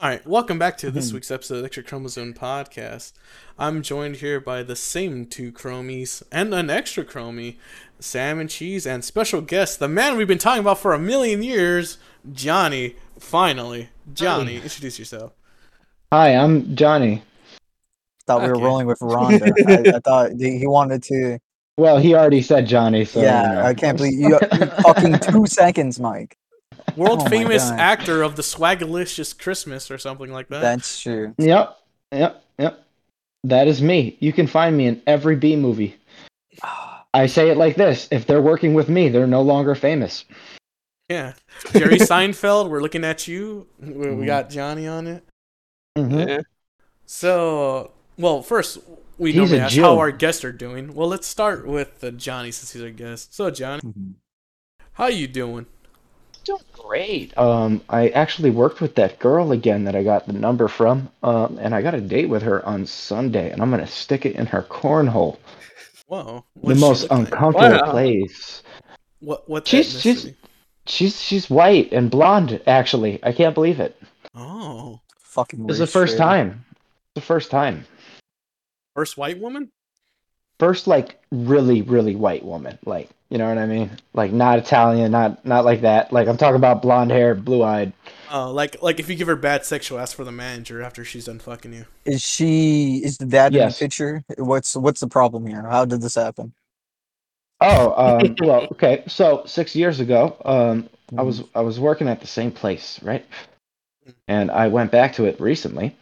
All right, welcome back to Mm-hmm. this week's episode of Extra Chromosome Podcast. I'm joined here by the same two chromies and an extra chromie, Sam and Cheese, and special guest, the man we've been talking about for a million years, Johnny. Finally, Johnny, introduce yourself. Hi, I'm Johnny. Thought we Okay. were rolling with Ron. there. I, I thought he wanted to. Well, he already said Johnny, so yeah, you know. I can't believe you. you fucking two seconds, Mike. World Oh my famous God. actor of the Swagalicious Christmas or something like that. That's true. Yep, yep, yep. That is me. You can find me in every B movie. I say it like this: If they're working with me, they're no longer famous. yeah, Jerry Seinfeld. We're looking at you. We Mm. we got Johnny on it. Mm-hmm. Mhm. So, well, first we He's normally a ask Jew. how our guests are doing. Well, let's start with uh, Johnny since he's our guest. So, Johnny, Mm-hmm. how you doing? Doing great. Um, I actually worked with that girl again that I got the number from, um, and I got a date with her on Sunday, and I'm gonna stick it in her cornhole, Whoa, the what's she most look like? uncomfortable Wow. place. What? What? She's- she's- ethnicity? She's she's white and blonde. Actually, I can't believe it. Oh, Fucking. It's the first time. It's the first time. first white woman. first like really really white woman like you know what i mean like not italian not not like that like i'm talking about blonde hair blue eyed Uh, like, like if you give her bad sex, she'll ask for the manager after she's done fucking you. Is she? Is that in Yes. the picture? What's What's the problem here? How did this happen? oh um, well okay so six years ago um, i was i was working at the same place right and i went back to it recently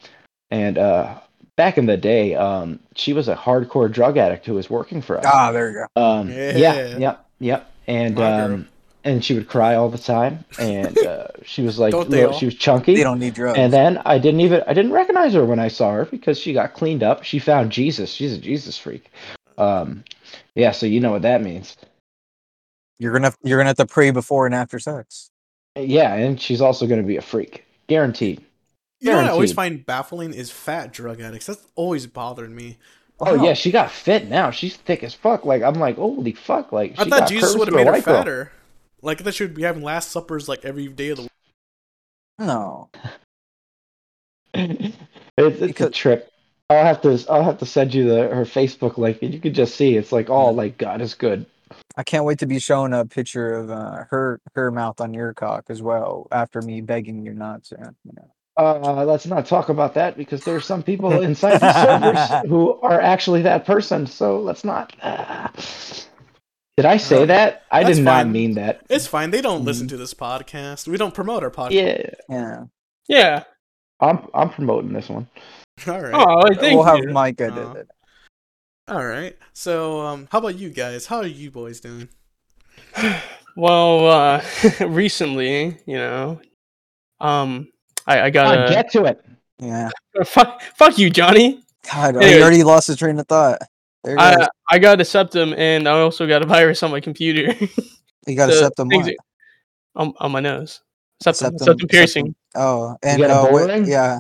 and uh back in the day um she was a hardcore drug addict who was working for us Ah, there you go. Um, Yeah. yeah. yeah, yep, yep. And My girl. um, and she would cry all the time, and uh, she was like, Don't they little- all? she was chunky. They don't need drugs. And then I didn't even I didn't recognize her when I saw her because she got cleaned up. She found Jesus. She's a Jesus freak. Um, yeah, so you know what that means. you're gonna You're gonna have to pray before and after sex. Yeah, and she's also going to be a freak, guaranteed. You know what I always Guaranteed. find baffling is fat drug addicts. That's always bothered me. Oh Wow. yeah, she got fit now. She's thick as fuck. Like I'm like, holy fuck! Like I she thought got Jesus curves would have for a made her white girl. fatter. Like that she would be having last suppers like every day of the week. No. it's, it's a Because- trip. I'll have to I'll have to send you the her Facebook link, and you can just see it's like all like God is good. I can't wait to be shown a picture of uh, her her mouth on your cock as well after me begging you not to. You know. Uh, let's not talk about that because there are some people inside these servers who are actually that person. So let's not. ah. did I say Um, that? I that's did not fine. mean that. It's fine. They don't Mm-hmm. listen to this podcast. We don't promote our podcast. Yeah, Yeah. Yeah. I'm I'm promoting this one. All right. Oh, I think We'll have you. Micah Uh, did it. All right. So, um, how about you guys? How are you boys doing? well, uh, recently, you know, um, I, I Come got on, a get to it. Yeah. fuck, fuck you, Johnny. God, I Anyway. already lost his train of thought. There you I I got a septum, and I also got a virus on my computer. You got So, to septum things what? are- on, on my nose. Septum, septum, Septum- piercing. Oh, and got a uh, bowling? wait, yeah,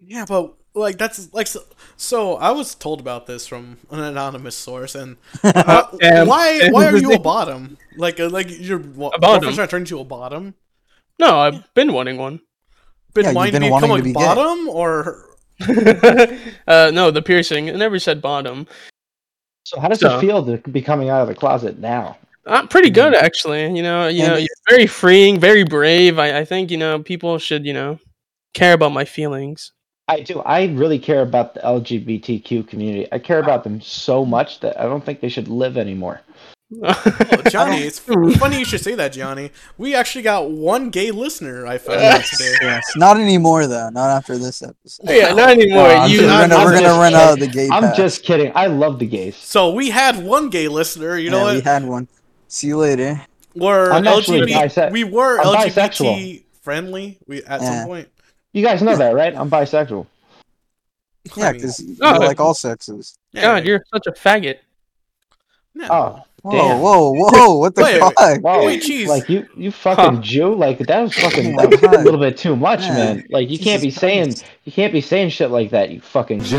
Yeah, but like that's like so, so. I was told about this from an anonymous source, and uh, damn. why This why is are the you a thing. bottom? Like uh, like you're wa- A bottom? girlfriend's trying to turn you a bottom. No, I've been wanting one. Been Yeah, you've wanting been to become wanting a to be gay. bottom, or uh, no, the piercing. It never said bottom. So how does So- it feel to be coming out of the closet now? Uh, pretty good, actually. You know, Mm-hmm. you And know, it- you're very freeing, very brave. I, I think you know people should you know care about my feelings. I do. I really care about the LGBTQ community. I care about them so much that I don't think they should live anymore. well, Johnny. It's funny you should say that, Johnny. We actually got one gay listener. I found out today. yes. Not anymore though. Not after this episode. yeah, not No, anymore. I'm you, just- we're I'm- gonna, we're I'm gonna just run out of the kidding. gay. I'm path. just kidding. I love the gays. So we had one gay listener. You know yeah, what? we had one. See you later. were I'm actually LGBT. bise- we were I'm LGBT bisexual. friendly. We at Yeah. some point. You guys know that, right? I'm bisexual. Yeah, I mean, because you No, it- like all sexes. yeah, God, you're such a faggot. no. Oh, Whoa, Damn. whoa, whoa! What the Wait, wait, fuck? wow! Wait, jeez. Like you, you fucking Huh. Jew. Like that was fucking Oh my that was a God. little bit too much, Yeah. man. Like you can't be Jesus saying Christ. you can't be saying shit like that. You fucking. Yeah,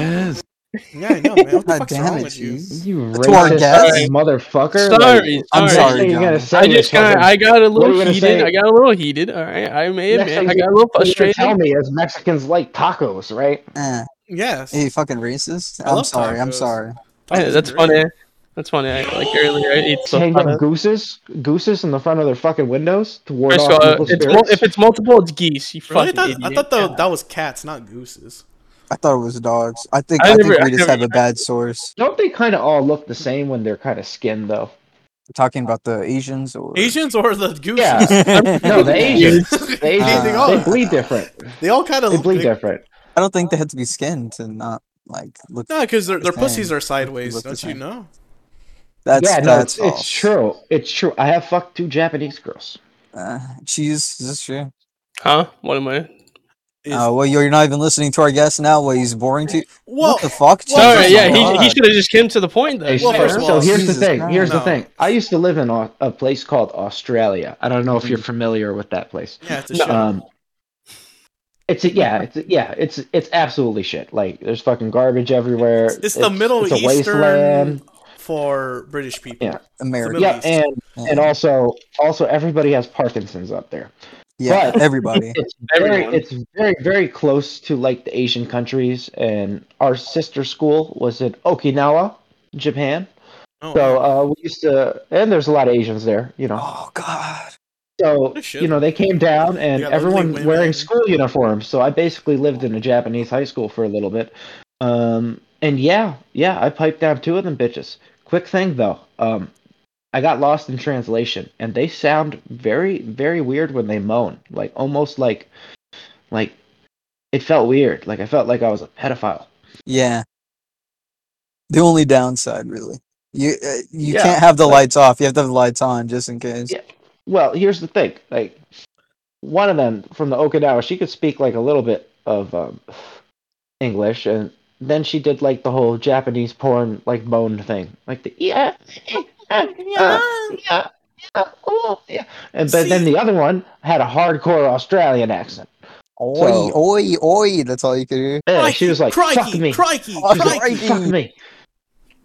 I know, man. What the God fuck's damn wrong it, with you? Jeez. You To our racist guest? motherfucker. Sorry, Like, I'm next sorry, thing you John. gotta say I just is kind of, fucking- I got a are you little gonna heated. say? I got a little heated. All right, I may Next admit, thing I you- got a little what you're gonna frustrated. Tell me, is Mexicans like tacos, right? Eh, Yes. hey, fucking racist. I I'm love sorry. I'm tacos. sorry. Yeah, Tacos that's are great. funny. That's funny. I, like earlier, I ate some. Hang up gooses, gooses in the front of their fucking windows to ward First off of all, evil it's mul- spirits. if it's multiple, it's geese. You Really? I fucking thought, idiot. I thought that, that was cats, not gooses. I thought it was dogs. I think I I, never- think I we just never- have a bad source. Don't they kind of all look the same when they're kind of skinned though? Talking about the Asians or Asians or the gooses? Yeah. No, the Asians. The Asians, they, Uh, all, they bleed different. they all kind of They bleed different. I don't think they have to be skinned to not like look. No, because their, their The pussies same. are sideways. Look the Don't you same. know? That's yeah, no, that's it's, it's false. true. It's true. I have fucked two Japanese girls. Uh, cheese, is this true? Huh? What am I? Is- Uh, well, you're not even listening to our guest now. Well, he's boring to you. well, what the fuck? well, Jesus, Sorry. first Yeah, of all- he, God. he should have just came to the point though. uh, Hey, Well, so- first of so all- here's the Jesus thing. Christ. Here's No. the thing. I used to live in a, a place called Australia. I don't know if you're Mm. familiar with that place. yeah, it's a No. shit. Um, it's a, yeah, it's a, yeah, it's it's absolutely shit. Like there's fucking garbage everywhere. It's, the Middle it's a Eastern wasteland. for British people. Yeah. America. Middle Yeah, East. and Yeah. and also also everybody has Parkinson's up there. yeah, but- everybody. It's very, Everyone. it's very, very close to like the Asian countries, and our sister school was in Okinawa, Japan. Oh, So uh, we used to, and there's a lot of Asians there, you know. Oh God. So Holy shit. you know they came down, and Yeah, lovely everyone women. wearing school uniforms. So I basically lived in a Japanese high school for a little bit. Um, and yeah, yeah, I piped down two of them bitches. Quick thing though, um, I got lost in translation, and they sound very, very weird when they moan, like almost like, like it felt weird. Like I felt like I was a pedophile. Yeah. The only downside, really, you uh, you Yeah, can't have the like- lights off. You have to have the lights on just in case. Yeah. Well, here's the thing. Like one of them from the Okinawa, she could speak like a little bit of um, English, and then she did like the whole Japanese porn like moan thing, like the yeah, eh, eh, uh, yeah, yeah, ooh, yeah. And but then See- the other one had a hardcore Australian accent. Oi, So- oi, oi! That's all you could hear. Yeah, Crikey, she was like, crikey, "Fuck me." crikey, Oh, She's like, crikey. "Fuck me."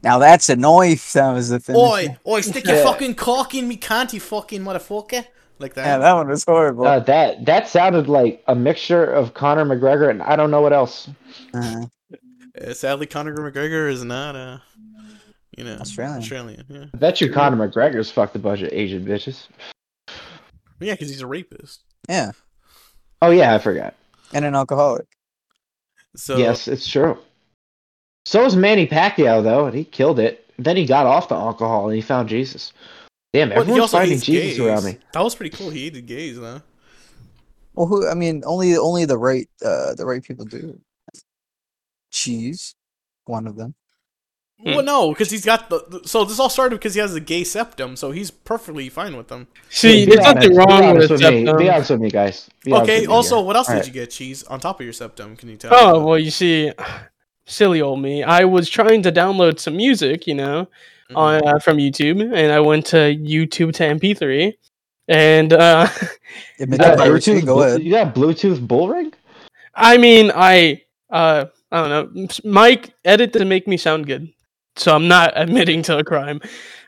Now that's a knife. That was the finish. Oi, oi, stick your Yeah. fucking cock in me, can't you fucking motherfucker? Like that. Yeah, that one was horrible. Uh, that that sounded like a mixture of Conor McGregor and I don't know what else. Uh, Uh, sadly, Conor McGregor is not, uh, you know, Australian. Australian, yeah. I bet you Conor McGregor's fucked a bunch of Asian bitches. Yeah, because he's a rapist. yeah, Oh yeah, I forgot. and an alcoholic. So, yes, it's true. So is Manny Pacquiao though, and he killed it. Then he got off the alcohol and he found Jesus. Damn, Well, he everyone's also finding hates Jesus gays. around me. That was pretty cool. He hated gays, huh? Well, who? I mean, only only the right uh, the right people do. Cheese, one of them. Hmm. Well, no, because he's got the. the- So this all started because he has a gay septum, so he's perfectly fine with them. See, Be there's honest- nothing be wrong honest with me. Be septum. honest with me, guys. Be honest okay. with me Also, here. what else did Alright. you get, cheese, on top of your septum? Can you tell? Oh well, you see, silly old me. I was trying to download some music, you know, Mhm. on uh, from YouTube, and I went to YouTube to MP3, and uh, Admit You that got they were Bluetooth, cheating, go Blu- ahead. you got Bluetooth bull ring? I mean, I uh, I don't know. Mike, edit to make me sound good, so I'm not admitting to a crime.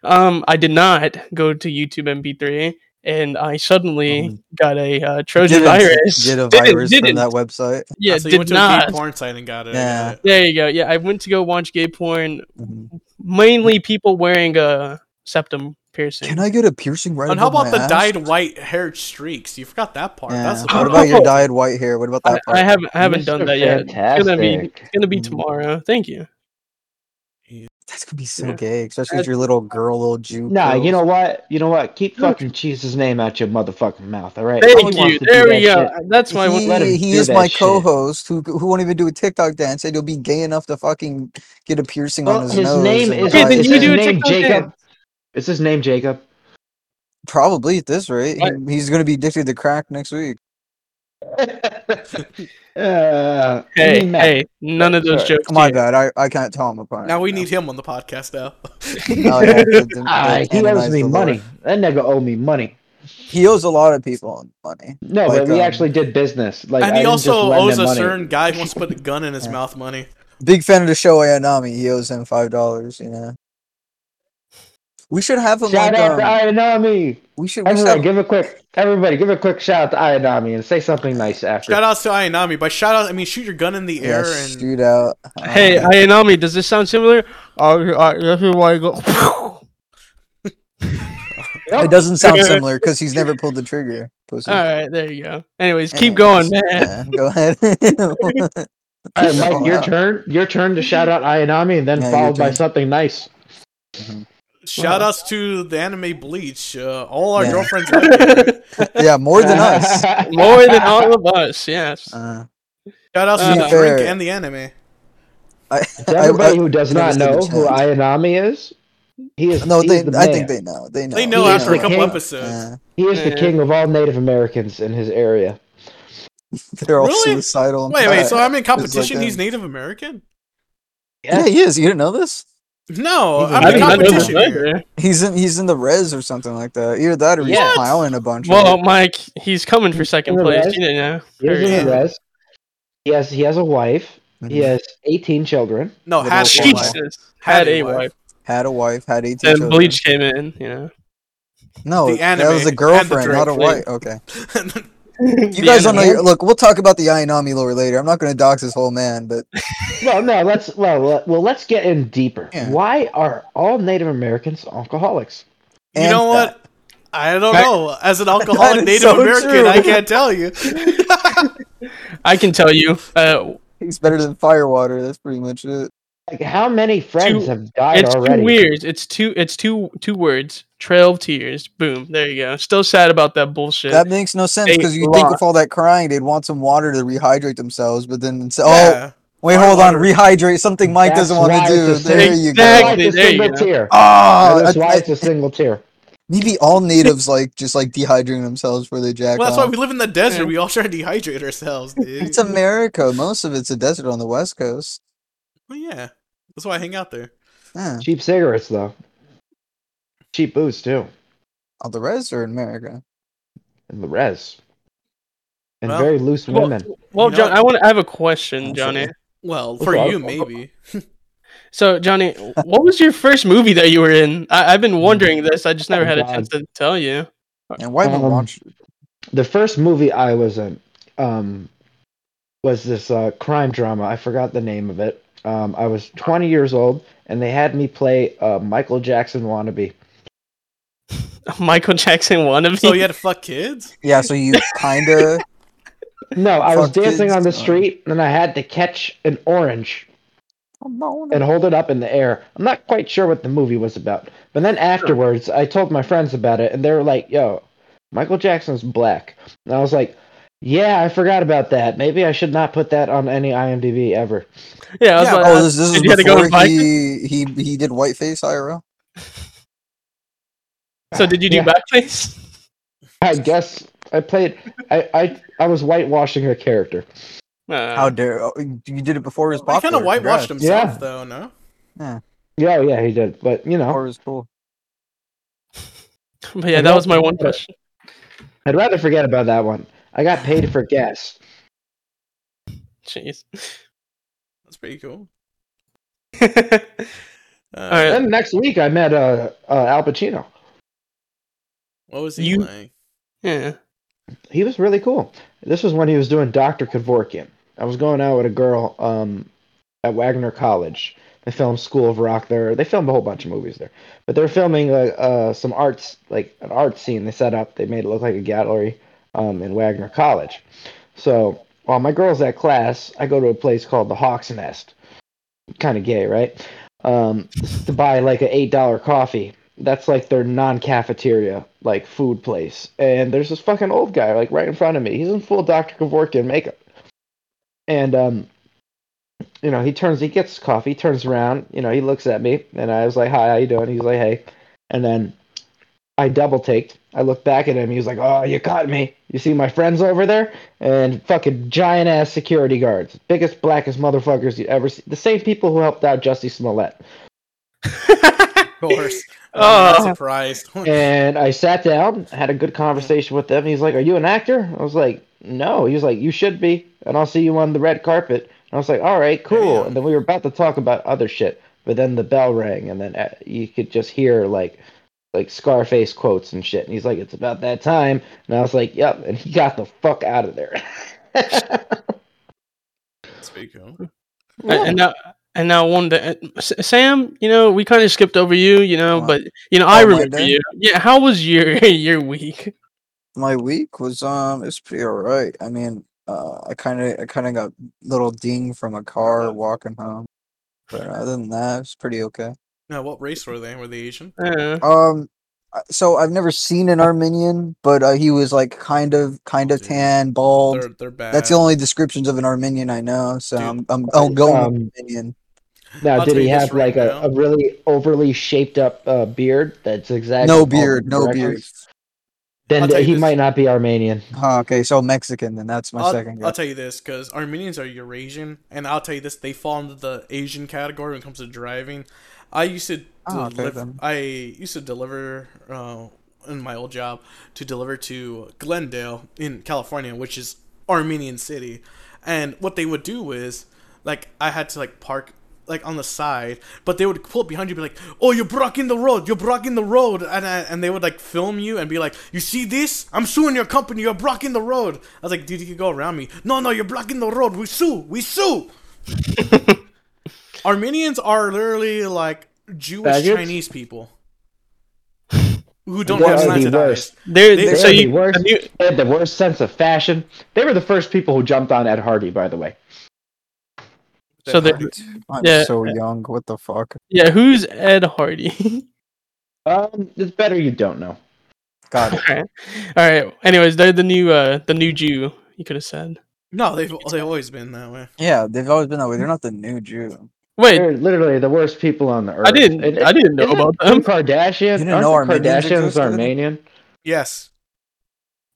Um, I did not go to YouTube MP3, and I suddenly Um, got a uh, Trojan Didn't virus. Get a Didn't- virus didn't. from that website. Yeah, Ah, so you did went to a uh, not. gay porn site and got it. I Yeah. got it. There you go. Yeah, I went to go watch gay porn. Mhm. Mainly people wearing a septum piercing. Can I get a piercing right? And how above about the my ass? dyed white hair streaks? You forgot that part. Yeah. That's the what part. about your Oh. dyed white hair? What about I, that part? I haven't I haven't Mr. done that yet. It's gonna be Fantastic. it's gonna be Mhm. tomorrow. Thank you. That's gonna be so Yeah. gay, especially That's- with your little girl, little Jew. Nah, you curls. know what? You know what? Keep fucking Jesus' name out your motherfucking mouth, all right? If Thank he wants to you. do There that we go. shit, That's my one. he, Let him he do is that my shit. co-host who who won't even do a TikTok dance and he'll be gay enough to fucking get a piercing Well, on his, his nose. name and is- dye Okay, then his is you his do a hair. name TikTok Jacob? dance. Is his name Jacob? Probably at this rate, What? he, he's gonna be addicted to crack next week. uh, Hey, Matt. hey, none of those Sorry. jokes. My here. bad, I, I can't tell him apart. Now we you know. need him on the podcast now. Oh, yeah, to- to- to Ah, he owes canonize me the Lord. money. That nigga owe me money. He owes a lot of people money. No, Like, but we um, actually did business. Like, and he I didn't just also lend owes him a money. certain guy who wants to put a gun in his Yeah. mouth money. Big fan of the show Ayanami. He owes him five dollars. You know. We should have him Shout like out to um, Ayanami. we should. We should Everyone, have, E. give a quick everybody give a quick shout out to Ayanami and say something nice after. Shout outs to Ayanami. By shout out, I mean shoot your gun in the yeah, air and shoot out. Uh, Hey, Ayanami, does this sound similar? Uh, uh, that's why I go. Oh, it doesn't sound similar because he's never pulled the trigger. Pussy. All right, there you go. Anyways, keep Anyways, going, man. yeah, go ahead. All right, uh, Mike, your Wow. turn. Your turn to shout out Ayanami, E and then Yeah, your followed by turn. something nice. shout outs to the anime Bleach. Uh, all our Yeah. girlfriends like it. yeah, more than us. More than all of us, yes. Uh, Shout outs Uh, to the fair. drink and the anime. I, To everybody who does I not was gonna know who challenge. Ayanami E is, he is. no, he they, is the I think man. they know. They know. They know Yeah. after a couple Yeah. episodes. Yeah. He is the Yeah. king of all Native Americans in his area. they're all Really? suicidal. and Wait, wait. quiet. So I'm in like competition. them. He's Native American. yeah, he is. You didn't know this? No, He's a I'm I in did not know this competition here. either. He's in. He's in the res or something like that. Either that or he's Yes. piling a bunch. Well, right? Mike, he's coming for second All place. right. You know. He is Yeah. in the res. He has he has a wife. Mm-hmm. He has eighteen children. No, Little had a wife. Jesus, had a wife, had a wife, had eighteen. and children. Bleach came in. You know. No, The that anime was and a the girlfriend, not a direct wife. Okay. You The guys don't know. anime. Your, look, we'll talk about the Ayanami lore later. I'm not going to dox this whole man, but Well, no, let's well, let, well let's get in deeper. Yeah. Why are all Native Americans alcoholics? you know And uh, what? I don't That- know. As an alcoholic is Native so American, true. I can't tell you. I can tell you. Uh, he's better than Firewater. That's pretty much it. Like, how many friends Too- have died it's already? two words. It's two. It's two. Two words. Trail of tears. Boom. There you go. Still sad about that bullshit. That makes no sense They because you think lost. with all that crying, they'd want some water to rehydrate themselves, but then it's, oh, Yeah. wait, hold on, rehydrate something Mike That's doesn't want why to do. it's a There you That's why go. Exactly. it's a there you single go. tier. Oh, that's why I- it's a single tier. maybe all natives like just like dehydrating themselves where they jack Well, that's why off. we live in the desert. Yeah. We all try to dehydrate ourselves, dude. It's America. Most of it's a desert on the west coast. Eh, Well, yeah. That's why I hang out there. Yeah. Cheap cigarettes, though. Cheap booze too, All the rest are in America. and the res, and Well, very loose Well, women. You well, know John, what? I want. I have a question, Johnny. Well, That's for why I- you, maybe. So, Johnny, what was your first movie that you were in? I, I've been wondering this. I just never Oh, had a God. chance to tell you. And why haven't Um, watched The first movie I was in um, was this uh, crime drama. I forgot the name of it. Um, I was 20 years old, and they had me play uh, Michael Jackson wannabe. Michael Jackson, one of so you. you had to fuck kids? Yeah, so you kind of No, I was Fuck kids. dancing on the Oh. street, and I had to catch an orange and hold it up in the air. I'm not quite sure what the movie was about. But then afterwards, I told my friends about it, and they were like, yo, Michael Jackson's black. And I was like, yeah, I forgot about that. Maybe I should not put that on any IMDb ever. Yeah, I was Yeah, like, Oh, this, this did is you have to go before to Vice? he, he he did whiteface IRL. uh, so did you do Yeah. backface? I guess I played, I, I, I was whitewashing a character. Uh, How dare oh, you did it before it was He popular? kind of whitewashed himself, Congrats. Yeah. though, no? Yeah, yeah, he did. But, you know, Before it was cool. but yeah, that was my one question. I'd rather forget about that one. I got paid for gas. Jeez. That's pretty cool. Uh, right. Then next week, I met uh, uh, Al Pacino. What was he You- playing? yeah. he was really cool. This was when he was doing Dr. Kevorkian. I was going out with a girl um, at Wagner College. They filmed School of Rock there. They filmed a whole bunch of movies there. But they were filming uh, uh, some arts, like an art scene they set up. They made it look like a gallery um, in Wagner College. So while my girl's at class, I go to a place called the Hawk's Nest. Kind of gay, right? Um, to buy like an $8 coffee that's like their non-cafeteria like food place and there's this fucking old guy like right in front of me he's in full dr kavorkian makeup and um you know he turns he gets coffee turns around you know he looks at me and i was like hi how you doing he's like hey and then i double taked i looked back at him he was like oh you caught me you see my friends over there and fucking giant ass security guards biggest blackest motherfuckers you ever see the same people who helped out jussie smollett Of course. I'm oh, not surprised. And I sat down, had a good conversation with him. He's like, "Are you an actor?" I was like, "No." He was like, "You should be." And I'll see you on the red carpet. I was like, all right, cool. Damn. And then we were about to talk about other shit, but then the bell rang, and then uh, you could just hear like like Scarface quotes and shit. And he's like, it's about that time. And I was like, yep. And he got the fuck out of there. That's pretty cool. And- And now, and now one day, uh, S- Sam, you know, we kind of skipped over you, you know, What? but you know, I Oh, my remember day? you. Yeah, how was your your week? my week was um it's pretty alright. I mean, uh, I kind of I kind of got little ding from a Uh-huh. car walking home, but other than that, it's pretty okay. Now, what race were they? Were they Asian? Uh, Um, I- so I've never seen an Armenian, but uh, he was like kind of kind of Dude, tan, bald. They're they're bad. That's the only descriptions of an Armenian I know. So Dude, I'm I'm, I'm going with um, Armenian. now, I'll did tell he you this have right like a, now. a really overly shaped up uh, beard? That's exactly No beard, no beard. I'll Then tell you he this. might not be Armenian. Huh, okay, so Mexican, then that's my I'll, second I'll guess. tell you this because Armenians are Eurasian, and I'll tell you this: they fall into the Asian category when it comes to driving. I used to Oh, okay, deliver. then. I used to deliver uh, in my old job to deliver to Glendale in California, which is Armenian city, and what they would do is like I had to like park like on the side, but they would pull up behind you, and be like, "Oh, you're blocking the road. You're blocking the road," and I, and they would like film you and be like, "You see this? I'm suing your company. You're blocking the road." I was like, "Dude, you could go around me." No, no, you're blocking the road. We sue. We sue. Armenians are literally like Jewish Faggots? Chinese people who don't They have are the slanted eyes. worst. there, They- so They're the you, worst. have you- They had the worst sense of fashion. They were the first people who jumped on Ed Hardy, by the way. so there, I'm yeah. so young. What the fuck? yeah, who's Ed Hardy? Um, it's better you don't know. Got All it. right, all right. Anyways, they're the new uh the new Jew. You could have said. No, they've they've always been that way. Yeah, they've always been that way. They're not the new Jew. Wait, They're literally the worst people on the earth. I didn't. And- I didn't know isn't about Kim them. Kardashian. You didn't Aren't know the Armenians Kardashians existed? Armenian? Yes.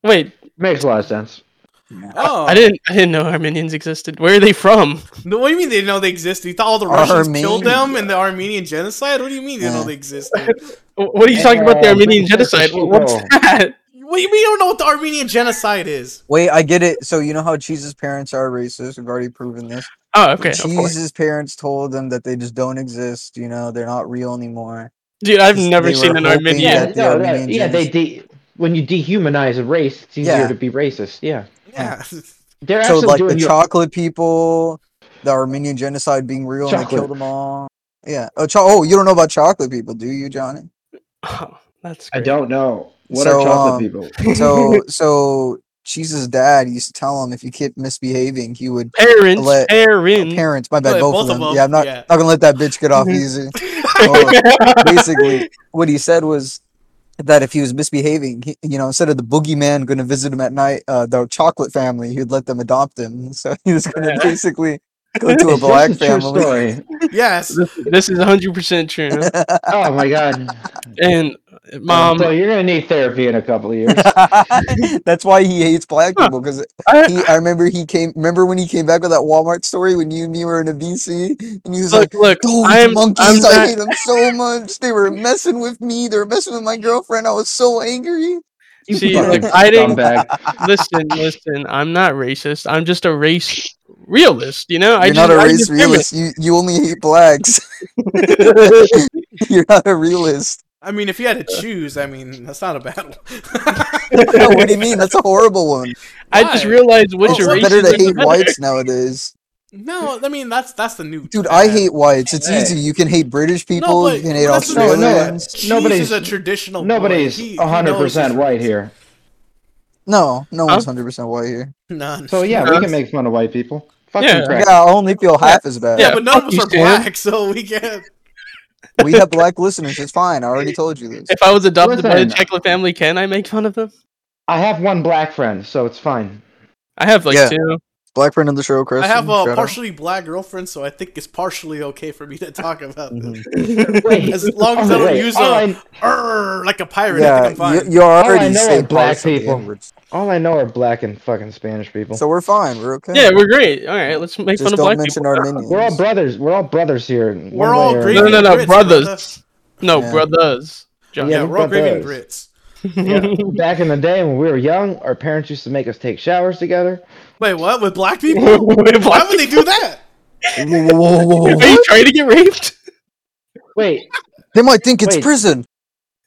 Wait, Makes a lot of sense. Yeah. Oh, I didn't. I didn't know Armenians existed. Where are they from? No, what do you mean they didn't know they existed? You thought all the Russians killed Armenia. them in the Armenian genocide? What do you mean they didn't know Yeah. they existed? Wh- What are you talking about? The Uh, Armenian Princess genocide? Sheeple. What's that? what do you mean you don't know what the Armenian genocide is? Wait, I get it. So you know how Jesus' parents are racist. We've already proven this. Oh, okay. Of course. Jesus' parents told them that they just don't exist. You know, they're not real anymore. Dude, I've They never were seen an hoping Armenian. Yeah, Yeah, that the no, no, Armenian yeah. genes- They de- when you dehumanize a race, it's easier Yeah. to be racist. Yeah, Yeah. they're so actually like doing the you- chocolate people, the Armenian genocide being real, and they Chocolate. killed them all. Yeah. Oh, cho- oh, you don't know about chocolate people, do you, Johnny? Oh, that's. I great. don't know what So, are chocolate um, people. So, so Jesus' dad used to tell him if you kept misbehaving, he would Parents, Let- parents. parents. My bad, But both, of them. Yeah, I'm not yeah. not gonna let that bitch get off Mhm. easy. Oh, basically, what he said was that if he was misbehaving, he, you know, instead of the boogeyman going to visit him at night, uh, the chocolate family, he'd let them adopt him. So he was going to Yeah. basically go to a It's black just a true family. story. Yes. this, this is 100% true. Oh my god, And mom, So you're gonna need therapy in a couple of years. That's why he hates black people because I, he. I remember he came. Remember when he came back with that Walmart story when you and me were in a VC and he was like, look, look, Those I'm, I'm monkeys, I not, hate them so much. They were messing with me. They were messing with my girlfriend. I was so angry. You See, fucking look, I didn't- scumbag. listen, listen, I'm not racist. I'm just a race realist, you know? I You're just, not a I race just am it. realist. You you only hate blacks. You're not a realist. I mean, if you had to choose, I mean, that's not a bad one. No, what do you mean? That's a horrible one. I just Why? realized Well, which It's your race better to is hate better. whites nowadays. no, I mean that's that's the new. Dude, I fad. hate whites. It's Hey. easy. You can hate British people. but you can hate that's the thing. No, no, Australians. Cheese is nobody's- a traditional. Oh, boy. He- he Nobody's knows 100% his white roots. here. No, no Huh? one's hundred percent white here. None. So yeah, we Yes. can make fun of white people. Fucking Yeah. crack. Yeah, I only feel half as bad. yeah, but none of fuck us you, are Stan. black, so we get. We have black listeners. It's fine. I already told you this. If I was adopted by the Listen. chocolate family, can I make fun of them? I have one black friend, so it's fine. I have like Yeah. two. Black friend of the show, I Chris. have a partially black girlfriend, so I think it's partially okay for me to talk about this. Wait, As long as I oh, don't wait, use all, a I, "Arr," like a pirate, I think I'm Yeah, fine. you, you already I know say are black partially people. inwards. all I know are black and fucking Spanish people. So we're fine. We're okay. Yeah, we're great. All right, let's make Just fun of don't black mention people. Armenians. we're all brothers. We're all brothers here. in We're one all way or Greek no, another. no, no, Brits, brothers. No, Yeah. brothers. John. Yeah, Yeah, we're all we've got Graven those. Brits. Yeah. Back in the day when we were young, our parents used to make us take showers together. Wait, what? With black people? Why would they do that? Whoa, whoa, whoa, whoa, Are whoa. you trying to get raped? Wait, They might think it's Wait. prison.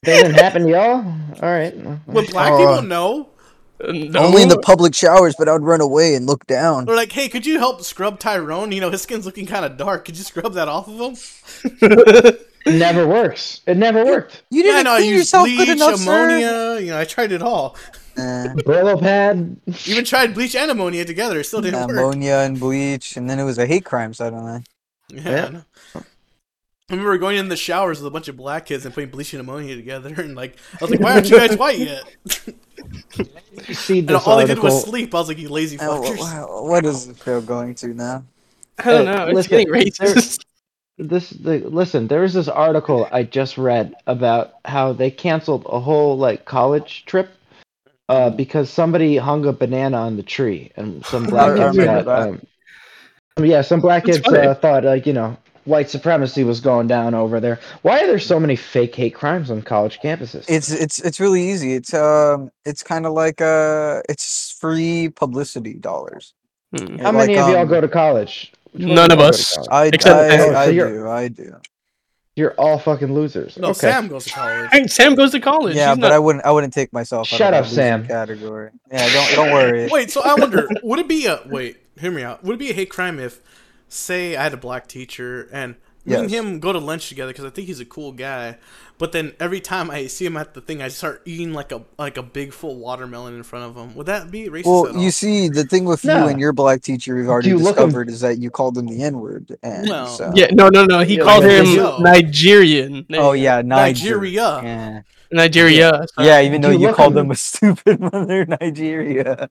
that didn't happen to y'all? All right. With black Oh. Uh, people? No. Uh, no. Only in the public showers, but I would run away and look down. They're like, hey, could you help scrub Tyrone? You know, his skin's looking kind of dark. Could you scrub that off of him? It never works. It never worked. You Yeah, didn't no, I clean used yourself bleach, good enough, sir. ammonia. You know, I tried it all. Eh, Brillo pad. Even tried bleach and ammonia together. It still didn't work. ammonia and bleach, and then it was a hate crime, so I don't know. Yeah. Yeah. I know. I remember going in the showers with a bunch of black kids and putting bleach and ammonia together, and like, I was like, "Why aren't you guys white yet?" See And this all they did article. was sleep. I was like, "You lazy Uh, wh- fuckers!" wh- what is the show going to now? I don't Hey, know. It's listen, getting there- racist. this the listen there was this article i just read about how they canceled a whole like college trip uh, because somebody hung a banana on the tree and some I black kids remember got that. um, yeah some black That's kids funny. uh, thought like you know white supremacy was going down over there why are there so many fake hate crimes on college campuses It's it's it's really easy. It's um it's kind of like uh it's free publicity dollars. Hmm. how many Like, of y'all um, go to college Which one None y'all of go to us. college? I Except- I, Oh, so I you're- do I do. you're all fucking losers no, okay Sam goes to college. Hey, Sam goes to college. Yeah, He's but not- I wouldn't I wouldn't take myself. out of Shut up, that loser Sam. Category. Yeah, don't don't worry. Wait, so I wonder, would it be a wait? Hear me out. Would it be a hate crime if, say, I had a black teacher and me and Yes. him go to lunch together because I think he's a cool guy, but then every time I see him at the thing, I start eating like a like a big full watermelon in front of him. Would that be racist? at Well, all? you see, the thing with No. you and your black teacher we've already you look him- discovered is that you called him the N word, and Well, so yeah, no, no, no. He Yeah, called like, him yo. Nigerian. There oh you yeah, Nigeria. Nigeria. Yeah. go. Nigeria. so- yeah, even though you you look called him- them a stupid mother, Nigeria.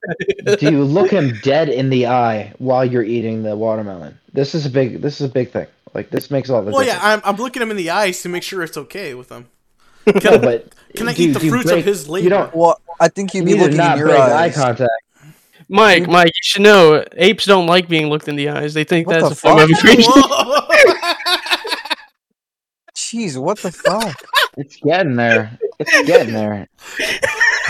do you look him dead in the eye while you're eating the watermelon? This is a big. This is a big thing. Like this makes all the Well, yeah, difference. I'm, I'm looking him in the eyes to make sure it's okay with him. No, but Can I do- eat the do you fruits break- of his labor? You don't. Well, I think you'd be you do looking not in your break eye eyes. contact. Mike, Mike, you should know apes don't like being looked in the eyes. They think What the that's a form fuck? of aggression. Whoa. Jeez, what the fuck? It's getting there. It's getting there.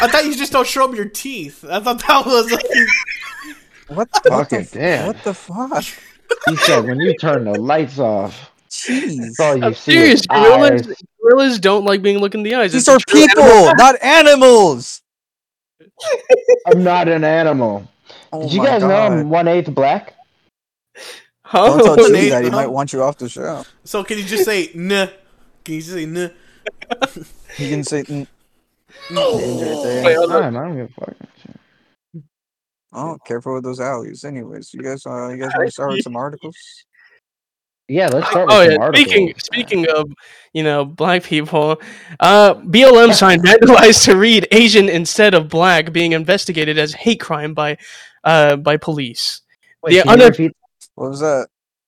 I thought you just don't show him your teeth. I thought that was like, What, what Fucking the damn. What the fuck? He said, "When you turn the lights off, Jeez. that's all you I'm see is serious. eyes." Gorillas, gorillas don't like being looked in the eyes. These It's a are true people, not animals. I'm not an animal. Oh Did you my guys know God. I'm one eighth black? Huh? Don't tell Cheese Nate, that he huh? might want you off the show. so. Can you just say nah? Can you just say nah? He can say, mm, Wait, danger hold on. Time. I don't give a fuck. Oh, careful with those alleys. Anyways, you guys, uh, you guys want to start with some articles? Yeah, let's start with Oh some yeah. articles. Speaking speaking of you know black people, uh, BLM sign vandalized to read Asian instead of black being investigated as hate crime by uh, by police. Wait, the can you other- repeat- What was that?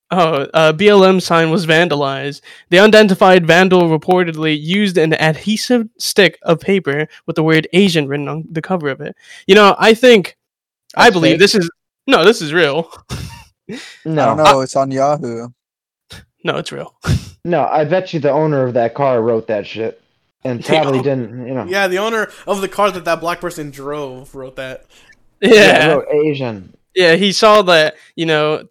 Oh, uh, BLM sign was vandalized. The unidentified vandal reportedly used an adhesive stick of paper with the word Asian written on the cover of it. You know, I think, I That's believe fake. this is no, this is real. I No, don't know. It's on Yahoo. No, it's real. no. I bet you the owner of that car wrote that shit, and Yeah. probably didn't. You know. Yeah, the owner of the car that that black person drove wrote that. Yeah, Yeah, no, Asian. yeah. He saw that you know,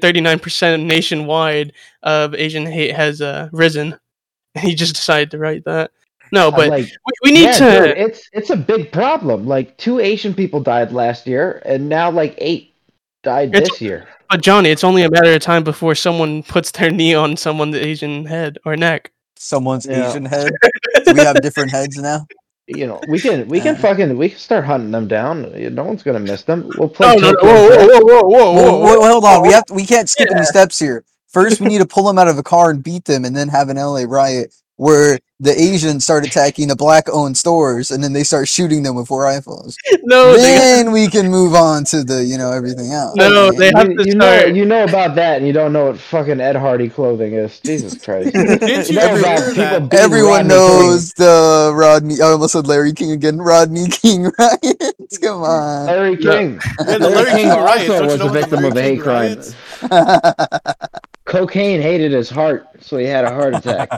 339% nationwide of Asian hate has uh, risen, and he just decided to write that. No, I'm Oh, but like, we, we need yeah, to. dude, it's it's a big problem. Like two Asian people died last year, and now like eight died It's- this year. But Johnny, it's only a matter of time before someone puts their knee on someone's Asian head or neck. Someone's Yeah. Asian head. we have different heads now. You know, we can we can Uh. fucking we can start hunting them down. No one's gonna miss them. We'll play. No, no, no, Tokyo Oh, whoa, whoa, Drift. whoa, whoa, whoa, Well, whoa, well, hold on. We whoa. have to, we can't skip any steps here. First, we need to pull them out of a car and beat them, and then have an LA riot where the Asians start attacking the black-owned stores, and then they start shooting them with rifles. No, Oh, they, then we can move on to the you know everything else. No, they- have You, to you know start- you know about that, and you don't know what fucking Ed Hardy clothing is. Jesus Christ! Didn't you You know ever about hear people that? beating Everyone Rodney knows the Rodney. I almost said Larry King again. Rodney King riots. Come King. on. Larry No. King. Yeah, the Larry King riots. Don't also you was know a what the victim Larry of a King hate crime. riots? Cocaine hated his heart, so he had a heart attack.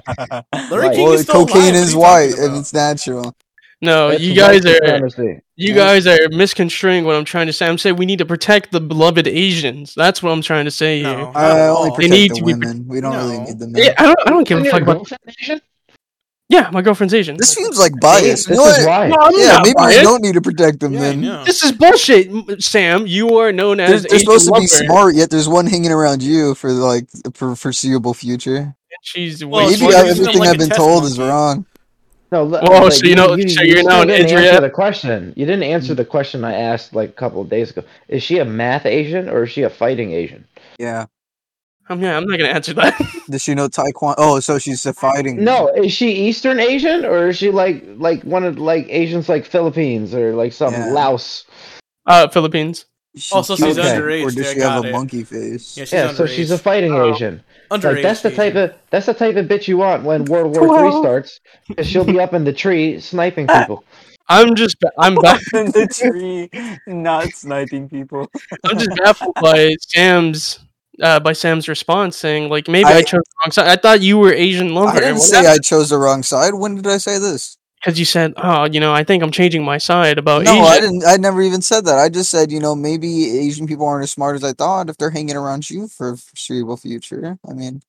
Larry Right. King well, is still alive. cocaine What are is you white talking and about? it's natural. No, That's Oh, you what guys you are wanna see. you Yeah. guys are misconstruing what I'm trying to say. I'm saying we need to protect the beloved Asians. That's what I'm trying to say here. No, not I at only all. protect need the to be- women. we don't really No. need the men. Yeah, I don't. I don't give Isn't a your fuck about. girlfriend Asian? Yeah, my girlfriend's Asian. This seems like See, bias. This Oh, You know is what? why. No, I'm Yeah, not maybe biased. we don't need to protect them Yeah, I then. know. This is bullshit, M- Sam. You are known They're, as they're Asian supposed to be lover. smart, yet there's one hanging around you for like the for foreseeable future. She's Well, way she's Maybe smarter I- using them than everything like I've a been test told is monkey. wrong. No, oh, le- Whoa, like, so you know- so you're still now an didn't Israel- answer the question. You didn't answer the question I asked like a couple of days ago. Is she a math Asian or is she a fighting Asian? Yeah. I'm, yeah, I'm not gonna answer that. Does she know Taekwondo? Oh, so she's a fighting. No, is she Eastern Asian or is she like like one of like Asians like Philippines or like some Yeah. Laos? Uh, Philippines. She's Also, Oh, she's cute, underage, Or does yeah, she have got a it. monkey face? Yeah, she's yeah, underage. so she's a fighting Oh. Asian. underage. Like that's the type Asian. of that's the type of bitch you want when World War Three Twelve. starts, because she'll be up in the tree sniping people. I'm just. ba- I'm. Ba- in the tree, not sniping people. I'm just baffled by Sam's. Uh, by Sam's response saying like maybe I, I- chose the wrong side. I thought you were Asian I lover. didn't What say I chose the wrong side. When did I say this? because you said, "Oh, you know, I think I'm changing my side about no, Asia." I didn't. I never even said that. I just said, you know, maybe Asian people aren't as smart as I thought if they're hanging around you for foreseeable future. I mean,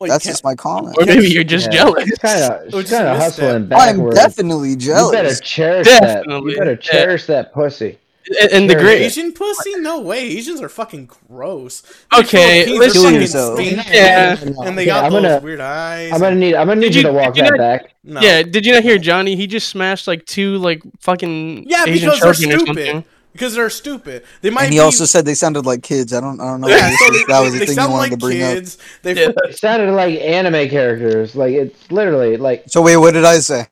Well, Oh, you that's can't- just my comment. or maybe you're just Yeah. jealous. She's kind of Oh, just she's kind of missed hustling I'm backwards. definitely You better jealous. cherish that. Definitely. You better Yeah. cherish that pussy. And, and the Sure. great, Asian pussy? No way. Asians are fucking gross. Okay, Philippines let's- are Kill fucking yourself. Spanish, Yeah. And they Okay, got I'm those gonna- weird eyes. I'm gonna need I'm gonna need Did you, you- to walk did you that not- back. no. yeah. Did you not hear Johnny? He just smashed like two like fucking Yeah, Asian because they're children or stupid. something. Because they're stupid. They might And be. he also said they sounded like kids. I don't. I don't know. yeah, if so this they, was- that was the they thing you sound wanted like to bring up. kids. They Yeah. It sounded like anime characters. Like it's literally like So wait, what did I say?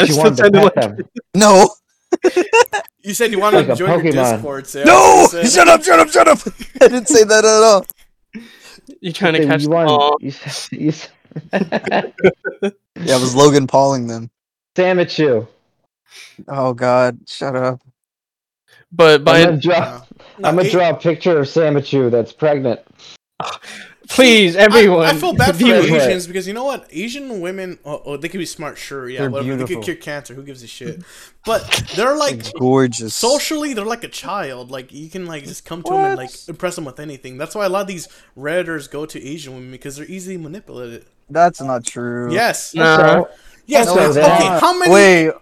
that that's you what wanted to pet sounded like. them. No, You said you wanted Like to a join your Pokemon. Discord, Sam. no! You said- Shut up! Shut up! Shut up! I didn't say that at all. You're trying to You catch the wanted- ball. you s- you s- Yeah, it was Logan Pauling them. Damn it, you. Oh God! Shut up! But I'm by gonna draw, No, I'm gonna it- draw a picture of Sam at you that's pregnant. please, everyone. I, I feel bad for view- viewers. Asians because you know what? Asian women, oh, oh, they can be smart, sure, yeah, They're whatever. They beautiful. could cure cancer. Who gives a shit? But they're like Gorgeous. socially, they're like a child. Like you can like just come to them and like impress them with anything. That's why a lot of these redditors go to Asian women because they're easily manipulated. That's not true. Yes, Nah. So, yes. No, okay, they're not. how many? Wait,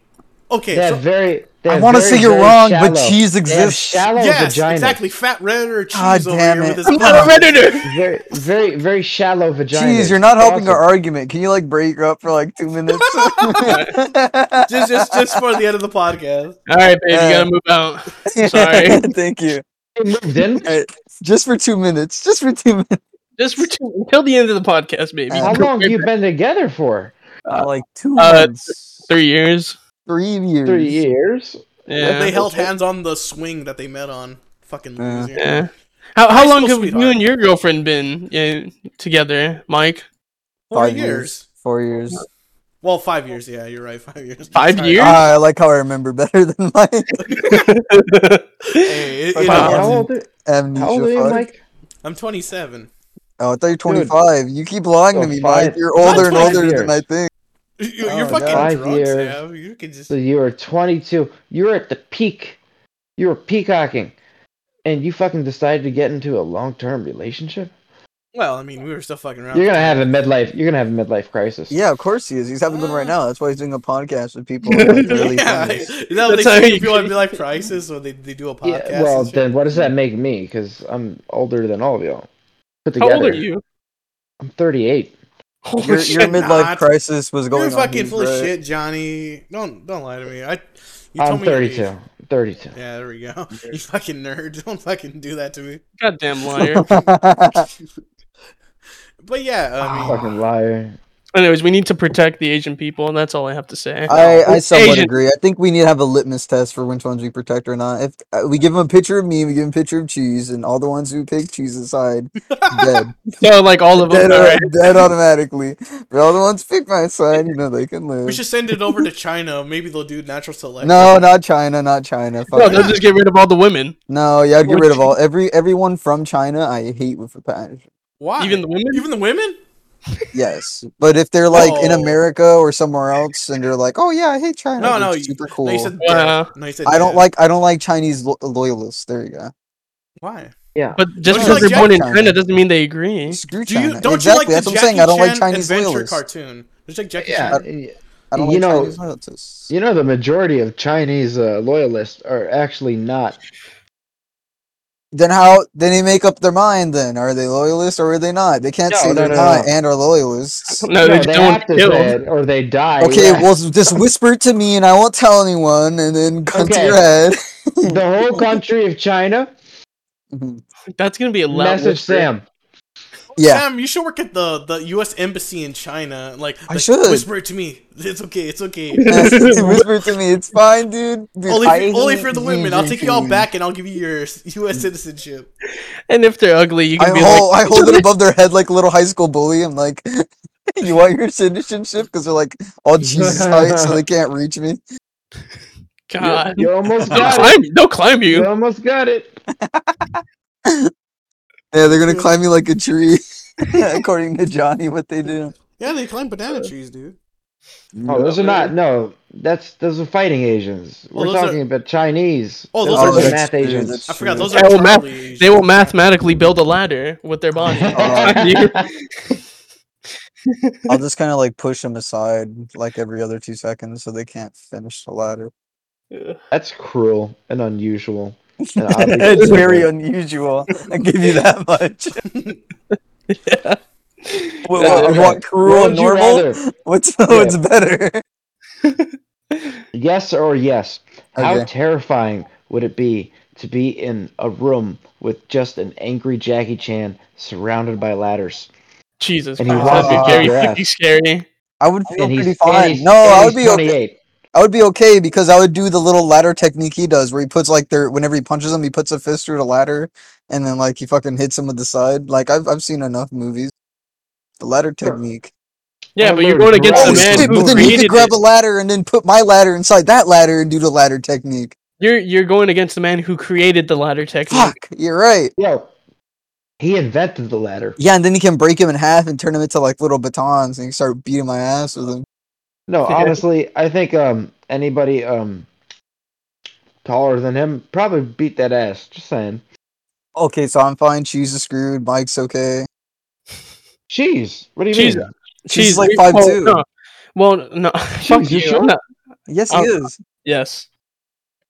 okay, they have so- very. They I have want to very, say you're very wrong, shallow. but cheese They have exists. shallow yes, vaginas. exactly. Fat redditor God cheese over damn here it. with his I'm not a pie. redditor. Very, very, very shallow vaginas. Jeez, you're not helping our Awesome. argument. Can you like break up for like two minutes? just, just, just for the end of the podcast. All right, babe, you gotta move out. Sorry. Thank you. They moved in? All right, Just for two minutes. Just for two minutes. Just for two, until the end of the podcast, baby. How long have you been together for? Uh, like two uh, months. Three years. Three years. Three years. Yeah. They held hands on the swing that they met on. Fucking Yeah. loser. Yeah. How, how High long school have you sweetheart. and your girlfriend been yeah, together, Mike? Four Five years. years. Four years. Well, five years. Yeah, you're right. Five years. Five Sorry. Uh, years? Ah, I like how I remember better than my Hey, it- it- Wow. How old, amnesia. how old are you, fuck. Mike? I'm 27. Oh, I thought you were 25. You keep lying to Oh, me, five- Mike. You're older and five older than years. I think. You- Oh, You're fucking no. Five drunk, years. Sam. You can just. So you were 22. You were at the peak. You were peacocking. And you fucking decided to get into a long-term relationship? Well, I mean, we were still fucking around. You're gonna have a midlife. You're gonna have a midlife crisis. Yeah, of course he is. He's having one right Ah. now. That's why he's doing a podcast with people. Like, really yeah, funny. is that what That's they how do? you- If you want to be like crisis, or they, they do a Yeah, podcast. well, and shit? then what does that make me? Because I'm older than all of y'all. Put How together. old are you? I'm 38. Holy Your, your shit. midlife not. crisis was going you're on. fucking dude, full of right? shit, Johnny. Don't don't lie to me. I. You I'm told me your 32. age. 32. Yeah, there we go. You fucking nerd. Don't fucking do that to me. Goddamn liar. But yeah, Ah, I mean, Fucking liar. Anyways, we need to protect the Asian people, and that's all I have to say. I, I It's somewhat Asian. agree. I think we need to have a litmus test for which ones we protect or not. If uh, we give him a picture of me, we give him a picture of cheese, and all the ones who pick cheese aside, dead, So, like, all of them. dead, All right. dead automatically. But all the ones who pick my side, you know, they can we live. should send it over to China. Maybe they'll do natural selection. No, not China, not China. No, Fuck they'll it. just get rid of all the women. no, yeah, I'd get rid of all every everyone from China. I hate with a passion. Why? Even the women? Even the women? Yes, but if they're like in Oh. America or somewhere else, and they're like, "Oh yeah, I hate China," No, like, no, you- super No, you cool. said Wow. dead. No, you said I don't dead. like I don't like Chinese lo- loyalists. There you go. Why? But just Don't because you like they're born in Jack- China doesn't mean they agree. Screw Do you China. don't exactly. you like That's the what I'm Jackie saying. I don't like Chan Chinese adventure loyalists. cartoon? There's like Jackie Yeah. Chan. I don't You like know- Chinese loyalists. You know, the majority of Chinese uh, loyalists are actually not. Then how? Then they make up their mind. Then are they loyalists or are they not? They can't No, say no, they're no, not no. and are loyalists. No, they they just don't want act to as kill. that, or they die. Okay, yeah. well, just whisper it to me and I won't tell anyone, and then gun to Okay. your head. the whole country of China. Mm-hmm. That's gonna be a loud Message whisper. Sam. yeah, Sam, you should work at the, the U.S. embassy in China. Like, I like, should. whisper it to me. It's okay. It's okay. whisper it to me. It's fine, dude. Dude, only, I if you, only hate for the Xi women. I'll take you all Jinping. back and I'll give you your U.S. citizenship. And if they're ugly, you I can be hold, like, I hold it above their head like a little high school bully. I'm like, you want your citizenship? Because they're like all Jesus height, so they can't reach me. Uh, God, You almost they'll got it. climb, they'll climb You you. almost got it. Yeah, they're gonna climb me like a tree, according to Johnny. What they do? Yeah, they climb banana trees, dude. Oh, those are not. No, that's those are fighting Asians. Oh, Well, We're those are- talking about Chinese. Oh, those those, are are, just- math Dude, Asians. that's I forgot. true. Those They are will math- probably Asian. They will mathematically build a ladder with their body. I'll just kind of like push them aside like every other two seconds, so they can't finish the ladder. that's cruel and unusual. And it's obviously- very unusual. I give you that much. What, Yeah, what, okay. what, cruel What would you normal? rather? What's what's better? Yes or yes. How Okay. terrifying would it be to be in a room with just an angry Jackie Chan surrounded by ladders? Jesus And he Christ, walks that'd be off very the freaking grass. scary. I would feel and he's pretty and fine. he's- No, and I he's would be okay. 28. I would be okay because I would do the little ladder technique he does, where he puts like their whenever he punches them, he puts a fist through the ladder, and then like he fucking hits him with the side. Like I've I've seen enough movies. The ladder Sure. technique. Yeah, I'm but you're gonna going against It's Oh, the draw- man shit, but who then he could created grab it. a ladder and then put my ladder inside that ladder and do the ladder technique. You're you're going against the man who created the ladder technique. Fuck, you're right. Yo, he invented the ladder. Yeah, and then he can break him in half and turn him into like little batons, and he can start beating my ass with them. No, Yeah. honestly, I think um anybody um taller than him probably beat that ass. Just saying. Okay, so I'm fine. She's a screwed. Mike's okay. Jeez, what do you Jeez. mean? She's Jeez, like we- 5'2". well, no. Well, no. Fuck you you. sure? I'm not- Yes, he Oh. is. Yes.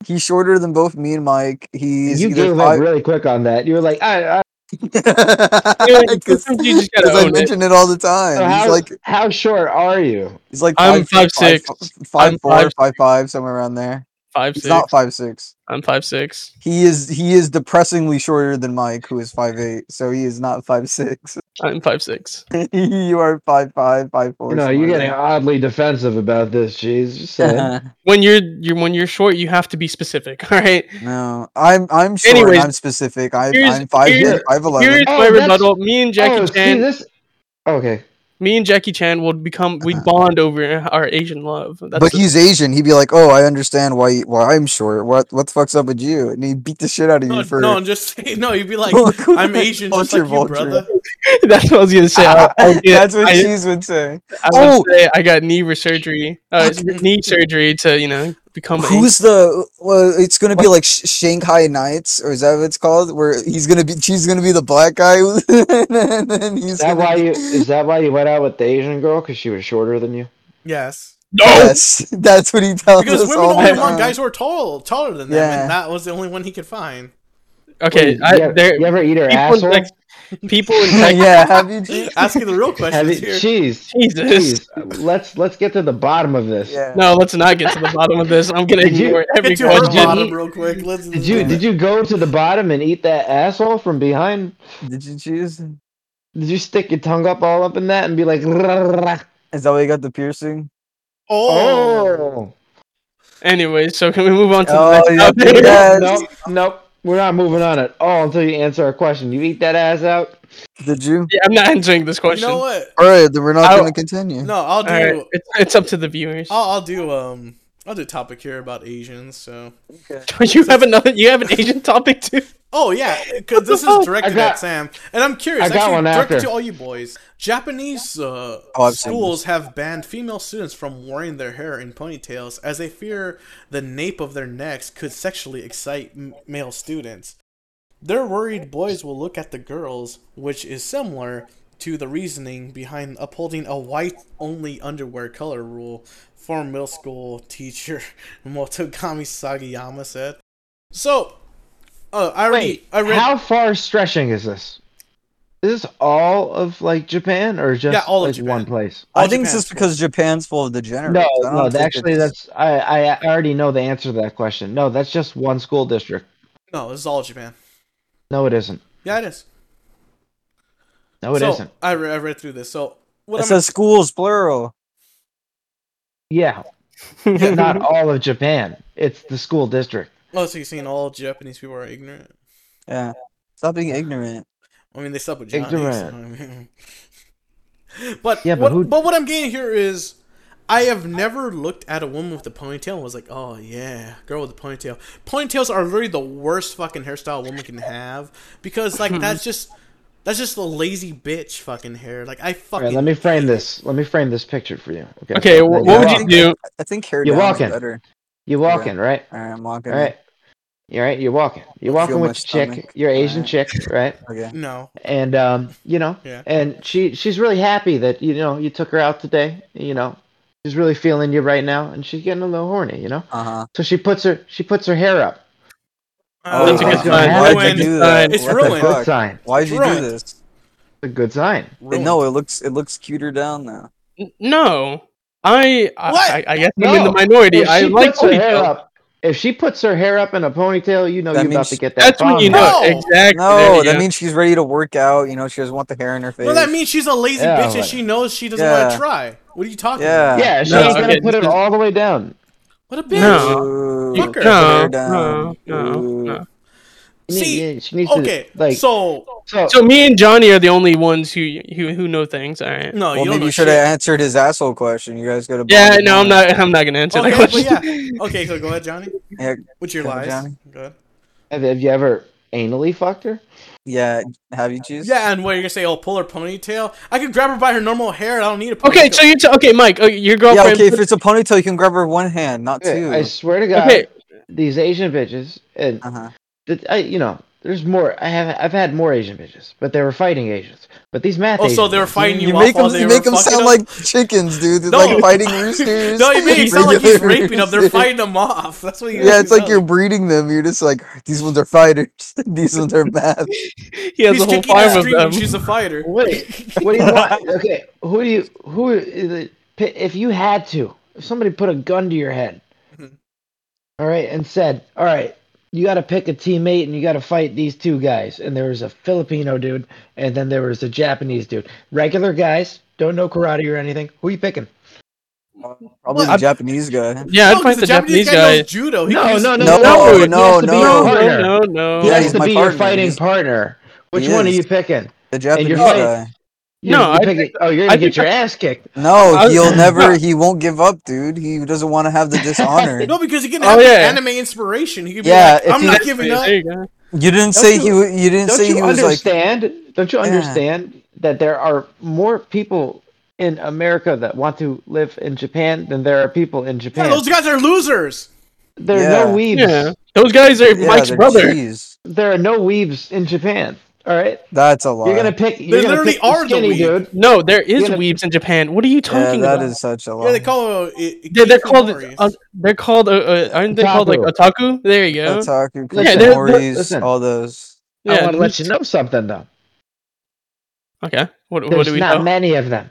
He's shorter than both me and Mike. He's you either gave five- up really quick on that. You were like, I, I, Yeah, because sometimes you just gotta I own it. mention it. all the time. so he's how, like how short are you? he's like I'm five, five, 5'6". five, I'm four, five- five, five, somewhere around there. Five He's six. not five six. I'm five six. He is he is depressingly shorter than Mike, who is five eight. So he is not five six. I'm five six. you are five five, five four. No, you're somewhere getting oddly defensive about this. Jeez, just there. saying. When you're you when you're short, you have to be specific. All right. no, I'm I'm short. Anyways, I'm specific. I, here's- I'm five here- eight, five eleven. Here's Oh, my that's- rebuttal. Me and Jackie oh, see Chan. this? Okay. me and Jackie Chan will become we Uh-huh. bond over our Asian love. That's But the- he's Asian. He'd be like, "Oh, I understand why why I'm short. What what the fuck's up with you?" And he'd beat the shit out of No, you for no, just no. You'd be like, Look, I'm Asian, just like you, culture vulture. brother. that's what I was gonna say. Ah, I, Uh, I, That's what I, she's would say. I was Oh! gonna say I got knee surgery, uh, Fuck. knee surgery to you know become. Who's the? Well, it's gonna be like Sh- Shanghai Nights, or is that what it's called? Where he's gonna be, she's gonna be the black guy, and then he's Is that gonna why be- you? Is that why you went out with the Asian girl? Cause she was shorter than you. Yes, no. Yes, that's what he tells Oh! because us women all the only time. want guys who are tall, taller than them, Yeah. and that was the only one he could find. Okay, Wait, I, you, ever, there, you ever eat her people, in asshole? Tex- people in Texas. yeah, have you? Asking the real Have questions you, here. jeez, Jesus. jeez. Let's let's get to the bottom of this. Yeah. No, let's not get to the bottom of this. I'm gonna Did you- ignore every Get to her Did you- question. bottom real quick. Let's. Did you did you go to the bottom and eat that asshole from behind? Did you choose? Did you stick your tongue up all up in that and be like, "Rrrrrrrrr"? Is that why you got the piercing? Oh. oh, Anyway, so can we move on to Oh, the yeah, next topic? yeah. Yes. nope, nope, we're not moving on at all until you answer our question. You eat that ass out. Did you? Yeah, I'm not answering this You question. know what? All right, then we're not I- gonna continue. No, I'll do. All right, it's, it's up to the viewers. I'll, I'll do. Um, I'll do a topic here about Asians. So. you have another. You have an Asian topic too. Oh yeah, because this What the is fuck? directed I got- at Sam, and I'm curious. I got actually, one directed after. to all you boys. Japanese uh, Oh, I've seen schools have banned female students from wearing their hair in ponytails as they fear the nape of their necks could sexually excite m- male students. They're worried boys will look at the girls, which is similar to the reasoning behind upholding a white only underwear color rule, former middle school teacher Motogami Sagayama said. So, uh, I already Wait, I read how far stretching is this? Is this all of like Japan or just Yeah, all of like Japan. one place? All I think it's Japan's just because Japan's full of degenerates. No, I don't no, think actually, it's- that's I, I already know the answer to that question. No, that's just one school district. no, this is all Japan. No, it isn't. Yeah, it is. No, Oh, it so, not I, re- I read through this. So what It I'm says schools plural. Yeah, not all of Japan. It's the school district. oh, so you're saying all Japanese people are ignorant? Yeah. Stop being ignorant. I mean, they suck with Johnny. Ignorant. so, I mean- but Yeah, yeah, but, but what, who- but what I'm getting here is, I have never looked at a woman with a ponytail and was like, oh yeah, girl with a ponytail. Ponytails are literally the worst fucking hairstyle a woman can have because like that's just that's just the lazy bitch fucking hair. Like I All fucking right, let me frame this. Let me frame this picture for you. Okay. okay, wh- what would you walking. do? I think hair You're down walking. is better. You walking, right? All right, I'm walking. All right. You're right. You're walking. You're I walking feel with my your chick. stomach. Your Asian Alright. chick, right? Okay. no. And um, you know, Yeah. and she she's really happy that you know you took her out today. You know, she's really feeling you right now, and she's getting a little horny. You know, Uh huh. so she puts her she puts her hair up. Uh, That's a Oh, good it's sign. ruined. Oh, Why'd you do Ruined. that? It's What the ruined. Good fuck? sign. Why'd you Ruined. do this? A good sign. Ruined. No, it looks it looks cuter down now. No, I I, What? I, I guess No. I'm in the minority. If I she like puts her hair ponytails. up, if she puts her hair up in a ponytail, you know That you're about means- to get that. That's when you bomb. know No. exactly. No, there you that go. means she's ready to work out. You know, she doesn't want the hair in her face. No, that means she's a lazy Yeah, bitch and like- she knows she doesn't want Yeah. to try. What are you talking Yeah. about? Yeah, she's No, gonna okay, put this it is- all the way down. What a bitch. No. Ooh, Fuck her. put no, hair down. no, no, Ooh. no. See, Yeah, she needs to, Okay, like so so. So me and Johnny are the only ones who who who know things. All right. no, Well, you don't maybe know you should shit. have answered his asshole question. You guys got to. Yeah, no, I'm not. I'm not gonna answer Okay, that well, question. Okay, so go ahead, Johnny. Yeah, What's your Go ahead, lies? Johnny. Go ahead. Have, have you ever anally fucked her? yeah. Have you, cheese? Yeah, and what you're gonna say? Oh, pull her ponytail. I could grab her by her normal hair. I don't need a ponytail. Okay, so you t- okay, Mike? uh, Your Yeah. girlfriend. Okay. If it's a ponytail, you can grab her with one hand, not two. I swear to God, okay, these Asian bitches and Uh huh. that I, you know, there's more. I have I've had more Asian bitches, but they were fighting Asians. But these math. Oh, Asian so they were bitches- fighting you, You off make while them. they You were make them fucking sound up? like chickens, dude. They're No. like fighting roosters. No, you make it sound like he's Regular raping them. They're roosters. fighting them off. That's what you. Yeah, it's like you're breeding them. You're just like these ones are fighters. these ones are math. he has He's a whole kicking her farm of stream. them. And she's a fighter. Wait, what do you want? Okay, who do you who? Is it, if you had to, if somebody put a gun to your head, Mm-hmm. Mhm. all right, and said, all right, you got to pick a teammate and you got to fight these two guys. And there was a Filipino dude, and then there was a Japanese dude. Regular guys, don't know karate or anything. Who you picking? Probably the I'd- Japanese guy. Yeah, No, I'd 'cause fight the Japanese, guy. knows judo. He No, can use- no, No, no, no, he no, has to be your no. No, partner. no, no, He Yeah, has he's to my be your partner. fighting He's- partner. Which He one are is. you picking? The Japanese fighting. guy. You're, No, you're I picking, think- oh, you're I gonna get think your ass kicked. No, I was- he'll never. No. He won't give up, dude. He doesn't want to have the dishonor. No, because he can Oh, have the yeah. anime inspiration. He could be Yeah, like, if I'm he- not That's- giving up. there you go. You didn't Don't say you- he. wa- You didn't Don't say you he was like. understand? Don't you Yeah. understand that there are more people in America that want to live in Japan than there are people in Yeah, Japan? those guys are losers. there are no weebs. Yeah, those guys are Yeah, Mike's they're brother. cheese. There are no weebs in Japan. All right, That's a lie. you're gonna pick. You're gonna literally pick are the the skinny weeb. dude. No, there is gonna- weebs in Japan. What are you yeah, talking that about? is such a lie. Yeah, they call it. it They're, they're called. Kikimemories. Uh, they're called. Uh, uh, aren't they called like otaku? There you go. Otaku, Listen, they're- Kikimemoris, listen. all those. I Yeah. want to let you know something though. Okay. What, what There's do we not know? many of them.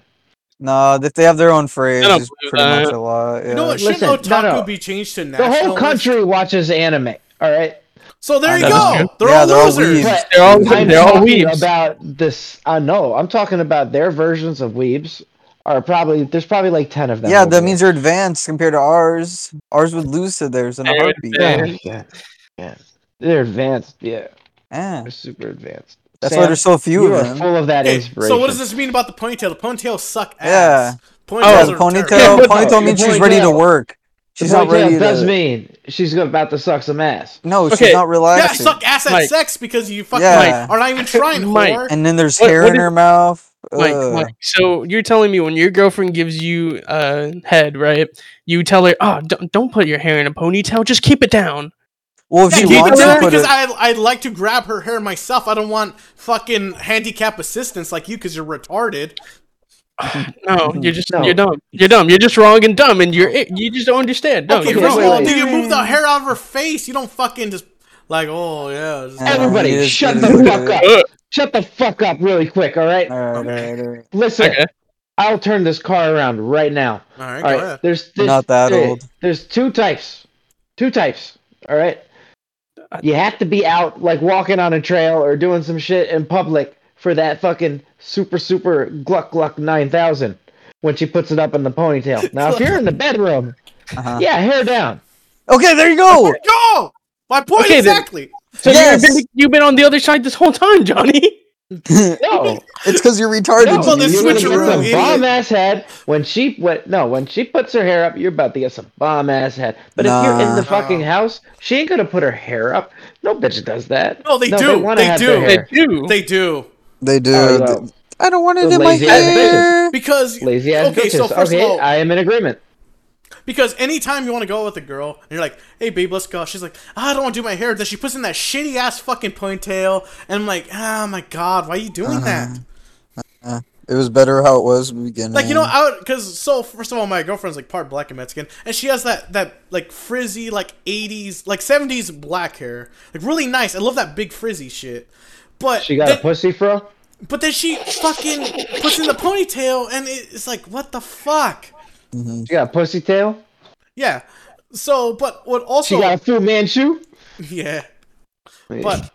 No, that they have their own phrase I don't is believe pretty that. much a lie. Yeah. you know what? Shouldn't Listen, no, otaku no. be changed to The national? whole country watches anime. All right, So there I you know. go. They're Yeah, all they're all losers. weebs. but They're all- I'm they're all talking weebs. about this. I know. I'm talking about their versions of weebs. Are probably there's probably like ten of them. yeah, over that there. means you're advanced compared to ours. Ours would lose to theirs in a They're heartbeat. advanced. Yeah. Yeah, yeah, yeah. They're advanced. Yeah, they're super advanced. That's Sam, why there's so few you of are them. full of that Okay, inspiration. so what does this mean about the ponytail? The ponytail suck Yeah. ass. Yeah, Oh. Ponytails the are ponytail, terrible. Yeah, but- ponytail the means she's ready to ponytail- work. The She's not ponytail ready does to. mean she's about to suck some ass. No, she's Okay. not Yeah, relaxing. suck ass at Mike. sex because you fucking Yeah. are not even trying, Mike. whore. and then there's What- hair what in is- her mouth. Mike, Ugh. Mike, so you're telling me when your girlfriend gives you uh, head, right? You tell her, "Oh, don't, don't put your hair in a ponytail. Just keep it down." Well, if Yeah, she keep it wants to down put because it, I I'd like to grab her hair myself. I don't want fucking handicap assistance like you because you're retarded. No, you're just Mm-hmm. No. you're dumb. You're dumb. You're just wrong and dumb, and you're it. You just don't understand. No, okay, you're first of wrong. wait, all, wait. do you move the hair out of her face? You don't fucking just like oh yeah. just- Uh, Everybody, it is- shut it the is what fuck it up. Ugh. Shut the fuck up, really quick. All right. All right, all right, all right. Listen, okay. I'll turn this car around right now. all right, All go right. ahead. There's, I'm there's not that there- old. There's two types. Two types. All right. I- You have to be out like walking on a trail or doing some shit in public for that fucking super super gluck gluck 9000 when she puts it up in the ponytail. Now if you're in the bedroom, Uh-huh. yeah, hair down. Okay, there you go. Go. My point Okay, then. exactly. So Yes! you've, been, you've been on the other side this whole time, Johnny. No. It's because you're retarded. No, Well, then Jimmy. you're gonna get switcheroo, some idiot. bomb ass head when she what? No, when she puts her hair up, you're about to get some bomb ass head. But if you're in Nah. the fucking house, she ain't gonna put her hair up. No bitch does that. No, they They, do. wanna They have do. their They I hair. do. They do They do. Oh, no. I don't want it The in my lazy ass hair. because Lazy ass Okay, bitches. so first of okay, all- I am in agreement. Because anytime you want to go out with a girl and you're like, hey babe, let's go, she's like, I don't want to do my hair. Then she puts in that shitty ass fucking ponytail, and I'm like, oh my god, why are you doing Uh-huh. that? It was better how it was in the beginning. Like you know, Mm. I would because so first of all, my girlfriend's like part black and Mexican, and she has that that like frizzy like '80s like '70s black hair, like really nice. I love that big frizzy shit. But She got then, a pussy fro. but then she fucking puts in the ponytail, and it- it's like, what the fuck? Mm-hmm. She got a pussy tail. Yeah. So, but what also? She got a Fu Manchu. yeah. But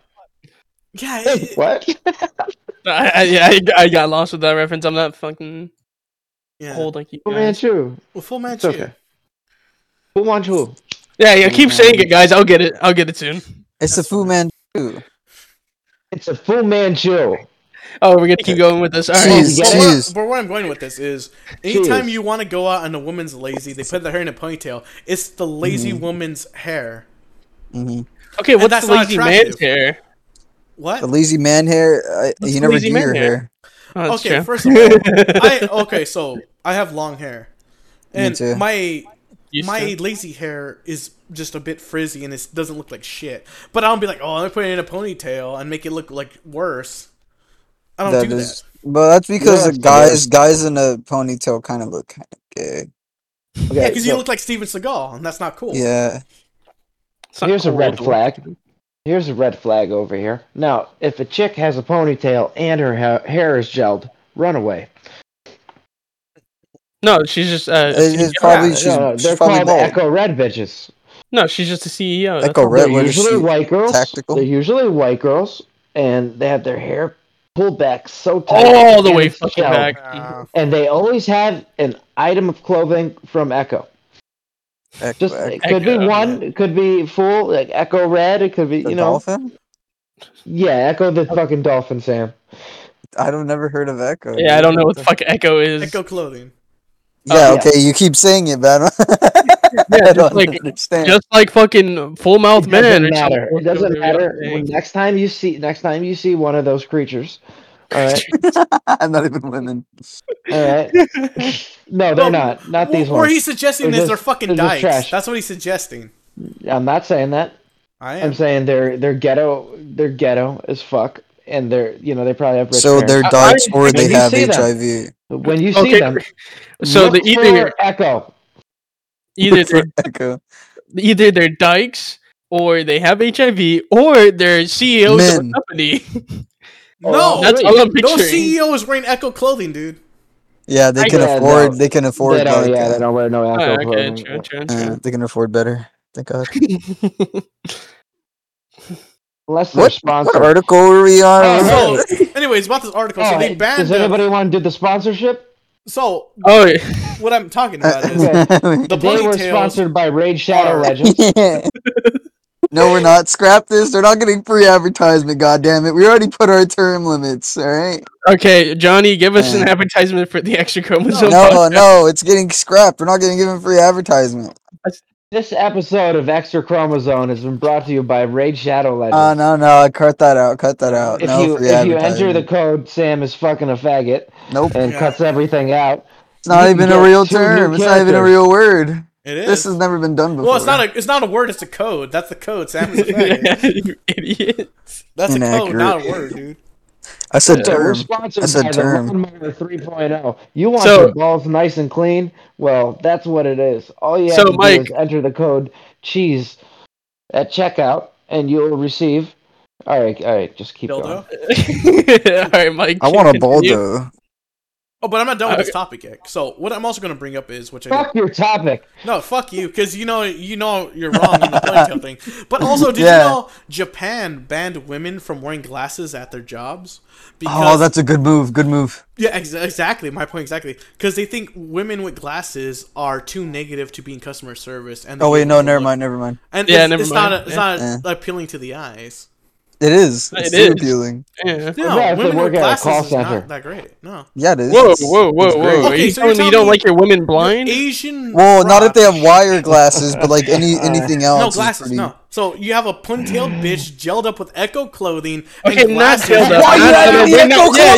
yeah, it- it- what? I, I, I, I got lost with that reference. I'm not fucking yeah. old like you. Fu Guys. Manchu. Well, full It's Manchu. okay. Fu Manchu. Yeah, yeah. Keep saying it, guys. I'll get it. I'll get it soon. it's the Fu Manchu. It's a Fu Manchu. Oh, we're gonna keep going with this. All right. Jeez, But Yes. where, jeez. but where I'm going with this is, anytime Jeez. you want to go out and a woman's lazy, they put their hair in a ponytail. It's the lazy Mm-hmm. woman's hair. Mhm. Okay, what's that's the not lazy attractive. man's hair? What? The lazy man hair. I, you never lazy do man your hair? hair. Oh, that's Okay, true. first of all, I okay, so I have long hair, and too. my Used my to. lazy hair is just a bit frizzy and it doesn't look like shit. But I don't be like, oh, I'm gonna put it in a ponytail and make it look like worse. I don't That do is, but that's because the guys guys in a ponytail kind of look kind of that. gay. Yeah, Okay, because so you look like Steven Seagal, and that's not cool. Yeah, It's not here's a cool red to- flag. Here's a red flag over here. Now, if a chick has a ponytail and her ha- hair is gelled, run away. No, she's just. Uh, It- it's CEO. probably- Yeah, she's- no, no, she's they're probably called bald. Echo Red bitches. No, she's just a CEO. that's Echo all. Red. They're what is usually she? white girls. Tactical? They're usually white girls, and they have their hair pulled back so tight, All the and way it's fucking gelled. back. Uh, And they always have an item of clothing from Echo. Echo, Just Echo. it could be Echo. one, it could be full like Echo Red. It could be The you know, dolphin? yeah, Echo the fucking dolphin, Sam. I've never heard of Echo. Yeah, I dude. don't know what the fuck Echo is. Echo clothing. Yeah, yeah. okay, you keep saying it, man. I just don't like- understand. Just like fucking Full Mouth It Man. doesn't or matter. something. It doesn't matter. When- Thing. next time you see, next time you see one of those creatures, all right, I'm not even women. all right. No, they're No, not. Not Wh- these Or he's ones. suggesting They're is their just- fucking they're just dykes. trash. That's what he's suggesting. I'm not saying that. I am. I'm saying they're they're ghetto. They're ghetto as fuck, and they're you know they probably have rich So parents. they're I- dykes I- or when they you have see them- HIV. when you see Okay. them. So look they either E for echo. either they're, Echo. either they're dykes or they have HIV or they're CEOs of a Men. company. Oh, no, That's all I'm picturing. Oh, no E CEO is wearing Echo clothing, dude. Yeah, they I- can Yeah, afford. no. They can afford. They don't, like, yeah, uh, they don't wear no Oh, echo okay, clothing. true, true, uh, they can afford better. Thank God. Eh. true. Unless they're What, sponsored. what article were we on? Oh, Was no. So, it- anyways, about this article, All so they right, banned. Does the- anybody want to do the sponsorship? so oh, yeah. what I'm talking about is Uh, Okay. the They were ponytails. sponsored by Raid Shadow Oh. are- Legends. Yeah. No, we're not. Scrap this. They're not getting free advertisement. God damn it. We already put our term limits. All right. okay, Johnny, give us an Uh, advertisement for the extra chromosome. No, no, it's getting scrapped. We're not getting given free advertisement. This episode of Extra Chromosome has been brought to you by Raid Shadow Legends. Oh no no! Cut that out! Cut that out! if no you free if you enter advertising. the code, Sam is fucking a faggot nope, and Yeah. cuts everything out. it's not you even get a real two new term. It's not even a characters. real word. It is. This has never been done before. well, it's not a it's not a word. It's a code. That's the code. Sam is a faggot. you idiot. That's a code, Inaccurate. not a word, dude. I said So we're term. sponsored That's a by term. the Lawnmower 3.0. oh. You want So- your balls nice and clean? Well, that's what it is. All you have So, to Mike- do is enter the code cheese at checkout, and you'll receive. All right, all right, just keep going. Dildo. All right, Mike. I want a continue. baldo. Oh, but I'm not done with this Okay. topic yet. So what I'm also going to bring up is which I Fuck your topic. no fuck you because you know you know you're wrong on the ponytail thing. But also, did Yeah. you know Japan banned women from wearing glasses at their jobs? Oh, that's a good move. Good move. yeah, ex- exactly my point exactly because they think women with glasses are too negative to be in customer service. And Oh wait, no, never mind, never mind. And Yeah, it's, never it's mind. not a, it's not Yeah. appealing to the eyes. It is. It It's too is. appealing. Yeah. No, Yeah, if they women work with at a glasses call is center. not that great. No, Yeah, it is. Whoa, It's- whoa, whoa, it's whoa! great. Are Okay, you so you're telling me you telling don't me like your women blind? Asian. Well, not if they broad- have wire glasses, but like any anything else. No is glasses, pretty- no. So you have a puntail bitch gelled up with echo clothing Okay, and not glasses. gelled up. Why That's you what I adding the bring up. echo Yeah, yeah.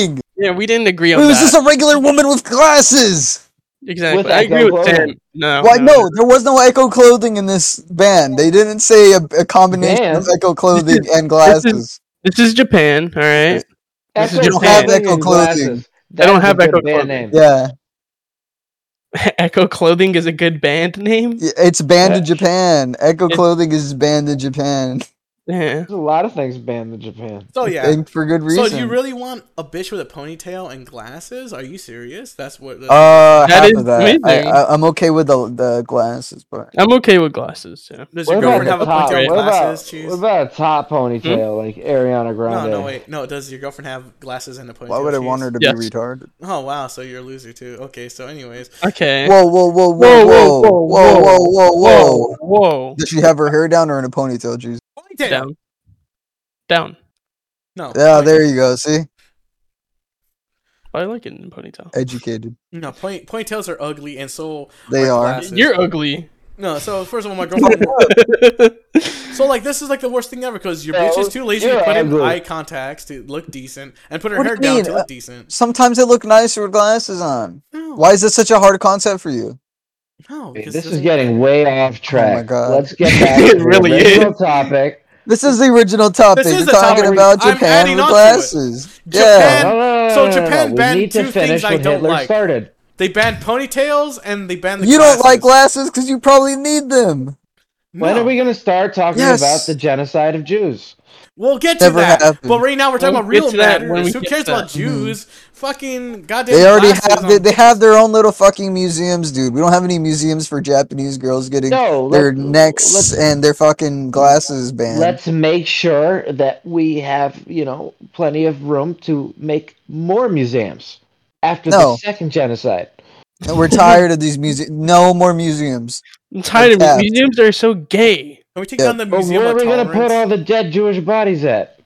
clothing? Yeah, we didn't agree on It was that. just a regular woman with glasses. exactly. With I agree echo with clothing. Sam. No. Why? no. No, there was no echo clothing in this band. They didn't say a, a combination Band? of echo clothing and glasses. This is Japan. All right. This is Echo Japan. They clothing don't have echo and clothing. glasses. They don't That's a have good echo band clothing. name. Yeah, Echo Clothing is a good band name. Yeah, it's banned in Yeah. Japan. Echo It- clothing is banned in Japan. Yeah. There's a lot of things banned in Japan. So Oh, yeah. And for good So reason. do you really want a bitch with a ponytail and glasses? Are you serious? That's what. That's, Uh, That half is of that. I, amazing. I, I'm okay with the the glasses, but I'm okay with glasses. Yeah. does your What about, girlfriend have the a top, ponytail what, and about, glasses? what Cheese? about a top ponytail Hmm? like Ariana No, Grande? no, wait, no. Does your girlfriend have glasses and a ponytail? why would I want Cheese? her to Yes. be retarded? Oh wow, so you're a loser too. Okay, so anyways, Okay. Whoa, whoa, whoa, whoa, whoa, whoa, whoa, whoa, whoa, whoa, whoa. Does she have her hair down or in a ponytail, Jesus? ponytail. Down. Down. No. Yeah, ponytail. there you go. See, I like it in ponytail. educated. No, point, ponytails are ugly, and so They are are. glasses. You're ugly. no. So first of all, my girlfriend. so like, this is like the worst thing ever because your bitch is too lazy to You're put in ugly. eye contacts to look decent and put her What do hair you down mean? to Uh, look decent. Sometimes they look nicer with glasses on. No, Why is this such a hard concept for you? No, Hey, 'cause This it is doesn't- getting way off track. Oh God. Let's get back to It the really original topic. This is the original topic. is We're the talking topic. about I'm Japan adding with on to it. glasses. Japan- yeah. No, no, no, no, So no, no, Japan no. We banned need to two things finish I what don't Hitler like. started. They banned ponytails and they banned the. You don't glasses. like glasses because you probably need them. When No. are we going to start talking Yes. about the genocide of Jews? We'll get to Never that. happened. But right now we're talking We'll about get real to that when we matters. Who get cares to about that. Mm-hmm. Jews? Fucking goddamn. They already glasses have. They, on- they have their own little fucking museums, dude. We don't have any museums for Japanese girls getting No, their let, necks let's and their fucking glasses banned. let's make sure that we have you know plenty of room to make more museums after No. the second genocide. And we're tired of these museums. No more museums. I'm tired of Untapped. museums are so gay. Can we take Yeah. down the But museum? where of are we going to put Tolerance? all the dead Jewish bodies at?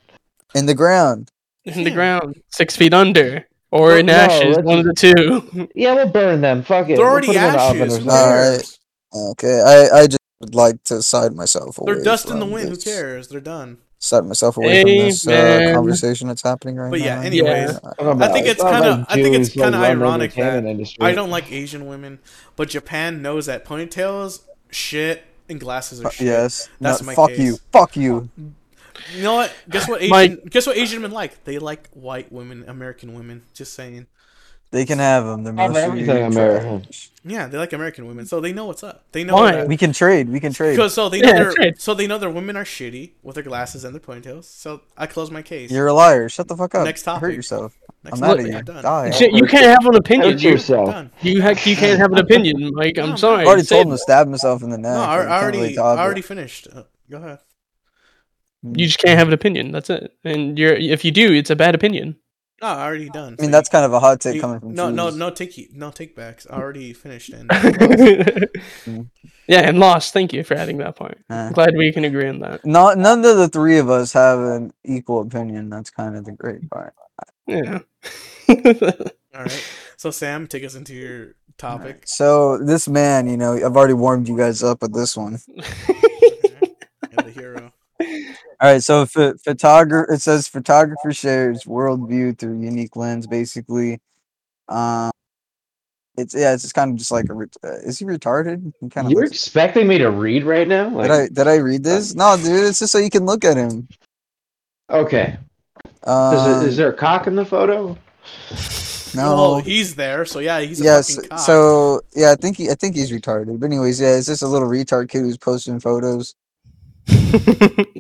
In the ground. In the Hmm. Yeah. ground. Six feet under. Or in No, ashes. let's- one of the two. Yeah, we'll burn them. Fuck They're it. We'll already put them in the oven ashes. or Who something. All right. cares? Okay. I, I just would like to side myself away. They're dust in the from wind. Who this- cares? They're done. Side myself away from this uh, Amen. conversation that's happening right But now. yeah, anyways. Talking I about- think it's talking kinda- about I think it's Jews, like, kinda running the ironic that entertainment industry. I don't like Asian women, but Japan knows that ponytails, shit, and glasses are shit. Uh, Yes. That's No, my fuck case. you. Fuck you. You know what? Guess what Asian Mike- guess what Asian men like? They like white women, American women. Just saying. They can have them. They're Have mostly everything trash. American. Yeah, they like American women, so they know what's up. They know Why? that- We can trade. We can trade. Because so they know Yeah, their that's right. so they know their women are shitty with their glasses and their ponytails. So I close my case. You're a liar. Shut the fuck up. Next You topic. Hurt yourself. Next I'm out topic, of I'm here. done. Die. Shit, you can't have an opinion. Hurt You, I'm yourself. done. you, ha- you can't have an opinion, Mike. I'm sorry. I already Say told him to stab himself in the neck. No, I, You I can't already, really dodge I it. already finished. Uh, go ahead. You just can't have an opinion. That's it. And you're if you do, it's a bad opinion. No, I already done. I mean, that's kind of a hot take coming from no, no, Jews. no, take no take backs. I already finished. And yeah, and lost. Thank you for adding that part. Eh. I'm glad we can agree on that. Not none of the three of us have an equal opinion. That's kind of the great part. Yeah. all right, So Sam, take us into your topic. So this man, you know, I've already warmed you guys up with this one. You're the hero. All right, so ph- photographer. It says photographer shares worldview through unique lens. Basically, um, it's yeah, it's just kind of just like a. Re- uh, is he retarded? He kind of. You're Looks- expecting me to read right now? did Like, I did I read this? No, dude. It's just so you can look at him. okay. Is, Um, it, oh, is there a cock in the photo? no. Well, he's there, so yeah, he's a yes. fucking cop. So yeah, I think he, I think he's retarded. But anyways, yeah, it's just a little retard kid who's posting photos.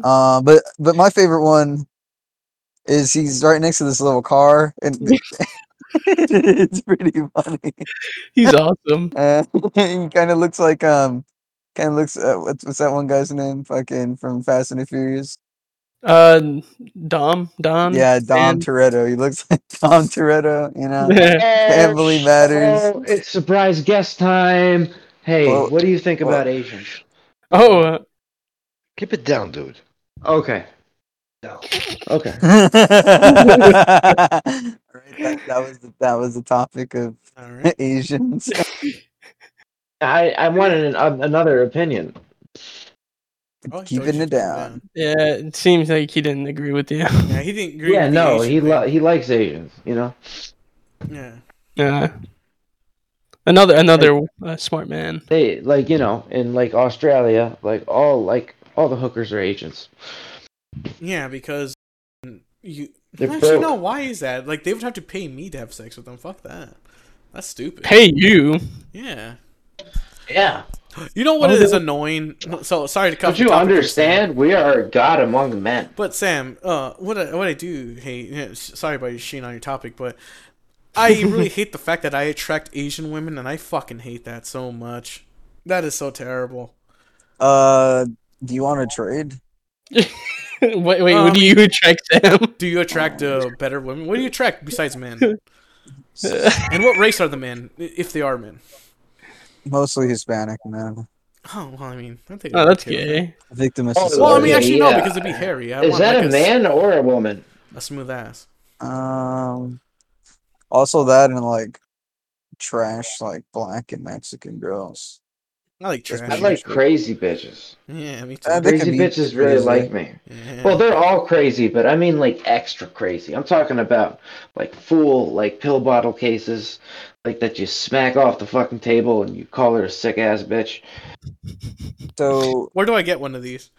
Uh, but but my favorite one is he's right next to this little car, and it's pretty funny. He's awesome. Uh, he kind of looks like um, kind of looks uh, what's what's that one guy's name? Fucking from Fast and the Furious. Uh, Dom, Don. yeah, Dom Dan. Toretto. He looks like Dom Toretto. You know. Family Oh, matters. oh, it's surprise guest time. Hey, Well, what do you think well- about Asians? oh, uh, Keep it down, dude. Okay. Okay. right, that, that was the, that was the topic of All right. Asians. I, I wanted an, um, another opinion. Oh, he Keeping told you it to keep down. yeah. It seems like he didn't agree with you. Yeah, he didn't agree. Yeah, with the no, Asian he thing. lo- he likes Asians, you know? Yeah. Yeah. Another another uh, smart man. They, like, you know, in, like, Australia, like, all, like, all the hookers are Asians. Yeah, because you They're actually broke. no. Why is that? Like they would have to pay me to have sex with them. Fuck that. That's stupid. Pay you. Yeah. Yeah. You know what Oh, is no. annoying? So sorry to cut. Don't you understand? We are God among men. But Sam, uh, what I, what I do hate. yeah, s- Sorry about your sheen on your topic, but I really hate the fact that I attract Asian women, and I fucking hate that so much. That is so terrible. Uh, do you want to trade? wait, wait. what do Um, you attract Sam? Do you attract Oh, uh, better women? What do you attract besides men? Oh, And what race are the men, i- if they are men? Mostly Hispanic, man. Oh well, I mean, I think. oh, I'd that's be okay with gay. Victim of Oh, that. Well, I society. mean, Yeah, actually no, yeah. because it'd be hairy. I Is want, that like, a s- man or a woman? A smooth ass. um, also that and like trash, like black and Mexican girls. I like That's trash. I like actually. crazy bitches. Yeah, me too. Uh, they Crazy can be bitches crazy. really like me. Yeah. Well, they're all crazy, but I mean like extra crazy. I'm talking about like full like pill bottle cases, like that you smack off the fucking table and you call her a sick ass bitch. So Where do I get one of these?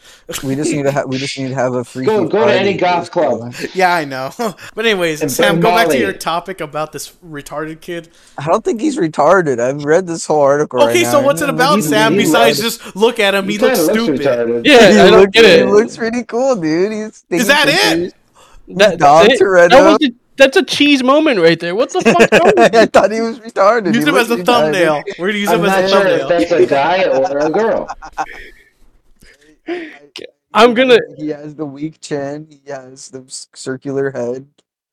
we just need to have we just need to have a free. Go- go to any goth club. Yeah, I know. but anyways, And Sam, go back to Molly. your topic about this retarded kid. I don't think he's retarded. I've read this whole article. right okay, so now. what's it about, he's- Sam? he's Besides retarded. just look at him, he, kinda looks stupid. retarded. Yeah, He I don't looks- get He it. looks pretty cool, dude. He's Is that taking it? That, Dom that's, it. Toretto. That was a, that's a cheese moment right there. What the fuck? wrong pictures. with I you? thought he was retarded. Use He him as looks a retarded. thumbnail. We're gonna use I'm him not as a sure if thumbnail. that's a guy or a girl. I'm gonna. He has the weak chin. He has the s- circular head,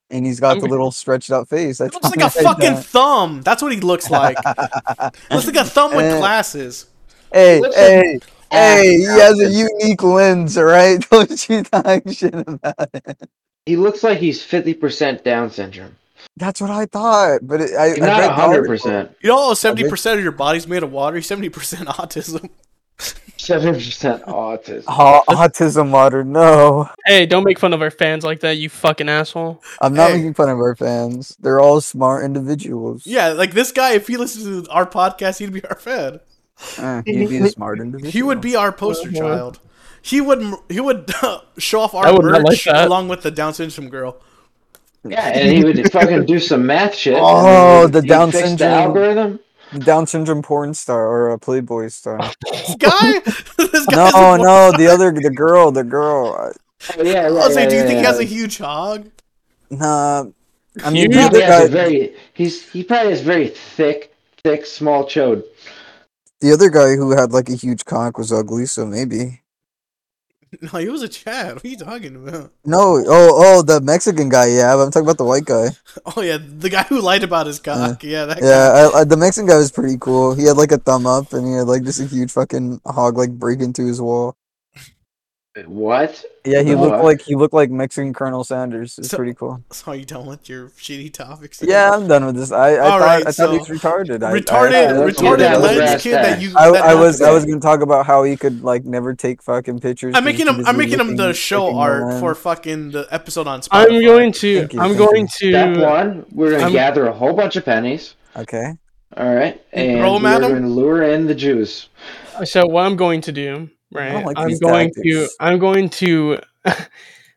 and he's got I'm the gonna- little stretched out face. He That's looks like a fucking thumb. That's what he looks like. looks like a thumb with Uh, glasses. hey, looks like- hey, hey! He has a unique lens, all right? Don't you talk shit about it. He looks like he's fifty percent Down syndrome. That's what I thought, but it, I, I read Not the hundred article. percent. You know, seventy percent of your body's made of water. Seventy percent autism. Seven percent autism. Ha- autism water. No, Hey, don't make fun of our fans like that, you fucking asshole. I'm not Hey. making fun of our fans. They're all smart individuals. Yeah, like this guy, if he listened to our podcast, he'd be our fan. Eh, he'd be a smart individual. He would be our poster Mhm. child. He would he would show off I our would not merch like that. along with the Down syndrome girl. Yeah, and he would fucking do some math shit. and Oh, he would- the he'd Down fix syndrome. the algorithm. The Down syndrome porn star or a Playboy star. This guy, this guy. has no, a- no, the other, the girl, the girl. uh, Oh, yeah, right, I was like, right, do you right, think he right. has a huge hog? Nah, I You mean, He the other probably has guy, a very he's he probably has very thick, thick, small chode. the other guy who had like a huge cock was ugly, so maybe. No, he was a Chad. What are you talking about? No, oh, oh, the Mexican guy. Yeah, but I'm talking about the white guy. Oh yeah, the guy who lied about his cock. Yeah, that guy. Yeah, I, I, the Mexican guy was pretty cool. He had like a thumb up, and he had like just a huge fucking hog like breaking through his wall. What? Yeah, he Oh, looked I- like he looked like Mexican Colonel Sanders. It's So- pretty cool. So you done with your shitty topics? Yeah, I'm done with this. I, I All thought right, I thought he was so- retarded. I- I- retarded, I, that's- retarded yeah, that was lens ass kid that ass. you. I, that I was I happened. was gonna talk about how he could like never take fucking pictures. I'm 'cause making he him. just I'm be making him the looking- show looking art around. for fucking the episode on. Spotify. I'm going to. Thank you, I'm thank you. going to. Step one, we're gonna I'm- gather a whole bunch of pennies. Okay. All right, and Roll 'em we're at 'em? gonna lure in the Jews. so what I'm going to do, right? like I'm these going to tactics. I'm going to uh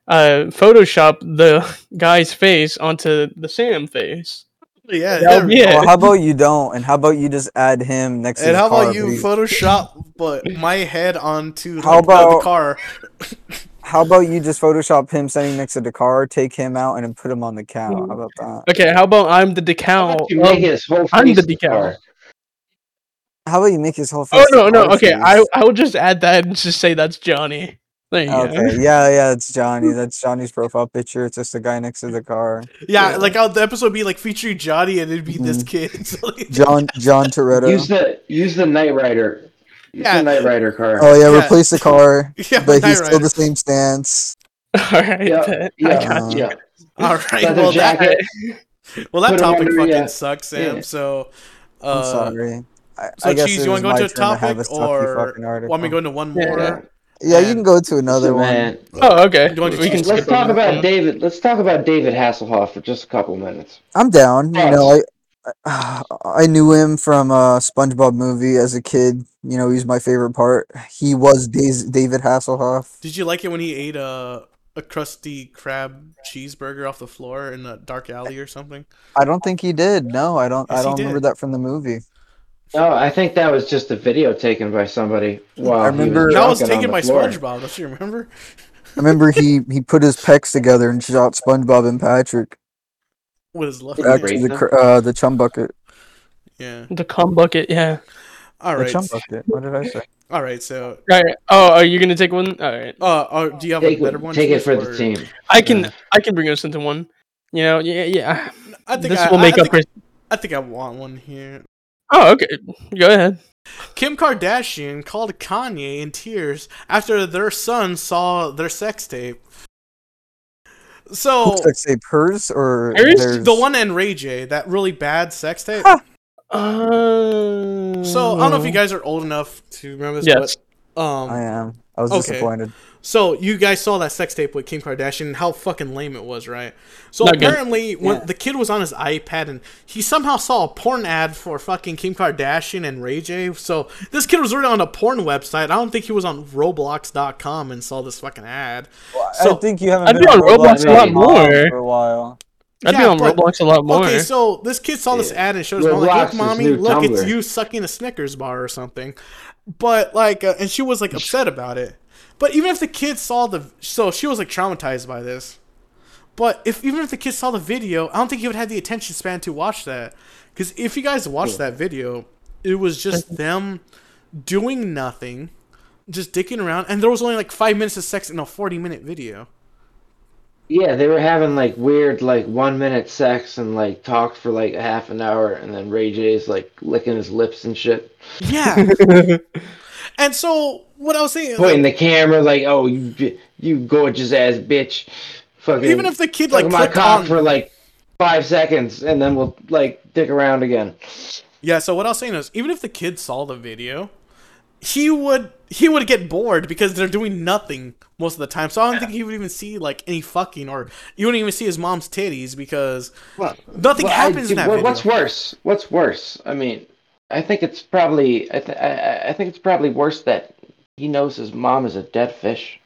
Photoshop the guy's face onto the Sam face. Yeah. That'll be yeah. it. Well, how about you don't, and how about you just add him next to And the how car, about you please? Photoshop, but my head onto How like, the- the about- car? How about you just Photoshop him standing next to the car, take him out, and then put him on the cow? How about that? Okay, how about I'm the How decal? about you of- make his whole face I'm the a decal. car? How about you make his whole oh face? no, the no, car, okay. I please? I will just add that and just say that's Johnny. There you go. Okay, yeah, yeah, it's Johnny. That's Johnny's profile picture. It's just the guy next to the car. Yeah, Yeah. like how the episode would be like featuring Johnny and it'd be this Mm-hmm. kid. So, like, John John Use Toretto. the use the Knight Rider. Use Yeah. the Knight Rider car. Oh yeah, Yeah. replace the car, yeah, but Knight he's still Rider. the same stance. All right. yeah, then. I got- yeah, gotcha. yeah. All right. Leather Well, that, jacket. well, that Put him topic under, fucking yeah. sucks, Sam. Yeah. So, I'm uh, sorry. I, so, I guess Cheese, it you wanna was go my to a turn to have topic, a stuffy or fucking article. want me to go into one Yeah. more? yeah, you can go to another Listen, one. man, Oh, okay. You want- we can Let's skip talk over that about one. David. Let's talk about David Hasselhoff for just a couple minutes. I'm down. You know, Yes. I I I knew him from uh SpongeBob movie as a kid. You know, he's my favorite part. He was Daz- David Hasselhoff. Did you like it when he ate a a crusty crab cheeseburger off the floor in a dark alley or something? I don't think he did. No, I don't. Yes, I he don't remember did. that from the movie. No, I think that was just a video taken by somebody. Wow, I remember- That was taken taken by floor. SpongeBob. Don't you remember? I remember he he put his pecs together and shot SpongeBob and Patrick With his left back hand. Great. to the cr- uh the chum bucket. Yeah. The cum bucket, yeah. All The right. chum bucket. What did I say? All right. So, All right. Oh, are you gonna take one? All right. uh, uh, do you have Take, a better one? take it first, for the or- team. I can Yeah. I can bring us into one. You know, yeah, yeah. I think this I, will make I, up think, for. I think I want one here. Oh, okay. Go ahead. Kim Kardashian called Kanye in tears after their son saw their sex tape. So Looks like say hers or Hers? theirs? Oh. the one in Ray J, that really bad sex tape. Uh, So I don't know Um, if you guys are old enough to remember this, Yes. but um, I am. I was Okay. disappointed. So you guys saw that sex tape with Kim Kardashian and how fucking lame it was, right? So Not good. apparently when Yeah. the kid was on his iPad and he somehow saw a porn ad for fucking Kim Kardashian and Ray J. So this kid was already on a porn website. I don't think he was on Roblox.com and saw this fucking ad. So- I think you haven't. I'd been be on Roblox a lot more. for a while. I'd be Yeah, on but- Roblox a lot more. Okay, so this kid saw this ad and showed his mom Roblox like, "Look, is mommy, new look, it's Tumblr." you sucking a Snickers bar or something." But like, uh, and she was like upset about it. But even if the kid saw the, so she was like traumatized by this. But if even if the kid saw the video, I don't think he would have the attention span to watch that. Because if you guys watched that video, it was just them doing nothing, just dicking around, and there was only like five minutes of sex in a forty-minute video. Yeah, they were having like weird, like one minute sex and like talked for like a half an hour, and then Ray J's like licking his lips and shit, Yeah. and so what I was saying, like, pointing the camera like, "Oh, you, bi- you gorgeous ass bitch!" Fucking even if the kid suck like my clicked cock on, for like five seconds, and then we'll like dick around again. Yeah, so what I was saying is even if the kid saw the video, he would he would get bored because they're doing nothing most of the time. So I don't think he would even see like any fucking or you wouldn't even see his mom's titties because Well, nothing Well, I- happens in that what- video. What's worse? What's worse? I mean, I think it's probably I, th- I, I- I think it's probably worse that he knows his mom is a dead fish.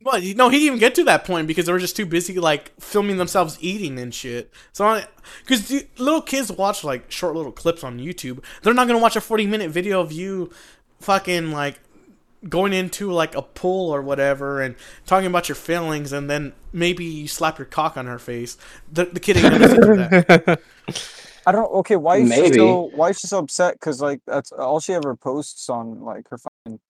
Well, you know, he didn't even get to that point because they were just too busy like filming themselves eating and shit. So, because little kids watch like short little clips on YouTube, they're not gonna watch a forty-minute video of you, fucking like going into like a pool or whatever and talking about your feelings, and then maybe you slap your cock on her face. The, the kid ain't gonna do that. I don't. Okay, why is she Maybe. so? Why is she so upset? Because like that's all she ever posts on like her fucking. Tip-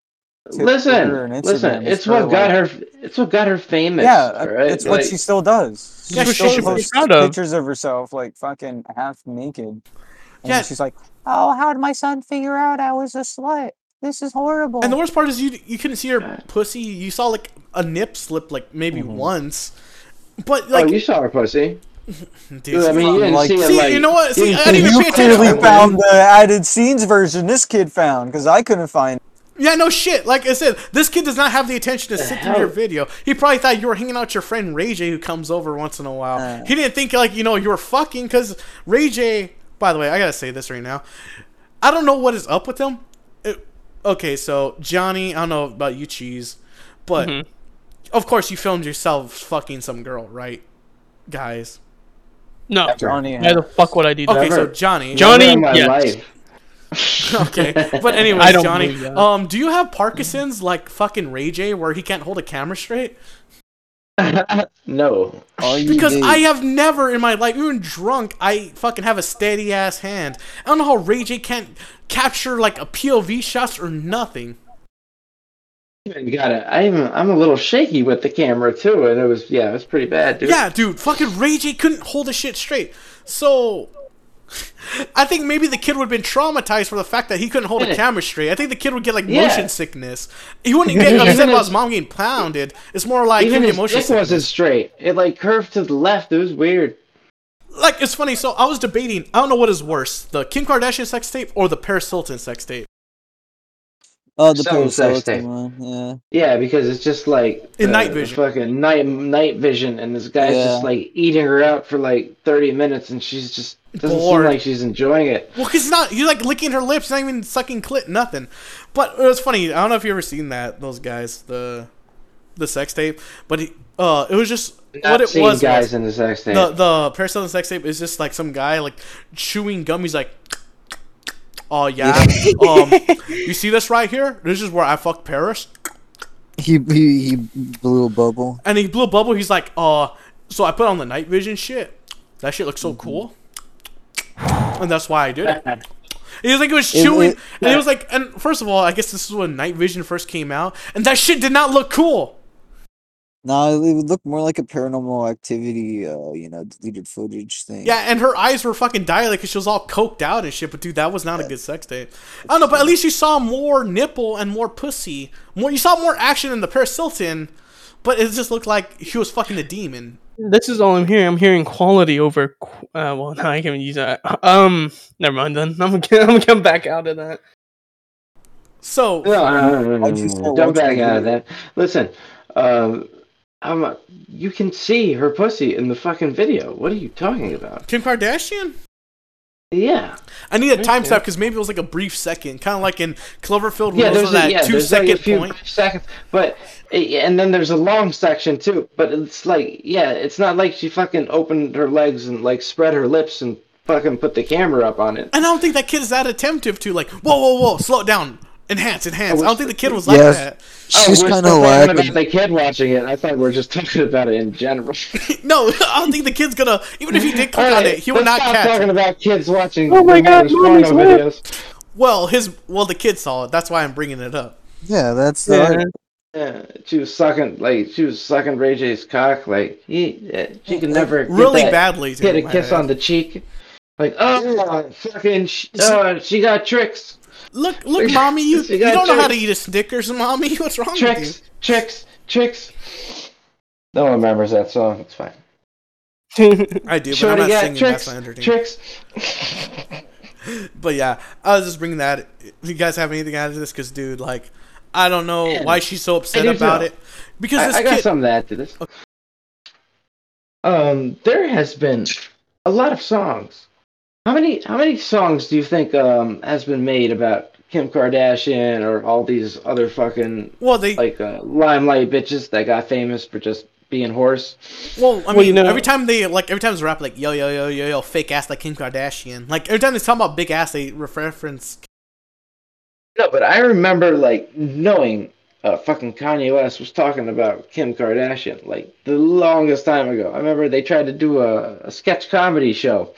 Twitter listen, and listen. Instagram is It's what her, got like- her. It's what got her famous. Yeah, all uh, right? it's what Like, she still does. She Yeah, she still should be posts proud of. pictures of herself like fucking half naked. And Yeah. she's like, "Oh, how did my son figure out I was a slut?" This is horrible. And the worst part is you you couldn't see her pussy. You saw like a nip slip like maybe once, but like oh, you saw her pussy. dude, I mean, you didn't Like- see it. see, like, you know what? See, I didn't even pay you clearly attention. found the added scenes version this kid found because I couldn't find. Yeah, no shit. Like I said, this kid does not have the attention to sit through your video. He probably thought you were hanging out with your friend Ray J, who comes over once in a while. Uh. he didn't think like you know you were fucking because Ray J. By the way, I gotta say this right now. I don't know what is up with him. It- okay, so Johnny, I don't know about you, cheese, but Mm-hmm. of course you filmed yourself fucking some girl, right, guys? No. Johnny Why the fuck would I do that? Okay, so Never. Johnny, Johnny- Never in my yes. life. okay. But anyways, I don't Johnny, believe that. um, do you have Parkinson's like fucking Ray J, where he can't hold a camera straight? no. Oh, All you Because do- I have never in my life, even drunk, I fucking have a steady ass hand. I don't know how Ray J can't capture like a POV shots or nothing. You got it. I even I'm a little shaky with the camera too, and it was yeah, it was pretty bad, dude. Yeah, dude, fucking Ray J couldn't hold a shit straight. So. I think maybe the kid would have been traumatized for the fact that he couldn't hold a Yeah. camera straight. I think the kid would get like Yeah. motion sickness. He wouldn't get upset Even about his- his mom getting pounded. It's more like him even his getting motion dick sickness. wasn't straight. It like curved to the left. It was weird. like it's funny. So I was debating. I don't know what is worse, the Kim Kardashian sex tape or the Paris Hilton sex tape. Oh, the Some sex Parasolic tape. one. Yeah. Yeah, because it's just like In night vision. fucking night night vision, and this guy's Yeah. just like eating her up for like thirty minutes, and she's just doesn't Bored. seem like she's enjoying it. Well, cause it's not you're like licking her lips, not even sucking clit, nothing. But it was funny. I don't know if you ever seen that those guys the the sex tape, but it, uh, it was just Not what it seeing was. guys was in the sex tape. the the Paris Hilton sex tape is just like some guy like chewing gum. He's like. Oh yeah. um, you see this right here? This is where I fucked Paris. He, he he blew a bubble. And he blew a bubble. He's like, uh, so I put on the night vision shit. That shit looks so cool. And that's why I did it. He was like, it was It- chewing. it- and it was like, and first of all, I guess this is when night vision first came out. And that shit did not look cool. No, it would look more like a paranormal activity, uh, you know, deleted footage thing. Yeah, and her eyes were fucking dilated because she was all coked out and shit. But dude, that was not a good sex tape. I don't know, but at least you saw more nipple and more pussy. More, you saw more action in the Paris Hilton. But it just looked like he was fucking a demon. This is all I'm hearing. I'm hearing quality over. qu- Uh, well, no, I can't use that. Um, never mind then. I'm gonna, I'm gonna come back out of that. So No, no, no, no, no, Why'd you no, say no. what's Don't back the out of that. Listen, um, I'm a- you can see her pussy in the fucking video. What are you talking about? Kim Kardashian. Yeah, I need a timestamp because maybe it was like a brief second, kind of like in Cloverfield, where yeah. it was There's a, that yeah, two there's second like a few point. brief seconds, but eh, and then there's a long section too. But it's like, yeah, it's not like she fucking opened her legs and like spread her lips and fucking put the camera up on it. And I don't think that kid is that attemptive to like, whoa, whoa, whoa, slow it down, enhance, enhance. I don't think the kid was like Yes. that. she's we're kind of still talking lacking. about the kid watching it. I thought we are just talking about it in general. No, I don't think the kid's gonna. Even if he did click All on right, it, he would let's not stop catch. talking it. about kids watching. Oh my God, mothers' mommy's porno wet. videos. Well, his well, the kid saw it. That's why I'm bringing it up. Yeah, that's Yeah. uh, Yeah, she was sucking like she was sucking Ray J's cock like he uh, she could never get Really that- badly. get a dude, my kiss bad. on the cheek like oh fucking sh- oh, she got tricks Look, look, mommy, you, She you got don't know how to tricks. eat a Snickers, mommy. What's wrong with tricks tricks tricks. No one remembers that song. It's fine. you? I do, but I'm Shorty not got singing. That's tricks not entertaining. tricks. But yeah, I was just bringing that. You guys have anything out of this? Because dude, like, I don't know why she's so upset do about too. it. Because I, this I kid, got something to add to this. Um, there has been a lot of songs. How many how many songs do you think um has been made about Kim Kardashian or all these other fucking well, they, like uh, limelight bitches that got famous for just being horse? well, I mean, Well, you know- every time they like, every time it's rap like yo yo yo yo yo fake ass like Kim Kardashian. Like every time they talk about big ass, they reference. No, but I remember like knowing uh, fucking Kanye West was talking about Kim Kardashian like the longest time ago. I remember they tried to do a, a sketch comedy show,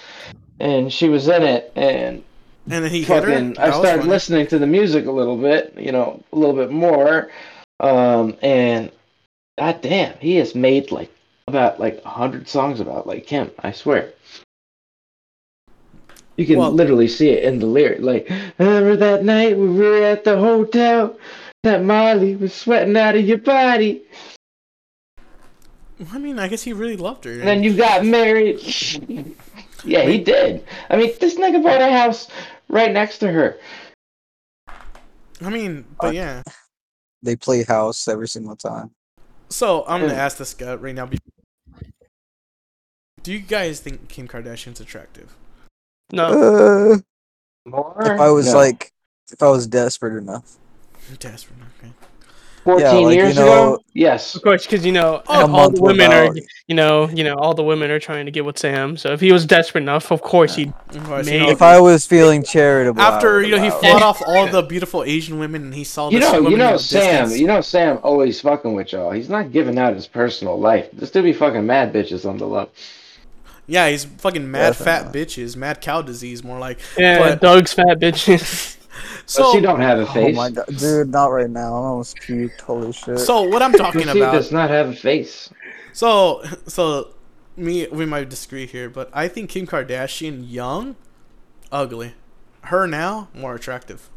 and she was in it, and And then he hit her. fucking I That was started funny. listening to the music a little bit, you know, a little bit more. Um and god damn, he has made like about like a hundred songs about like Kim, I swear. You can Well- literally see it in the lyric. Like, remember that night we were at the hotel? That Molly was sweating out of your body. I mean, I guess he really loved her. And then you got married. yeah, he did. I mean, this nigga bought a house right next to her. I mean, but yeah. They play house every single time. So I'm gonna Mm. ask this guy right now. be- Do you guys think Kim Kardashian's attractive? No. Uh, More? if I was No. like, if I was desperate enough, Desperate. Okay. 14 yeah, like, you years know- ago? Yes. Of course, because you know Oh, a all month the women without, are you know you know all the women are trying to get with Sam. So if he was desperate enough, of course he'd Of course, Maybe. know, If I was feeling charitable, I after would you know he allow it. fought off all the beautiful Asian women and he saw You this know, woman you in know the Sam. distance. You know Sam always fucking with y'all. He's not giving out his personal life. This dude be fucking mad bitches on the low. Yeah, he's fucking mad fat bitches, mad cow disease, more like. yeah, But- Doug's fat bitches. So, she So, don't have a Oh face. my god, dude, not right now. I'm almost puked. Holy shit. so what I'm talking Pussy about does not have a face. So, so me we might disagree here, but I think Kim Kardashian young, ugly. Her now more attractive.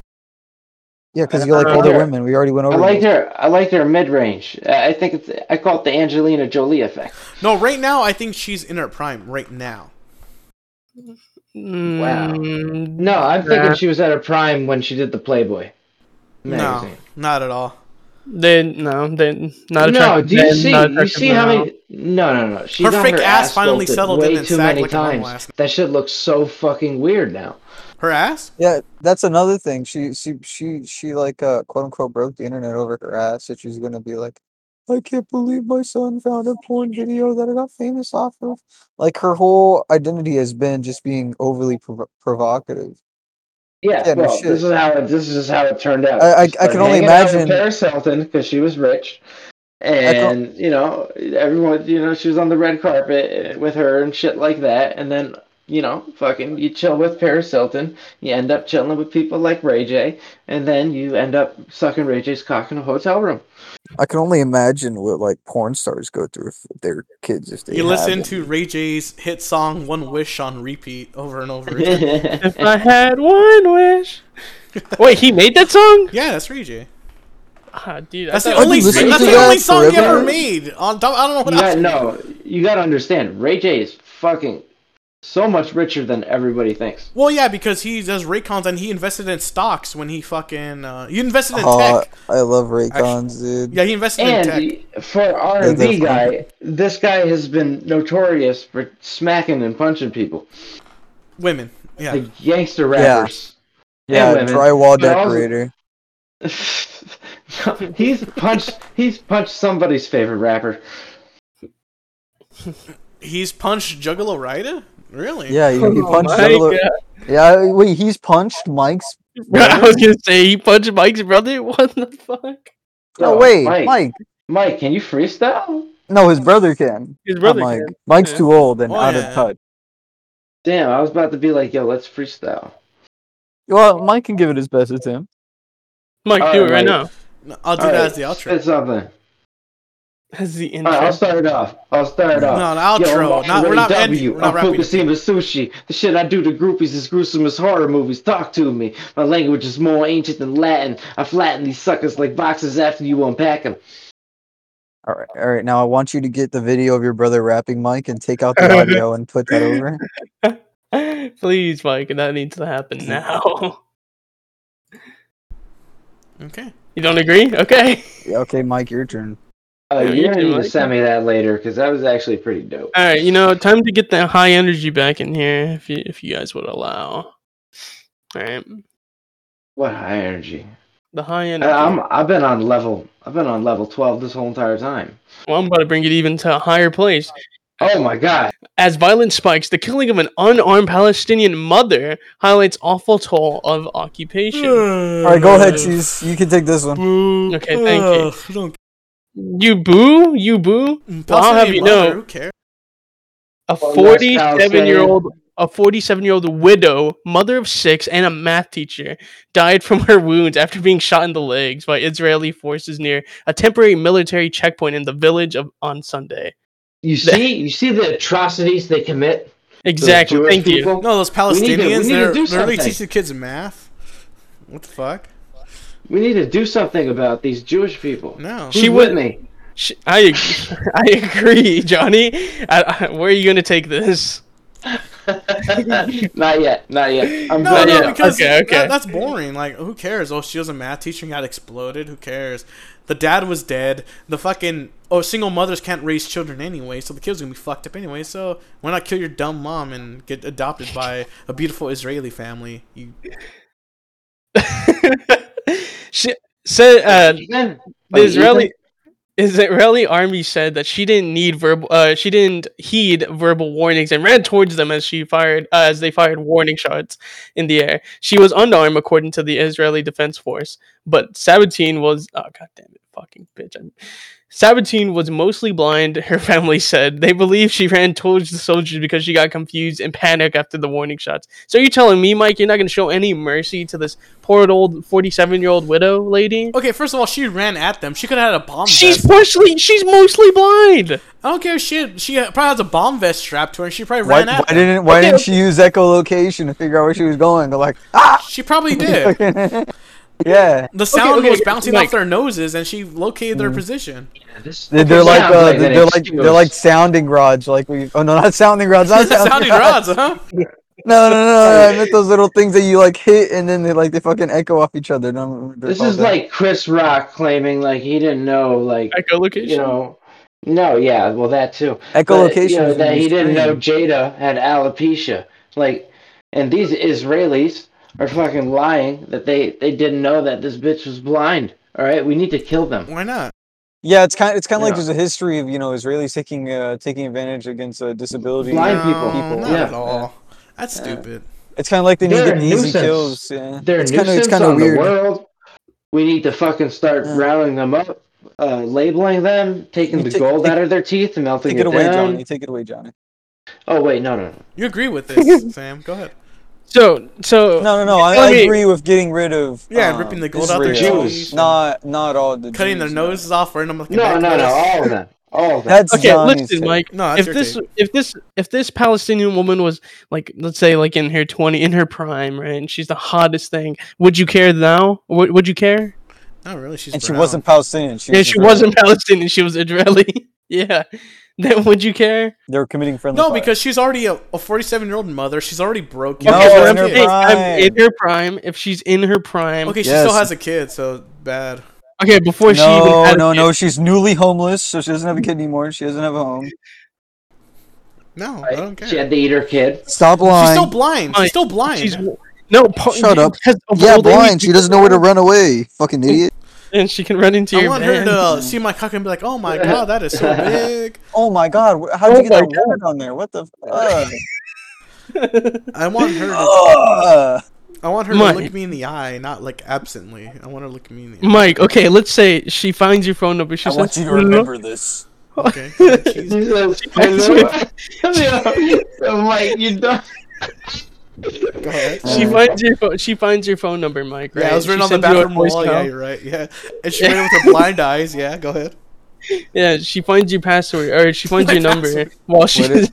yeah, because you like I older like- women. We already went I over. like this. her. I like her mid range. I I think it's. I call it the Angelina Jolie effect. No, right now I think she's in her prime. Right now, Wow. Mm, No, I'm thinking Yeah. she was at her prime when she did the Playboy. no, not at all. They no, they not no, attractive. do you then, see? not You see attractive how now. many? No, no, no. She Her got fake her ass ass, finally bolted settled way in and too sagged many like a bum times. last night. That shit looks so fucking weird now. Her ass? Yeah, that's another thing. She she she she like uh quote unquote broke the internet over her ass that she's gonna be like, I can't believe my son found a porn video that I got famous off of. Like her whole identity has been just being overly prov- provocative. Yeah, Yeah, no well, shit. this is how it, this is just how it turned out. I- I- She I can started only hanging out with imagine- Paris Hilton because she was rich, can- and you know everyone, you know she was on the red carpet eh, with her and shit like that, and then you know fucking you chill with Paris Hilton, you end up chilling with people like Ray J, and then you end up sucking Ray J's cock in a hotel room. I can only imagine what like porn stars go through with their kids if they You have listen it. to Ray J's hit song "One Wish" on repeat over and over again. yeah, If I had one wish. Wait, he made that song? yeah, that's Ray J. Ah, dude, I That's the thought- only I've been listening that's to the only that song he forever. ever made. On top, I don't know what else. no, you gotta understand, Ray J is fucking so much richer than everybody thinks. Well, yeah, because he does Raycons and he invested in stocks when he fucking uh, he invested in Oh, tech. I love Raycons, dude. Yeah, he invested in tech. And for R Yeah, and they're B fun. guy, this guy has been notorious for smacking and punching people, Women. Yeah. like gangster Yeah. rappers. Yeah, women. drywall But also- decorator. he's punched. He's punched somebody's favorite rapper. He's punched Juggalo Ryder? Really? Yeah, he, he Oh punched. my Juggalo- God. Yeah, wait, he's punched Mike's. I was gonna say he punched Mike's brother. What the fuck? No, Yo, wait, Oh, Mike. Mike. Mike, can you freestyle? No, his brother can. His Not brother. Mike. can. Mike's Yeah. too old and Oh, out yeah. of touch. Damn, I was about to be like, yo, let's freestyle. Well, Mike can give it his best attempt. Mike, All do right, it right Mike. No, I'll do All that right, as the outro. Spit something. now. As the intro. All right, I'll start it off. I'll start it No, off. the Yo, I'm outro. watching not, we're Ray not W. ending. We're not I'm wrapping it. focusing with sushi. The shit I do to groupies is gruesome as horror movies. Talk to me. My language is more ancient than Latin. I flatten these suckers like boxes after you unpack 'em. All right, all right. Now I want you to get the video of your brother rapping, Mike, and take out the audio and put that over. Please, Mike, that needs to happen now. Okay. You don't agree? Okay. Yeah, Okay, Mike, your turn. Uh, Yeah, you you're can gonna need to like send me that later because that was actually pretty dope. All right, you know, time to get that high energy back in here, if you if you guys would allow. All right, What high energy? the high I, energy. Uh, I'm I've been on level I've been on level twelve this whole entire time. well, I'm about to bring it even to a higher place. Oh my god! As violence spikes, the killing of an unarmed Palestinian mother highlights awful toll of occupation. Hmm. All right, go Uh, ahead, cheese. You can take this one. Boo. Okay, thank Ugh, don't- you boo, you boo. Plus I'll have any you mother, know- Who cares? A Well, forty-seven year Palestinian. old, a forty-seven-year-old widow, mother of six, and a math teacher died from her wounds after being shot in the legs by Israeli forces near a temporary military checkpoint in the village of on Sunday. You see you see the atrocities they commit. Exactly. Jewish Thank you. people. No, those We need to- we Palestinians, need to they're, do they're really something. teaching kids math. What the fuck? We need to do something about these Jewish people. No. She Who's would- Whitney? Sh- I ag- I agree, Johnny. I, I, where are you going to take this? not yet. Not yet. I'm No, glad no, you- because Okay, that- okay. that's boring. Like, who cares? Oh, she was a math teacher and got exploded. Who cares? The dad was dead. The fucking oh, single mothers can't raise children anyway, so the kid's gonna be fucked up anyway. So why not kill your dumb mom and get adopted by a beautiful Israeli family? You she said uh, Ethan? the Like, Israeli Ethan? Israeli army said that she didn't need verbal uh, she didn't heed verbal warnings and ran towards them as she fired uh, as they fired warning shots in the air. She was unarmed according to the Israeli Defense Force, but Sabatine was oh god damn it fucking bitch. I'm, Sabatine was mostly blind, her family said. They believe she ran towards the soldiers because she got confused and panicked after the warning shots. So you're telling me, Mike, you're not going to show any mercy to this poor old 47-year-old widow lady? okay? First of all, she ran at them. She could have had a bomb. She's vest. partially. She's mostly blind. I don't give a shit. She probably has a bomb vest strapped to her. and She probably Why, ran at why them. didn't why Okay, didn't she use echolocation to figure out where she was going? Go like, ah, She probably did. yeah. The sound okay, Hmm. was okay, bouncing Mike. off their noses, and she located their position. This- They're, okay, they're like sound uh, like they're, an like excuse. they're like sounding rods. Like we oh no, not sounding rods. Not sounding, Sounding rods. rods, huh? No, no, no, no. I meant those little things that you like hit and then they like they fucking echo off each other. No, they're This called is that. like Chris Rock claiming like he didn't know like Echolocation. you know. No, yeah, well that too. echolocation. But, you know, is that when he you didn't know scream. Jada had alopecia. Like, and these Israelis are fucking lying that they they didn't know that this bitch was blind. All right, we need to kill them. Why not? Yeah, it's kind. It's kind of like Yeah. there's a history of you know Israelis taking uh, taking advantage against uh, disability. Blind No, people. Not yeah. at all. That's stupid. It's kind of like they need They're the a easy nuisance. kills. Yeah. They're it's a kind of nuisance it's kind of on weird. the world. We need to fucking start Yeah. rounding them up, uh, labeling them, taking the Take- gold take- out of their teeth and melting Take it away, down. Johnny. Take it away, Johnny. Oh wait, no, no, no. You agree with this, Sam? Go ahead. So so No, no, no. I, Let I me- agree with getting rid of Yeah, um, ripping the gold out their Israel. Jews. Not not all the Cutting Jews, their no. noses off, wearing them like a No, no, no. necklace. All of them. All of them. That's okay, Johnny's listen, take. Mike. No, that's If your this take. if this if this Palestinian woman was like let's say like in her twenty in her prime right and she's the hottest thing would you care now would, would you care Not Oh, really. She's And she brown. wasn't Palestinian. She yeah was she Israeli. wasn't Palestinian she was Israeli yeah then would you care They were committing friendly. No, fire. because she's already a a forty-seven-year-old mother. She's already broken. No, She has but in a her kid. saying, I'm prime. in her prime if she's in her prime Okay, okay, she Yes. still has a kid, so bad. before she even no, had a no, kid. no. She's newly homeless, so she doesn't have a kid anymore. She doesn't have a home. No, I Right? don't care. She had to eat her kid. Stop She's still lying. blind. She's still blind. she's no pa- Shut up. because of yeah, old age, blind. She doesn't know where to run away. Fucking idiot. and she can run into I your want her van. to uh, see my cock and be like, "Oh my god, that is so big." Oh my god! wh- How did Oh you get my that word on there? What the fuck? I want her. To, Ugh. I want her Mike. to look me in the eye, not like absently. I want her to look me in the eye. Mike, okay, let's say she finds your phone number. She I says, want you to "Hello?" remember this. Okay. Jeez. Hello. Hello. I'm like, you don't. Go ahead. She finds your phone. She finds your phone number, Mike. Right? Yeah, I was She written on the sends you a bathroom voice wall. Yeah, mail. you're right. Yeah, and she ran with her blind eyes. Yeah, go ahead. Yeah, she finds your password or she finds My your number password. while she. What is-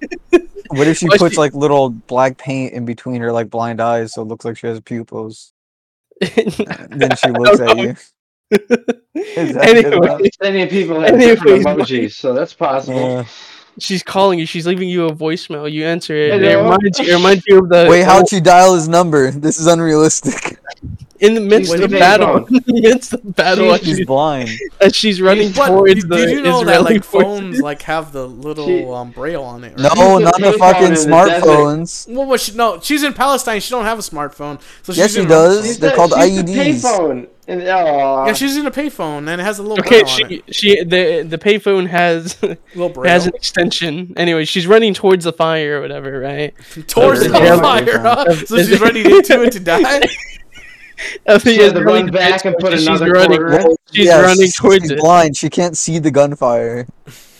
What if she Or puts she- like little black paint in between her like blind eyes, so it looks like she has pupils? Then she looks at you. Is that good enough? anyway, Many people have Anyways, different Mike. emojis, so that's possible. Yeah. she's calling you. She's leaving you a voicemail. You answer it. and It Hello? reminds you. It reminds you of the Wait, how'd she dial his number? This is unrealistic. in the midst She's of leaving battle. phone. in the midst of battle, as She's she's, blind. as she's running But towards did, the did you know that Israeli like forces. phones like have the She- little um, braille on it? Right? No, Use the not the payphone fucking in the smartphones. Well, well, she, no, she's in Palestine. She don't have a smartphone. So she's Yes, she using her own does. phone. They're called E she's The IEDs. payphone. And, aw. Yeah, she's using a payphone and it has a little Okay, braille on she it. she the the payphone has Little braille. has an extension. Anyway, she's running towards the fire or whatever, right? Towards the Doesn't have a fire, huh? payphone. so she's ready to do it to die. Of the She had to Israeli run back and put defense forces, another running, quarter in. She's Yes, running towards she's it. blind. She can't see the gunfire.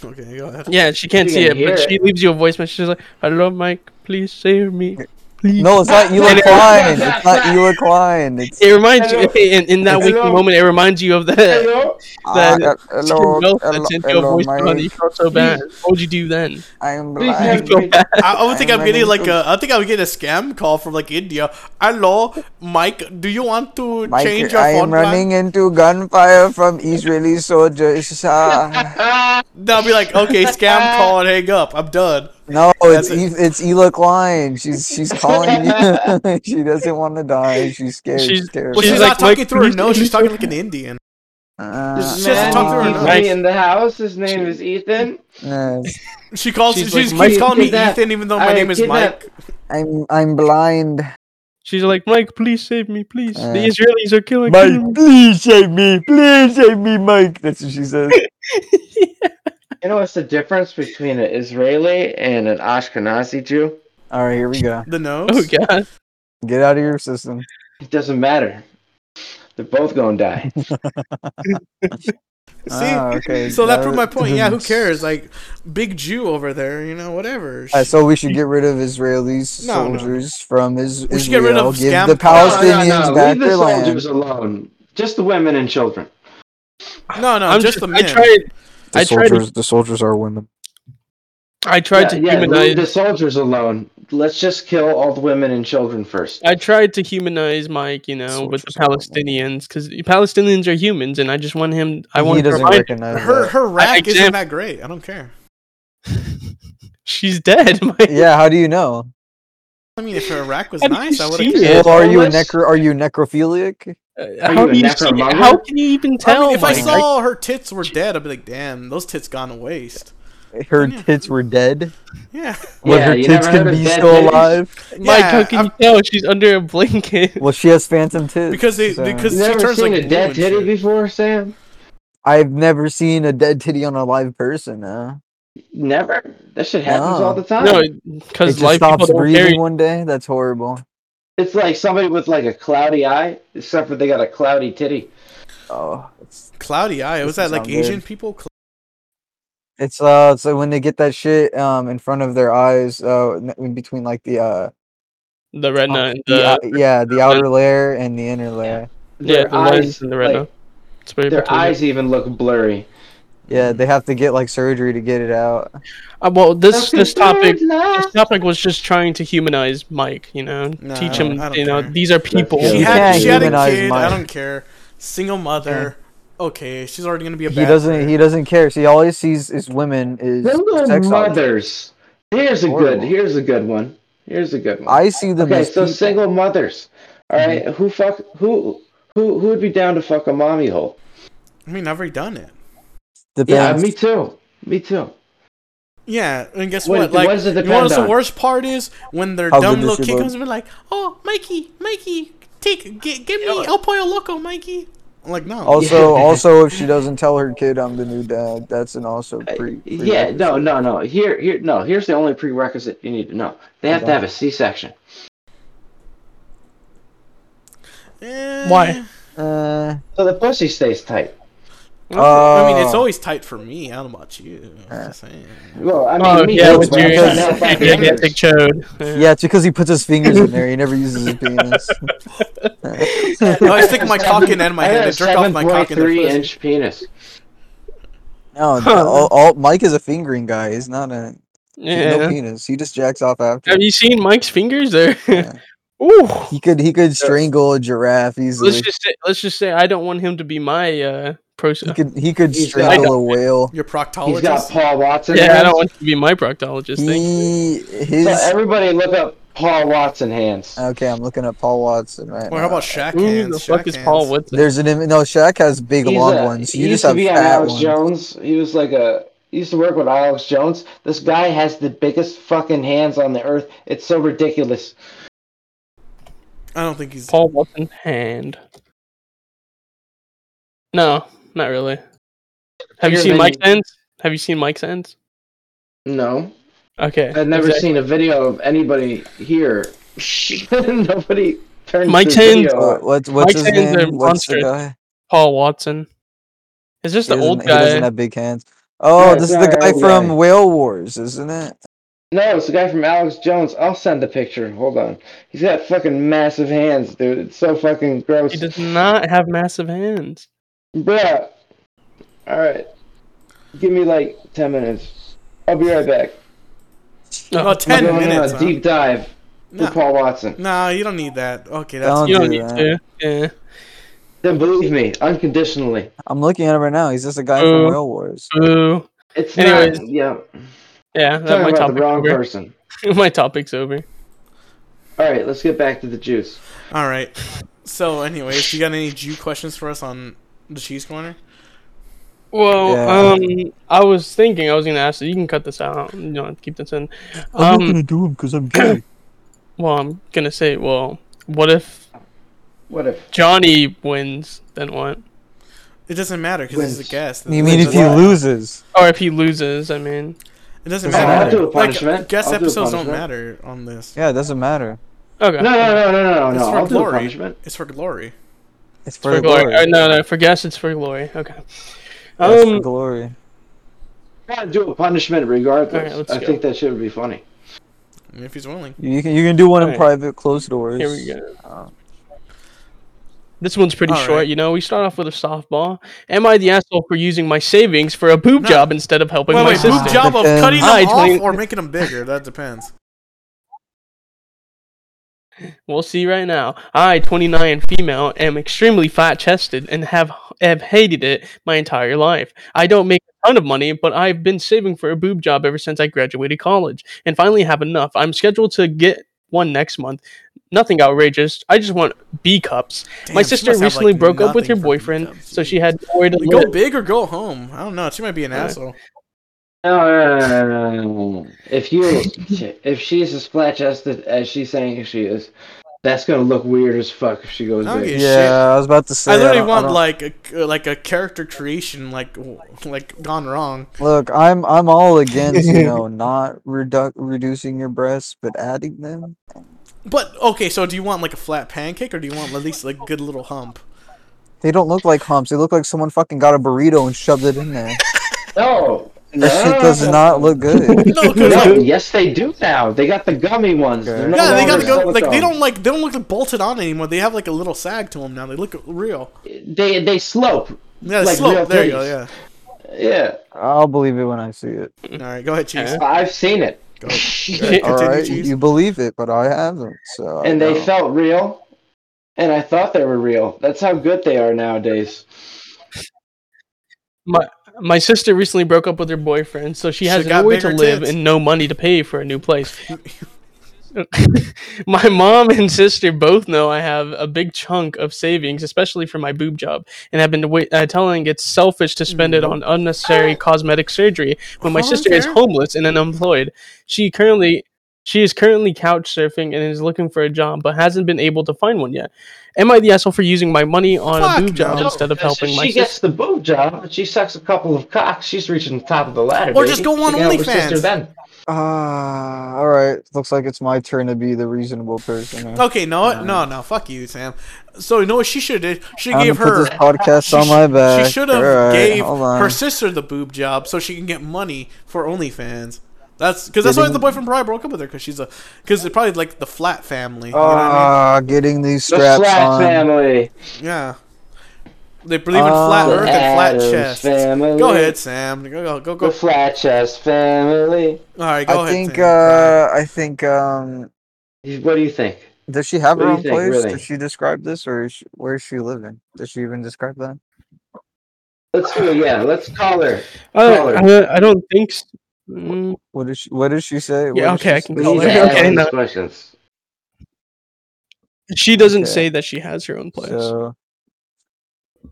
Okay, go ahead. Yeah, she can't She see can it, but hear she it. leaves you a voice message. She's like, "Hello, Mike. Please save me." please. No, it's not Eula And it- Klein. It's not Eula Klein. It's It reminds you, Hello. in, in that waking Hello. moment, it reminds you of that. Hello? Ah, that- hello, Mel hello, sent you a hello, voice mate. body, you felt so bad. What would you do then? I'm Please You have blind. feel me. bad. I, I would think I'm I'm getting running like a. I think I'm getting a scam call from like India. Hello, Mike. Do you want to change Mike, your I phone am running plan? into gunfire from Israeli soldiers. Ah. They'll be like, okay, scam call and hang up. I'm done. No, it's That's it. e- it's Ela Klein. She's she's calling you. she doesn't want to die. She's scared. She's, She's- terrified. Well, she's, She's not like, talking Mike, through her please- nose. She's talking like an Indian. Ah, Uh, This Just man talk to her keeps now. me in the house. His name is Ethan. no, She calls. She's she like, keeps "Mike, calling me get that. Ethan, even though my I name is get Mike. that. I'm I'm blind. She's like, Mike, please save me, please. Uh, the Israelis are killing me. please save me. Please save me, Mike. That's what she says. You know what's the difference between an Israeli and an Ashkenazi Jew? All right, here we go. The nose. Oh god. Get out of your system. It doesn't matter. They're both gonna die. See. Ah, okay. So that proved my was- point. Yeah, who cares? Like, big Jew over there, you know, whatever. Uh, so we should get rid of Israelis No, no. soldiers from is- We should get Israel. rid of give scam- the No, Palestinians back Leave the their soldiers land. alone. Just the women and children. no, no, I'm just just, the I men. tried The I tried to- soldiers, the soldiers are women. I tried to yeah, yeah, humanize leave the soldiers alone. Let's just kill all the women and children first. I tried to humanize Mike, you know, with the Soldiers. Palestinians because Palestinians are humans, and I just want him. I want he to doesn't remind recognize Her that. her rack isn't exam- that great. I don't care. she's dead. Mike. Yeah, how do you know? I mean, if her rack was How do you nice, I would have see cared. it? Well, are you a Unless- necro? Are you necrophilic? Uh, you how a do you see, necromonger? How can you even I tell? mean, if I Mike? saw her tits were dead, I'd be like, damn, those tits gone to waste. Her Yeah. tits were dead. Yeah. Well, Yeah, her you tits never can heard of be dead still titties? alive. Mike, how Yeah, can I'm- you tell she's under a blanket? Well, she has phantom tits. Because they- so- because- You She never turns seen like a dead blue and titty shit. before, Sam? I've never seen a dead titty on a live person. uh. Huh? Never. That shit happens No. all the time. No, It because just life people stops don't breathing carry. one day. That's horrible. It's like somebody with like a cloudy eye, except for they got a cloudy titty. Oh, it's, Cloudy eye. Was that Doesn't like sound good. Asian people? Cl- it's uh, so when they get that shit um in front of their eyes, uh, n- in between like the uh, The retina, and the, the, ou- yeah, the outer layer and the inner layer. yeah, Their the eyes, lens and the retina. like, it's very their between it. eyes even look blurry. Yeah, they have to get like surgery to get it out. Uh, well, this this topic That's this topic was just trying to humanize Mike. You know, No, I teach don't- him. I don't You know, care. these are people. good. she You had can't she had a humanize kid. I mine. don't care. Single mother. Okay, she's already gonna be a He bad. doesn't. He doesn't care. See, all he sees is women. Is Little sex objects. mothers. Here's a good. Horrible. Here's a good one. Here's a good one. I see them okay, as so people. Mm-hmm. single mothers. All right, who fuck who who who would be down to fuck a mommy hole? I mean, I've already done it. Yeah, Depends. me too. Me too. Yeah, and guess What- what? Like, what does it you know depend what's the on? worst part is when their How dumb good is little she kid look? comes and be like, "Oh, Mikey, Mikey, take, get, get me El Pollo Loco, Mikey." I'm like, no. also, also, if she doesn't tell her kid I'm the new dad, that's an also pre. Uh, yeah, prerequisite. no, no, no. Here, here, no. Here's the only prerequisite you need to know. They have to Okay. have a C-section. Eh, Why? Uh, So the pussy stays tight. I mean, it's Oh. always tight for me. I don't know about you. uh, I'm just saying. Well, I mean, Oh me yeah, too, with but your I'm because- trying to help out the gigantic others. chode. yeah, it's because he puts his fingers in there. He never uses his penis. No, I stick my cock in and my I head. got I a jerk off my cock in their 7.3 pussy. inch penis. No, Huh. all, all, Mike is a fingering guy. He's not a he's Yeah. no penis. He just jacks off after. Have you seen Mike's fingers? There. Yeah. Ooh. He could he could strangle a giraffe Let's easily. just say, let's just say I don't want him to be my uh He person. could he could He's got- strangle a whale. Your He's got proctologist. Paul Watson. Yeah, I hands. don't want him to be my proctologist. Thing. He So his everybody look up Paul Watson hands. okay. I'm looking at Paul Watson right Or how now. about Shaq Who hands? the fuck Shaq is hands. Paul Woodson? There's an im- no Shaq has big He's long a- ones. he You just used to have be on fat Alex ones. Jones. He was like a. He used to work with Alex Jones. This guy has the biggest fucking hands on the earth. It's so ridiculous. I don't think he's. Paul Watson hand. No, not really. Have you Bigger seen than- Mike's hands? Have you seen Mike's hands? No, Okay. I've never exactly. seen a video of anybody here. Nobody turns Mike's the hands- video What, on. what what's Mike's his hands are name? What's the monstrous. guy? Paul Watson. Is this He the doesn't, old he doesn't guy? have big hands. Oh, Yeah, this it's is the not guy old from guy. Whale Wars, isn't it? No, it's the guy from Alex Jones. I'll send the picture. Hold on. He's got fucking massive hands, dude. It's so fucking gross. He does not have massive hands. Bruh. Alright. Give me like 10 minutes. I'll be right back. Oh, I'm 10 going minutes. on huh? a deep dive No. with Paul Watson. Nah, you don't need that. Okay, that's Don't You do don't need that. to. Yeah. Then believe me, unconditionally. I'm looking at him right now. He's just a guy Boo. from Whale Wars. Ooh. It's Anyways. not. Yeah. Yeah, that, Talking about my, the topic's wrong over. person. my topic's over. Alright, let's get back to the juice. all right. So, anyways, you got any Jew questions for us on the cheese corner? Well, Yeah. um, I was thinking I was gonna ask. You can cut this out. You don't have to keep this in. Oh, Um, do him because I'm gay. well, I'm gonna say, well, what if What if Johnny wins? Then what? It doesn't matter because this is a Wins. guest. you mean It if he doesn't- loses? Or if he loses? I mean, It doesn't I'll matter. do a Like, punishment. guest I'll do a episodes don't punishment. matter on this. Yeah, it doesn't matter. okay. No, no, no, no, no, no. It's for I'll do a glory. punishment. It's for glory. It's for, for the glory. glory. Uh, no, no, for guess it's for glory. Okay. Yeah, it's for Um, glory. I gotta do a punishment regardless. Alright, let's I go. think that shit would be funny. I mean, if he's willing. You can you can do one in Alright. private, closed doors. here we go. Uh, This one's pretty All short. right. You know, we start off with a softball. Am I the asshole for using my savings for a boob No. job instead of helping Wait, my wait, sister? whose job of Depends. cutting them I off think- or making them bigger? That depends. We'll see right now. I, 29 female, am extremely flat chested and have have hated it my entire life. I don't make a ton of money, but I've been saving for a boob job ever since I graduated college and finally have enough. I'm scheduled to get one next month. Nothing outrageous. I just want B cups. Damn, my she sister must have, recently like, broke up with her nothing for boyfriend, B-dubs. so she had nowhere to Go live. big or go home. I don't know. She might be an asshole. No, no, no, no, no, no, no, no. If you, if she's as flat chested as she's saying she is, that's gonna look weird as fuck if she goes Oh, I don't big. give a yeah, shit. I was about to say. I literally don't- want don't- like a like a character creation like w- like gone wrong. Look, I'm I'm all against you know not redu- reducing your breasts but adding them. But okay, so do you want like a flat pancake or do you want at least like good little hump? They don't look like humps. They look like someone fucking got a burrito and shoved it in there. No, no, That shit does not look good. No, 'cause, No, like, yes, they do now. They got the gummy ones. They're no yeah, they longer gotta go. Like they silicone. don't like they don't look bolted on anymore. They have like a little sag to them now. They look real. They they slope. Yeah, Like real slope. There you go. titties. Yeah. Yeah, I'll believe it when I see it. All right, go ahead, cheese. Yeah. I've seen it, Go. Continue, All right, cheese. you believe it, but I haven't. So I and they don't. felt real, and I thought they were real. That's how good they are nowadays. My sister recently broke up with her boyfriend, so she Should've has got nowhere to bigger live tits. and no money to pay for a new place. my mom and sister both know I have a big chunk of savings, especially for my boob job, and have been wait- uh, telling it's selfish to spend it on Mm. unnecessary cosmetic surgery when my Hold on sister is there. homeless and unemployed. She currently she is currently couch surfing and is looking for a job, but hasn't been able to find one yet. Am I the asshole for using my money on Fuck a boob job no. instead of Because helping if my she sister? gets the boob job, and she sucks a couple of cocks, she's reaching the top of the ladder. Or baby. just go on Take out her sister OnlyFans. Then. Ah, all right. Looks like it's my turn to be the reasonable person. Here. Okay, no, no, no. Fuck you, Sam. So you know what she should have did? She Time to gave put her. this podcast She on sh- my back. She should have All right, gave hold on. her sister the boob job so she can get money for OnlyFans. That's because that's why Getting- the boyfriend probably broke up with her because she's a because it's probably like the flat family. You know what I Ah, getting these The straps Flat on. family. mean? Yeah, they believe in Oh. flat Earth and flat Addams chest. family. Go ahead, Sam. Go go go. go. The flat chest family. All right, go I ahead. think. Sam. Uh, I think. Um, What do you think? does she have her What do you own think, place? really? Does she describe this, or is she, where is she living? Does she even describe that? Let's do it. Yeah, let's call her. Uh, I, I don't think. So. Mm, What does she? What does she say? What yeah, does okay, I she can We say? call need her. to ask Okay, these no, questions. she doesn't Okay. say that she has her own place. So,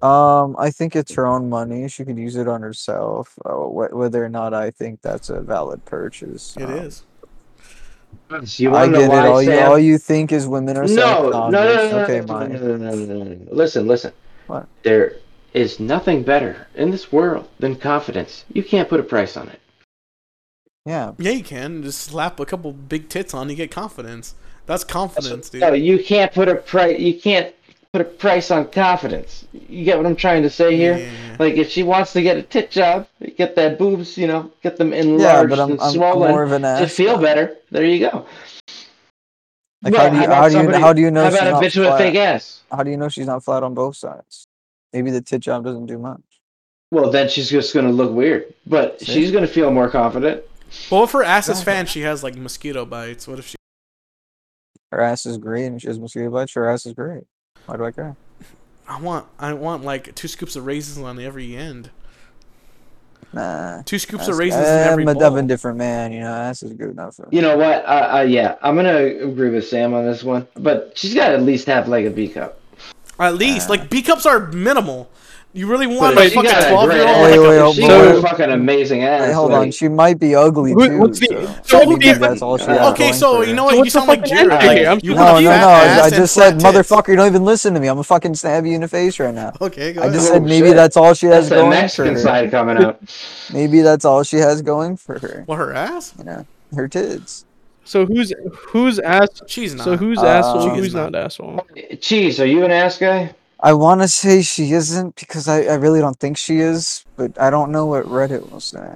um, I think it's her own money. She could use it on herself. Uh, wh- whether or not I think that's a valid purchase. it um, is. You I want to get know it. why, All you, Sam? all you think is women are no, no, no, self-conscious. no, okay, no, no, Mike. no, no, no, no, no. Listen, listen. What? There is nothing better in this world than confidence. You can't put a price on it. Yeah. Yeah, you can just slap a couple big tits on. You get confidence. That's confidence, dude. No, you can't put a price. You can't put a price on confidence. You get what I'm trying to say here? Yeah. Like if she wants to get a tit job, get that boobs, you know, get them enlarged yeah, but I'm, and I'm swollen more of an to ass. feel better. There you go. Like, Well, how do you how do you about somebody- how do you know How she's about a not bitch with a flat? fake ass? How do you know she's not flat on both sides? Maybe the tit job doesn't do much. Well, then she's just gonna look weird, but See? she's gonna feel more confident. Well, if her ass is fan, she has like mosquito bites. What if she? Her ass is great, and she has mosquito bites. Her ass is great. Why do I care? I want, I want like two scoops of raisins on every end. Nah. Two scoops ass- of raisins in every I'm a bowl. Devin different man. You know, ass is good enough. For You know what? Uh, uh, yeah, I'm gonna agree with Sam on this one, but she's got to at least have like a B cup. At least, like B cups are minimal. You really want But a if she fucking got a twelve great year ass- old? Wait, like, wait, if wait, she wait, got a wait. fucking amazing ass. Wait, hold on. like, She might be ugly Who- too. what's the- so so I who think cares? that's all she Uh, has Okay, going so for you her. know what? So you what's the sound like fucking Jared. answer here? Like, I'm you confused. want No, a no, fat no. ass I and just said, flat tits. motherfucker, you don't even listen to me. I'm gonna fucking stab you in the face right now. Okay, go I ahead. just Oh, said maybe shit. that's all she has that's that going for Mexican her. side coming out. Maybe that's all she has going for her. What her ass? You know, her tits. So who's who's ass? She's not. So who's Uh, asshole? She is Who's not. not, asshole? Cheese, are you an ass guy? I want to say she isn't because I, I really don't think she is, but I don't know what Reddit will say.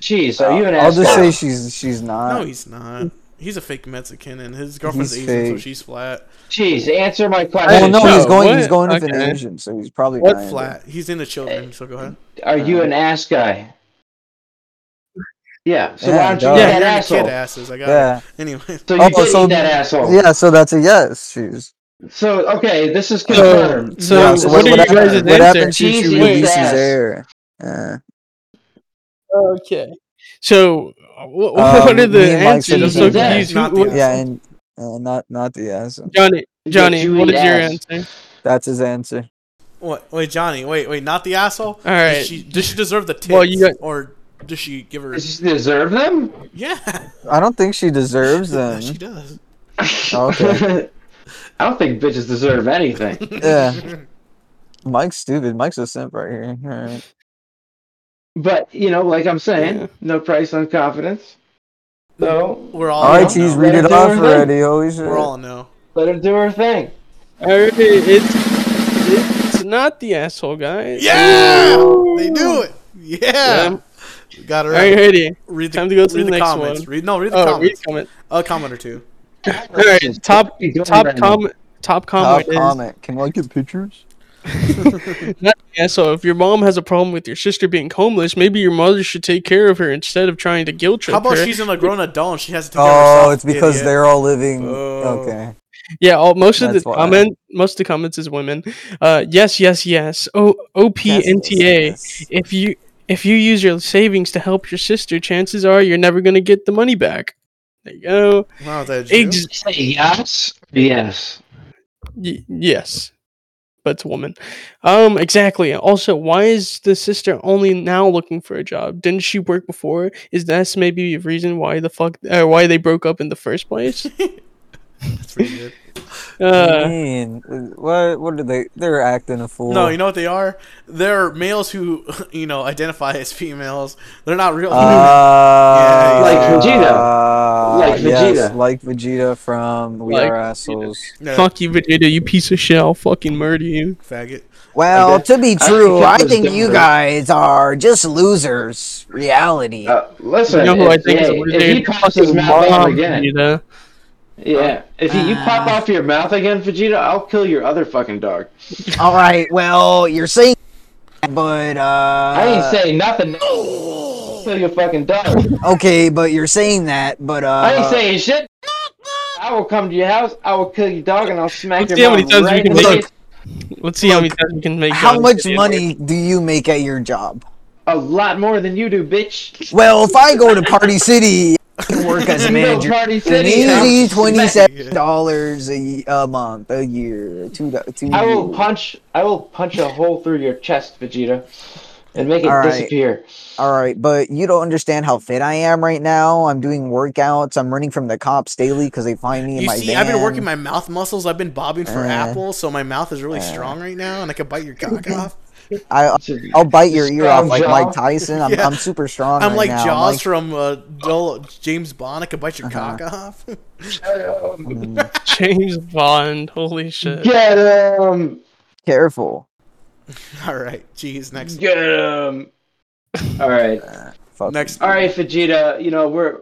Cheese, are you an Uh, I'll ass just say guy? she's she's No, not. he's not. He's a fake Mexican, and his girlfriend's He's Asian, so fake. she's flat. Cheese, answer my well, question. no, he's no, going he's what? going with an Okay. Asian, so he's probably What not. Flat. He's into children, so go ahead. Are you an ass guy? Yeah. So Yeah, why don't you duh. eat Yeah, that you're into asshole? kid asses. I got Yeah, it. Anyway, So you Oh, did so- eat that asshole. yeah. So that's a yes. She's So okay, this is So, confirmed. so, No, so what, what, what are you guys' happened? What answer? happens if she Cheese eats releases ass. air? Uh, Okay. So what, Um, what are the me and Mike answers? I'm said so he's dead. confused. Who- Not the what- Yeah. yeah, and uh, not not the yes. Johnny, Yeah, Johnny, you what eat is your ass. answer? That's his answer. what? Wait, Johnny. Wait, wait. Not the asshole. All right. Does she, does she deserve the tits, Well, you got- or does she give her? Does she deserve them? Yeah, I don't think she deserves yeah, them. she does. Okay. I don't think bitches deserve anything. yeah. Mike's stupid. Mike's a simp right here. All right. But you know, like I'm saying, Yeah. no price on confidence. So We're all. All right, no. cheese, Let read her it do off her thing. already. Holy shit. We're all no. let her do her thing. Alright, it's it's not the asshole guy. Yeah, they do it. Yeah, got it right. Alrighty. Read the, Time to go to read the next comments. one. Read no, read the Oh, read comments. a comment. A comment or two. Alright, top Keep going, top Brandon. comment top Top comment is comment. Can I get pictures? Yeah, so if your mom has a problem with your sister being homeless, maybe your mother should take care of her instead of trying to guilt trip How about her. she's an a grown adult and she has to take care of herself? Oh, it's because idiot. they're all living. Oh. Okay. yeah, all, most of the That's why. comment, most of the comments is women. Uh, yes, yes, yes. O O P Yes, N T A. yes, yes. If you if you use your savings to help your sister, chances are you're never gonna get the money back. There you go. Wow, is that a Jew? Ex- Say yes. Yes. y- yes, but it's a woman. Um, exactly. Also, why is the sister only now looking for a job? Didn't she work before? Is that maybe a reason why the fuck uh, why they broke up in the first place? That's pretty good. Uh, Man, what what are they? They're acting a fool. No, you know what they are? They're males who you know identify as females. They're not real. Uh, Like Vegeta. Like Yes, Vegeta. like Vegeta from We Like Are Vegeta. Assholes. no, fuck you, Vegeta, you piece of shit! I'll fucking murder you. faggot. Well, Okay. to be I true, think I it was think you Denver. guys are just losers. Reality. Uh, listen, You know who if, I think is a hey, loser? if he pops his Fucking mouth off mom, again, Vegeta. yeah. If you, you pop Ah. off your mouth again, Vegeta, I'll kill your other fucking dog. All right. Well, you're saying, but uh, I ain't saying nothing. I'll kill your fucking dog. uh, okay, but you're saying that, but uh, I ain't saying shit. I will come to your house. I will kill your dog, and I'll smack your Let's see how many mom times we right can in the make face. Let's see how many times we can make. how Johnny much Vegeta money do you make at your job? A lot more than you do, bitch. Well, if I go to Party City, I can work as a Little manager. Party An City. easy I'll smack- twenty-seven dollars a, y- a month, a year, two do- two. I will years. punch. I will punch a hole through your chest, Vegeta, and make it All right. disappear. All right, but you don't understand how fit I am right now. I'm doing workouts. I'm running from the cops daily because they find me in You my see, van. I've been working my mouth muscles. I've been bobbing for Uh, apples, so my mouth is really uh. strong right now, and I can bite your cock off. I, I'll bite your ear off like Jaw. Mike Tyson. I'm, Yeah. I'm super strong. I'm right like now. Jaws like- from uh, Joel, James Bond. I could bite your Uh-huh. cock off. Oh. Um, James Bond. Holy shit. Get him! careful. All right, geez, next, Get him! All right, Fuck. next. all right, Vegeta. You know we're.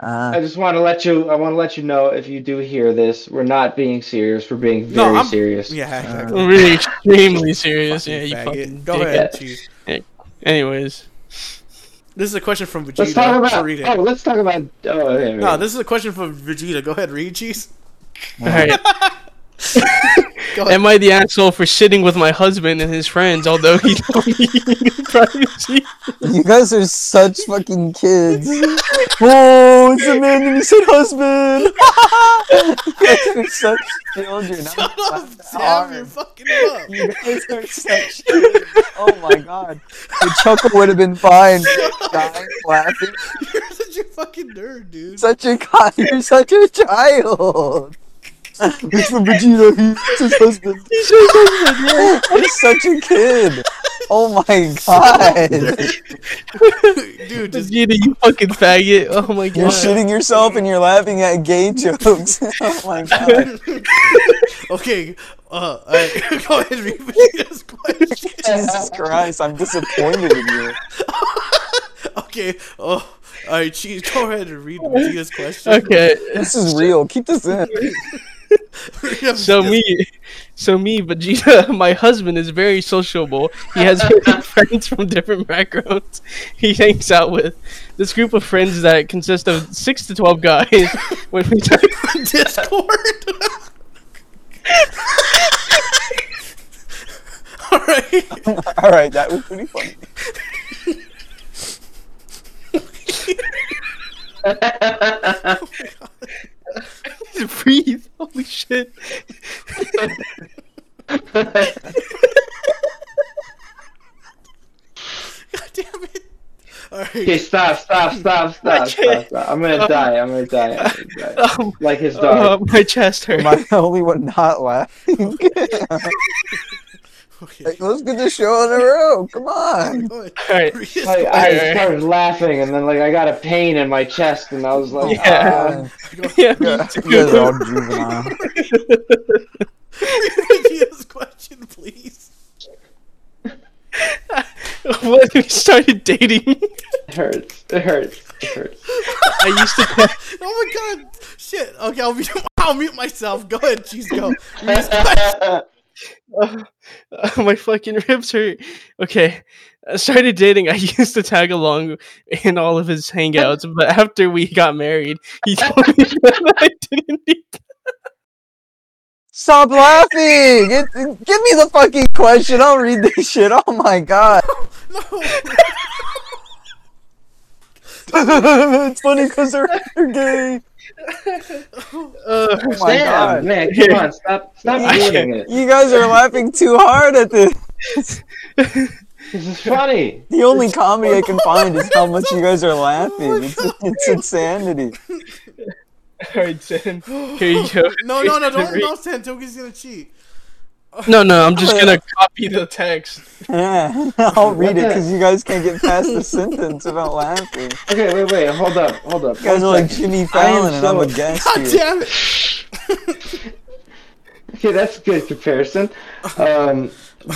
I Uh, just want to let you. I want to let you know if you do hear this, we're not being serious. We're being No, very I'm- serious. Yeah, exactly. I'm really extremely serious. Uh, Yeah, Fucking you faggot. fucking Go dickhead. ahead, geez. Anyways, This is a question from Vegeta. Let's talk about. read it. Oh, let's talk about. Oh, yeah, yeah. No, this is a question from Vegeta. Go ahead, read, geez. all right. Go ahead. Am I the asshole for sitting with my husband and his friends, although he told me he needed privacy? you guys are such fucking kids. oh, it's a man and he said husband. you guys are such children. I'm Shut up, laughing Sam, you're hard. fucking up. You guys are such children. Oh my god. The chuckle would have been fine. Dying laughing. You're such a fucking nerd, dude. Such a god, you're such a child. It's from Vegeta, he's his husband. He's his husband, You're such a kid. Oh my god. Dude, just Vegeta, you fucking faggot. Oh my You're god. shitting yourself and you're laughing at gay jokes. oh my god. okay. Uh, all right. go ahead, read Vegeta's question. Jesus Christ, I'm disappointed in you. Okay. Oh, all right. Geez, go ahead and read Vegeta's question. Okay. This is real. Keep this in. Read So Vegeta's- me, so me, Vegeta, my husband is very sociable. He has many friends from different backgrounds. He hangs out with this group of friends that consist of six to twelve guys. When we talk, Discord. all right. Alright, that was pretty funny. breathe. Holy shit! God damn it. All Okay, right. stop, stop, stop, stop, stop, can't. stop. I'm gonna die. I'm gonna die. I'm gonna die. Um, Like Oh, his uh, dog. my chest hurts. Am I the only one not laughing? Okay. Like, let's get this show on the road. Come on. Go ahead. All Read right. Oh, his Like, I Alright. started laughing, and then like I got a pain in my chest, and I was like, "Ah." Yeah. Uh, Yeah, me yeah, too. you guys are all juvenile. Read Vegeta's question, please. when we started dating, "Ah, it hurts. It hurts. It hurts. I used to. Oh my god! Shit. Okay, I'll mute. I'll mute myself. Go ahead, cheese. Go. Read his question. Uh, uh, my fucking ribs hurt. Okay. I started dating. I used to tag along in all of his hangouts, but after we got married, he told me that I didn't need Stop laughing! It, it- give me the fucking question. I'll read this shit. Oh my god. No. it's funny because they're, they're gay. uh, Oh my Damn, god. man, come on, stop, stop I- doing it. You guys are laughing too hard at this. This is funny. The only comedy I can find is how much you guys are laughing. It's, it's insanity. All right, Sam. Here you go. No, no, no! Don't, Read- no, Santoki's gonna cheat. No, no, I'm just gonna copy the text. Yeah, I'll read it because you guys can't get past the sentence without laughing. Okay, wait, wait, hold up, hold up. You guys are like Jimmy Fallon, and I'm so- a guest God here. damn it! Okay, that's a good comparison. Um,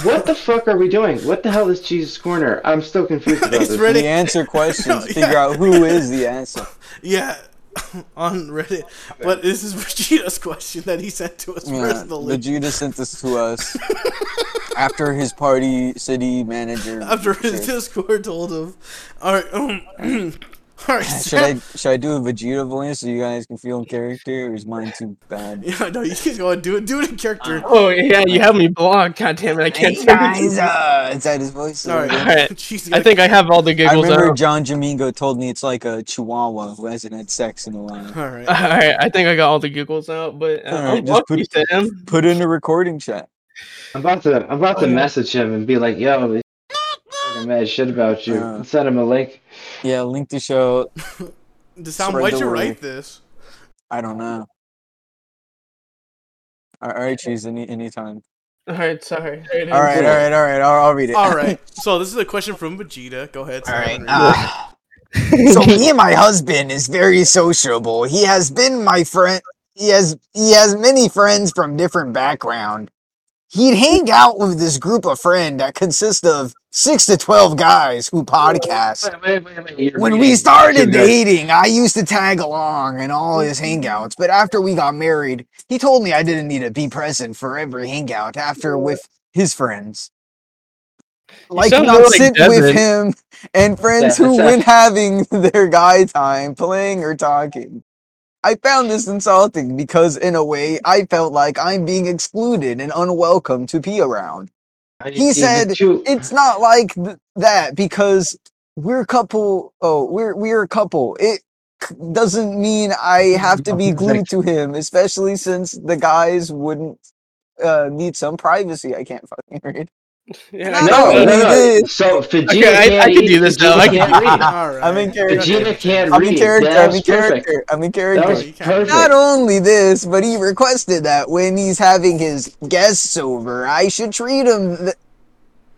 what the fuck are we doing? What the hell is Jesus Corner? I'm still confused about He's this. ready. The answer questions. yeah. Figure out who is the answer. Yeah, on Reddit. But this is Vegeta's question that he sent to us Yeah, personally. Vegeta sent this to us after his party city manager. after his Discord told him, "All right, um, all right, Should I Sam. should I do a Vegeta voice so you guys can feel in character, or is mine too bad? Yeah, no, you can go and do it. Do it in character. Oh yeah, you have me blocked. God damn it, I can't. Hey guys, uh, is that his voice? Sorry. I Alright, Jeez, I think I have all the giggles. remember out. John Domingo told me it's like a Chihuahua who hasn't had sex in a while. All right. All right, I think I got all the giggles out, but uh, Alright, I'm just lucky, put- Sam. Put in a recording chat. I'm about to, I'm about to message him and be like, yo, he's talking mad shit about you. Uh. Send him a link. Yeah, link the show. The sound. Spread Why'd the you word. write this? I don't know. All right, cheese any anytime. All right, sorry. There it is. All right, all right, all right. I'll, I'll read it. All right. So this is a question from Vegeta. Go ahead. All right. Simon. ah. so he and my husband is very sociable. He has been my friend. He has he has many friends from different background. He'd hang out with this group of friend that consists of six to twelve guys who podcast. Wait, wait, wait, wait, you're When reading. we started Should I- dating, I used to tag along in all his hangouts. But after we got married, he told me I didn't need to be present for every hangout after with his friends. like sound not more like sit with Devin. him and friends who Yeah. when having their guy time playing or talking. I found this insulting because in a way I felt like I'm being excluded and unwelcome to be around. I he need to said chew- It's not like th- that because we're a couple oh we're we're a couple. It c- doesn't mean I have to be glued to him, especially since the guys wouldn't uh, need some privacy. I can't fucking read. Yeah, No, No, I no, know. we no. did. So Vegeta Okay, I- I can't could eat- do this Vegeta now. I can't can- read. All right. I'm in character. Vegeta can't I'm read. in character. That I'm was in perfect. character. I'm in That character. was You can't- perfect. Not only this, but he requested that when he's having his guests over, I should treat him th-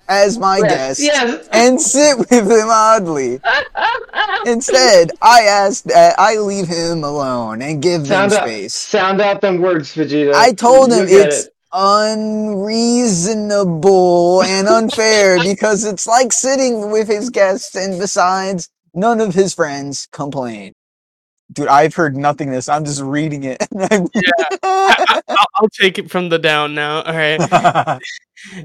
as my guest Yes. and sit with him oddly. Instead, I asked that I leave him alone and give them Sound out, space. sound out them words, Vegeta. I told him You'll get it's it. unreasonable and unfair because it's like sitting with his guests, and besides, none of his friends complain. Dude, I've heard nothingness. I'm just reading it. I'll, I'll take it from the down now. All right. yeah,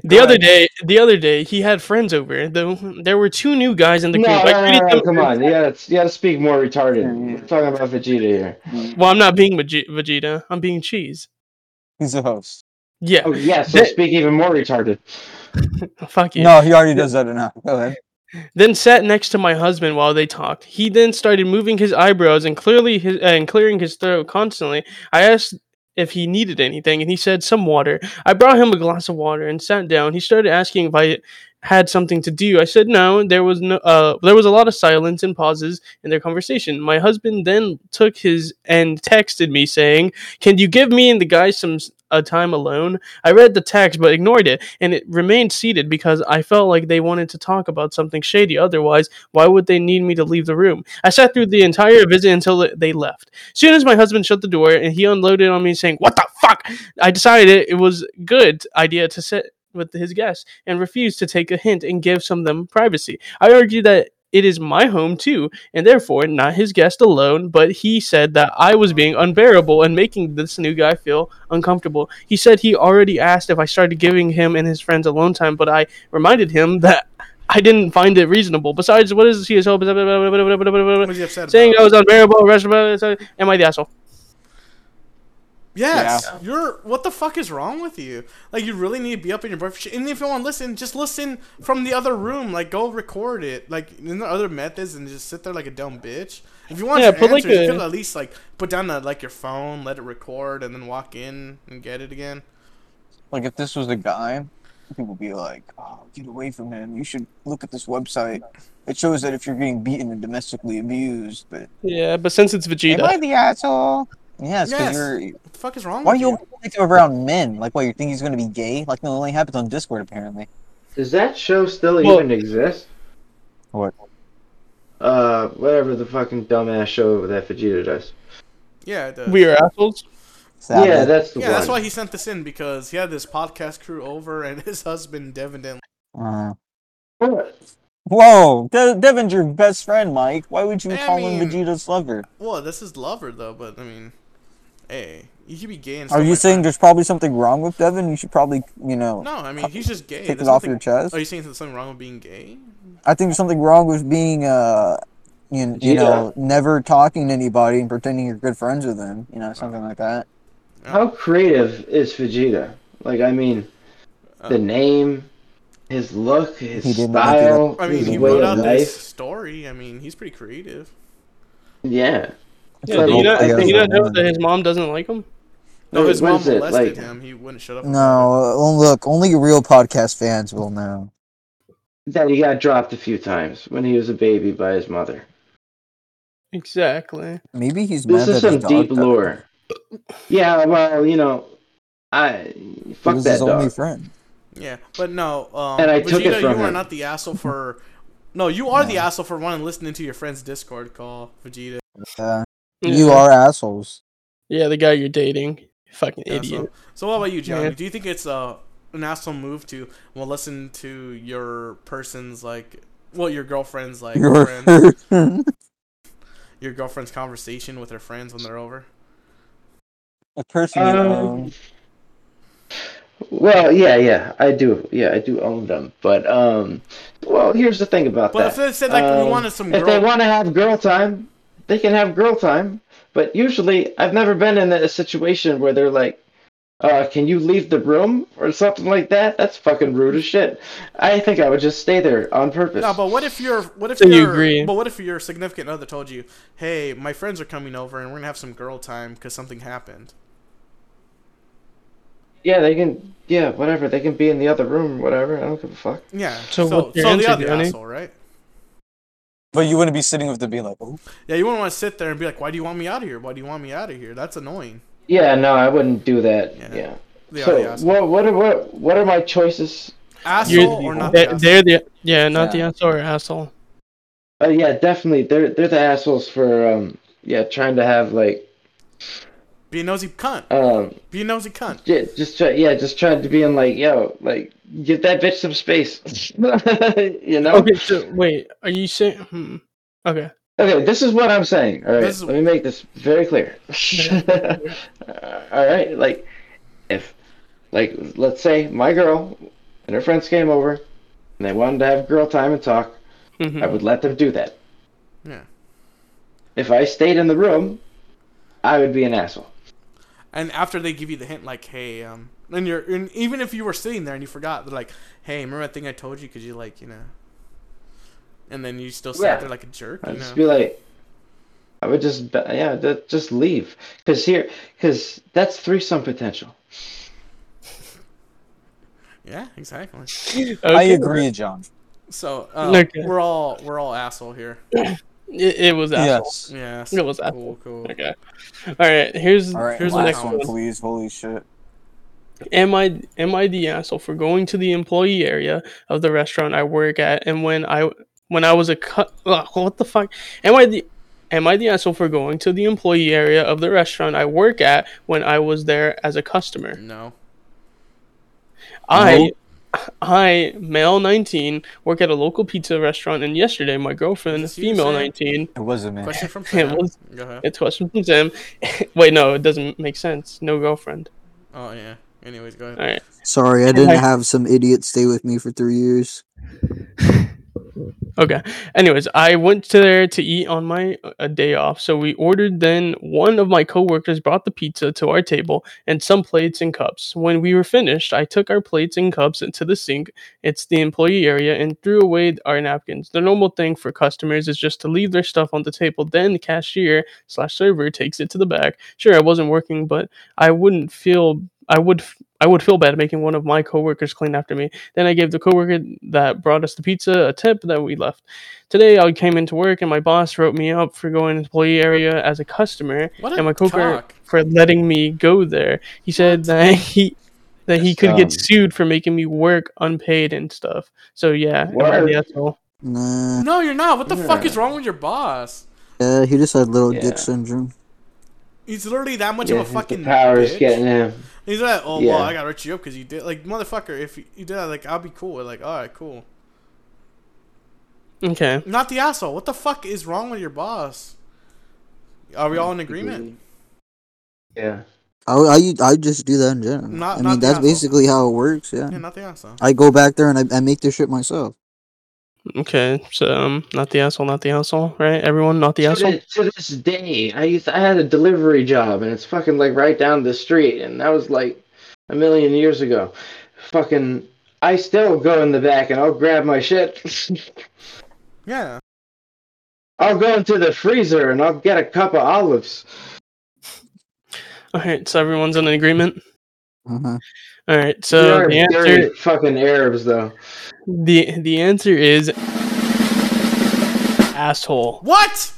The other day, the other day, he had friends over. Though there were two new guys in the No, group. no, I no, treated no, them- come on. You gotta, you gotta speak more retarded. We're talking about Vegeta here. Well, I'm not being Vege- Vegeta. I'm being Cheese. he's a host. Yeah. Oh, yeah, so That- speak even more retarded. Fuck you. Oh, No, he already does that enough. Go ahead. Then sat next to my husband while they talked. He then started moving his eyebrows and clearly his, uh, and clearing his throat constantly. I asked if he needed anything, and he said some water. I brought him a glass of water and sat down. He started asking if I had something to do. I said no. There was no. Uh, there was a lot of silence and pauses in their conversation. My husband then took his and texted me saying, "Can you give me and the guys some s- a time alone?" I read the text but ignored it, and it remained seated because I felt like they wanted to talk about something shady. Otherwise, why would they need me to leave the room? I sat through the entire visit until they left. Soon as my husband shut the door and he unloaded on me saying, "What the fuck?" I decided it was good idea to sit with his guests and refused to take a hint and give some of them privacy. I argued that. It is my home too, and therefore not his guest alone. But he said that I was being unbearable and making this new guy feel uncomfortable. He said he already asked if I started giving him and his friends alone time, but I reminded him that I didn't find it reasonable. Besides, what is his hope? What was you upset Saying I about? was unbearable, restaurant. Am I the asshole? Yes. You're. What the fuck is wrong with you? Like, you really need to be up in your breakfast. And if you want to listen, just listen from the other room. Like, go record it. Like, in the other methods, and just sit there like a dumb bitch. If you want Yeah, your put, like, uh, answers, you a- could at least like put down the, like your phone, let it record, and then walk in and get it again. Like if this was a guy, people would be like, "Oh, get away from him! You should look at this website. It shows that if you're getting beaten and domestically abused." But Yeah, but since it's am Vegeta, I the asshole? Yes, because Yes. you're. What the fuck is wrong Why are with you always like to around men? Like, why you think he's gonna be gay? Like, no, it only happens on Discord apparently. Does that show still Well- even exist? What? Uh, whatever the fucking dumbass show that Vegeta does. Yeah, it does. we are assholes. Yeah, that's the Yeah, one. that's why he sent this in because he had this podcast crew over, and his husband Devin didn't. Uh, What? whoa, De- Devin's your best friend, Mike. Why would you I call mean- him Vegeta's lover? Well, this is lover though, but I mean, hey, you could be gay and. Are still my you saying friend. there's probably something wrong with Devin? You should probably, you know, No, I mean he's just gay. take it There's off your nothing- Oh, chest. Are you saying there's something wrong with being gay? I think there's something wrong with being, uh, you, you know, never talking to anybody and pretending you're good friends with them. You know, something like that. How creative is Vegeta? Like, I mean, Uh. the name, his look, his He didn't like it. style, I mean, his he He's a way wrote weird of out life. this story. I mean, he's pretty creative. Yeah. Yeah, do Well, oh, you not, I guess do you not I'm know on. that his mom doesn't like him? No, his What mom is it, molested like- him. He wouldn't shut up. about No, uh, look, only real podcast fans will know. That he got dropped a few times when he was a baby by his mother. Exactly. Maybe he's This mad is that some his dog deep died. lore. Yeah, well, you know, I He fuck was that his dog. only friend. Yeah, but no. Um, And I but took you it know, from you are him. not the asshole for. No, you are the asshole for wanting to listen to your friend's Discord call, Vegeta. Yeah. You are assholes. Yeah, the guy you're dating. Fucking Yeah, idiot. So, so what about you, Johnny? Yeah. Do you think it's uh, an asshole move to well listen to your person's like, well, your girlfriend's like You're friend, friend. your girlfriend's conversation with her friends when they're over? a person. Um, well, yeah, yeah, I do. Yeah, I do own them. But um, well, here's the thing about But that. if they said like Um, we wanted some if they girl, want to have girl time, they can have girl time. But usually, I've never been in a situation where they're like, uh, "Can you leave the room?" or something like that. That's fucking rude as shit. I think I would just stay there on purpose. No, but what if your what if So you your- agree. But what if your significant other told you, "Hey, my friends are coming over and we're gonna have some girl time because something happened." yeah, they can. Yeah, whatever. They can be in the other room, whatever. I don't give a fuck. Yeah. So So so, what's your the answer, other Johnny? asshole, right? but you wouldn't be sitting with them being like, oh, Yeah, you wouldn't want to sit there and be like, "Why do you want me out of here? Why do you want me out of here?" That's annoying. Yeah, no, I wouldn't do that. Yeah. Yeah. They are the So, asshole. what, what, are, what, what are my choices? Asshole You're- or not the They're, asshole? they're the yeah, not the asshole or asshole. Uh, yeah, definitely. They're they're the assholes for um yeah trying to have like Be a nosy cunt. um Be a nosy cunt. Yeah, just try, yeah, just trying to be in like, yo, like, give that bitch some space. you know? Okay, Okay. so wait, are you saying? Hmm. Okay, this is what I'm saying. All right, This is- let me make this very clear. all right, like, if, like, let's say my girl and her friends came over and they wanted to have girl time and talk, Mhm. I would let them do that. Yeah. If I stayed in the room, I would be an asshole. And after they give you the hint, like, "Hey," um, and you're and even if you were sitting there and you forgot, they're like, "Hey, remember that thing I told you?" Because you like, you know. And then you still sit Yeah. there like a jerk. I'd you know? just be like, I would just, be- yeah, ju- just leave. Because here, because that's threesome potential. Yeah, exactly. I Okay. agree, John. So uh, Okay. we're all we're all asshole here. It, it was asshole. Yes. Yeah. so It was asshole. cool, cool. Okay. All right. Here's All right, here's the last next one, one. please. Holy shit. Am I am I the asshole for going to the employee area of the restaurant I work at? And when I when I was a cut, what the fuck? Am I the Am I the asshole for going to the employee area of the restaurant I work at when I was there as a customer? No. I, I, male 19, work at a local pizza restaurant, and yesterday my girlfriend, Is this you, female Sam? Uh-huh. 19, It was a man. Question from It Sam. was- Go ahead. it's question from Sam. Wait, no, it doesn't make sense. No girlfriend. Oh yeah. Anyways, go ahead. All right. Sorry, I didn't I- have some idiot stay with me for three years. Okay. Anyways, I went to there to eat on my a day off, so we ordered. Then one of my coworkers brought the pizza to our table and some plates and cups. When we were finished, I took our plates and cups into the sink. It's the employee area, and threw away our napkins. The normal thing for customers is just to leave their stuff on the table. Then the cashier slash server takes it to the back. Sure, I wasn't working, but I wouldn't feel. I would. f- I would feel bad making one of my coworkers clean after me. Then I gave the coworker that brought us the pizza a tip that we left. Today I came into work and my boss wrote me up for going to the employee area as a customer What a and my coworker talk. for letting me go there. He said that he that he could get That's sued for making me work unpaid and stuff. So yeah, am I the Word. asshole? Nah. No, you're not. What the fuck is Yeah. wrong with your boss? Yeah, he just had little Yeah. dick syndrome. He's literally that much Yeah, of a fucking the power is bitch. getting him. He's like, oh Yeah. well, I gotta write you up because you did. Like, motherfucker, if you, you did that, like, I'll be cool. Like, all right, cool. Okay. Not the asshole. What the fuck is wrong with your boss? Are we all in agreement? Yeah. I, I, I just do that in general. Not- I not mean, the that's asshole. basically how it works, yeah. Yeah, not the asshole. I go back there and I, I make this shit myself. Okay. So um, not the asshole, not the asshole, right? Everyone not the To, asshole? thi- to this day, I used I had a delivery job, and it's fucking like right down the street, and that was like a million years ago. Fucking, I still go in the back and I'll grab my shit. Yeah. I'll go into the freezer and I'll get a cup of olives. Alright, so everyone's in agreement? Uh-huh. Alright, so the They're answer dirty fucking Arabs, though. The the answer is asshole. What?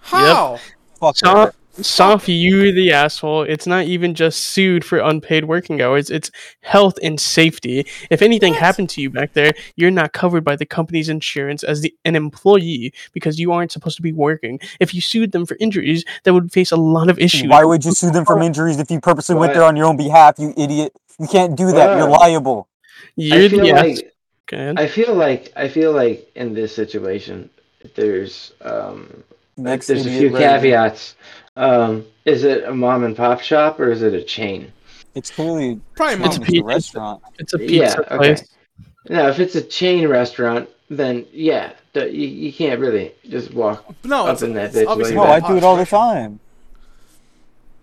How? Fuck Sean, Soph, you the asshole. It's not even just sued for unpaid working hours. It's health and safety. If anything happened to you back there, you're not covered by the company's insurance as the, an employee because you aren't supposed to be working. If you sued them for injuries, that would face a lot of issues. Why would you sue them from injuries if you purposely went there on your own behalf, you idiot? You can't do that. You're liable. You're I feel the ass- like Go ahead. I feel like I feel like in this situation, there's um, Next there's a idiot few right here. caveats. Um, is it a mom and pop shop or is it a chain? It's clearly Probably it's It's mom. a a pizza. restaurant. it's a pizza yeah, okay. place. Now, if it's a chain restaurant, then yeah, th- you, you can't really just walk. No, Up it's, in that it's bitch, obviously No, like not Oh, I a do it all the hot situation. time.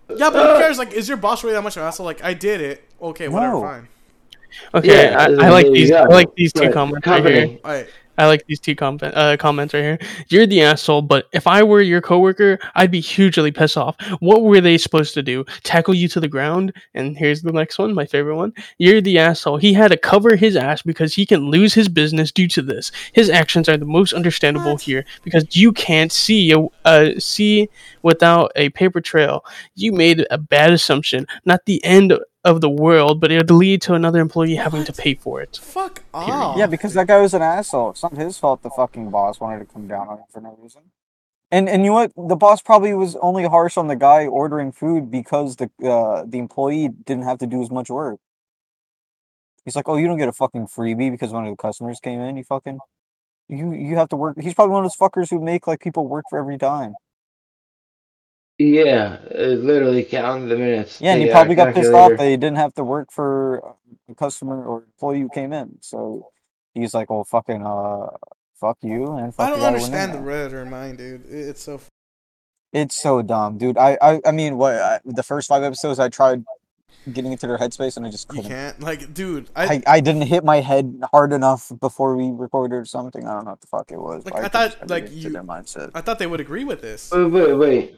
Yeah, but who cares? Like, is your boss really that much of an asshole? Like, I did it. Okay, whatever, No. fine. Okay, Yeah, I, I there like you these. go. I like these two But comments right here. company, All right. I like these two com- uh, comments right here. You're the asshole, but if I were your coworker, I'd be hugely pissed off. What were they supposed to do? Tackle you to the ground? And here's the next one, my favorite one. You're the asshole. He had to cover his ass because he can lose his business due to this. His actions are the most understandable here because you can't see a uh, see without a paper trail. You made a bad assumption. Not the end of the world, but it would lead to another employee having to pay for it. Fuck off. Yeah, because that guy was an asshole. It's not his fault the fucking boss wanted to come down on him for no reason. And and you know what? The boss probably was only harsh on the guy ordering food because the uh, the employee didn't have to do as much work. He's like, oh, you don't get a fucking freebie because one of the customers came in. You fucking, you you have to work. He's probably one of those fuckers who make like people work for every dime. yeah, uh, literally counting the minutes. Yeah, and he Take out probably a got pissed off calculator. that he didn't have to work for uh, a customer or employee who came in. So he's like, well, fucking, uh, fuck you and fuck I the don't guy who went in understand the there. redditor mind, dude. It- It's so. It's so dumb, dude. I, I, I mean, what I, the first five episodes, I tried getting into their headspace, and I just You couldn't. can't, like, dude. I, I, I didn't hit my head hard enough before we recorded or something. I don't know what the fuck it was. Like, but I couldn't thought, just ever like, get into you- their mindset. I thought they would agree with this. Uh, Wait, wait, wait.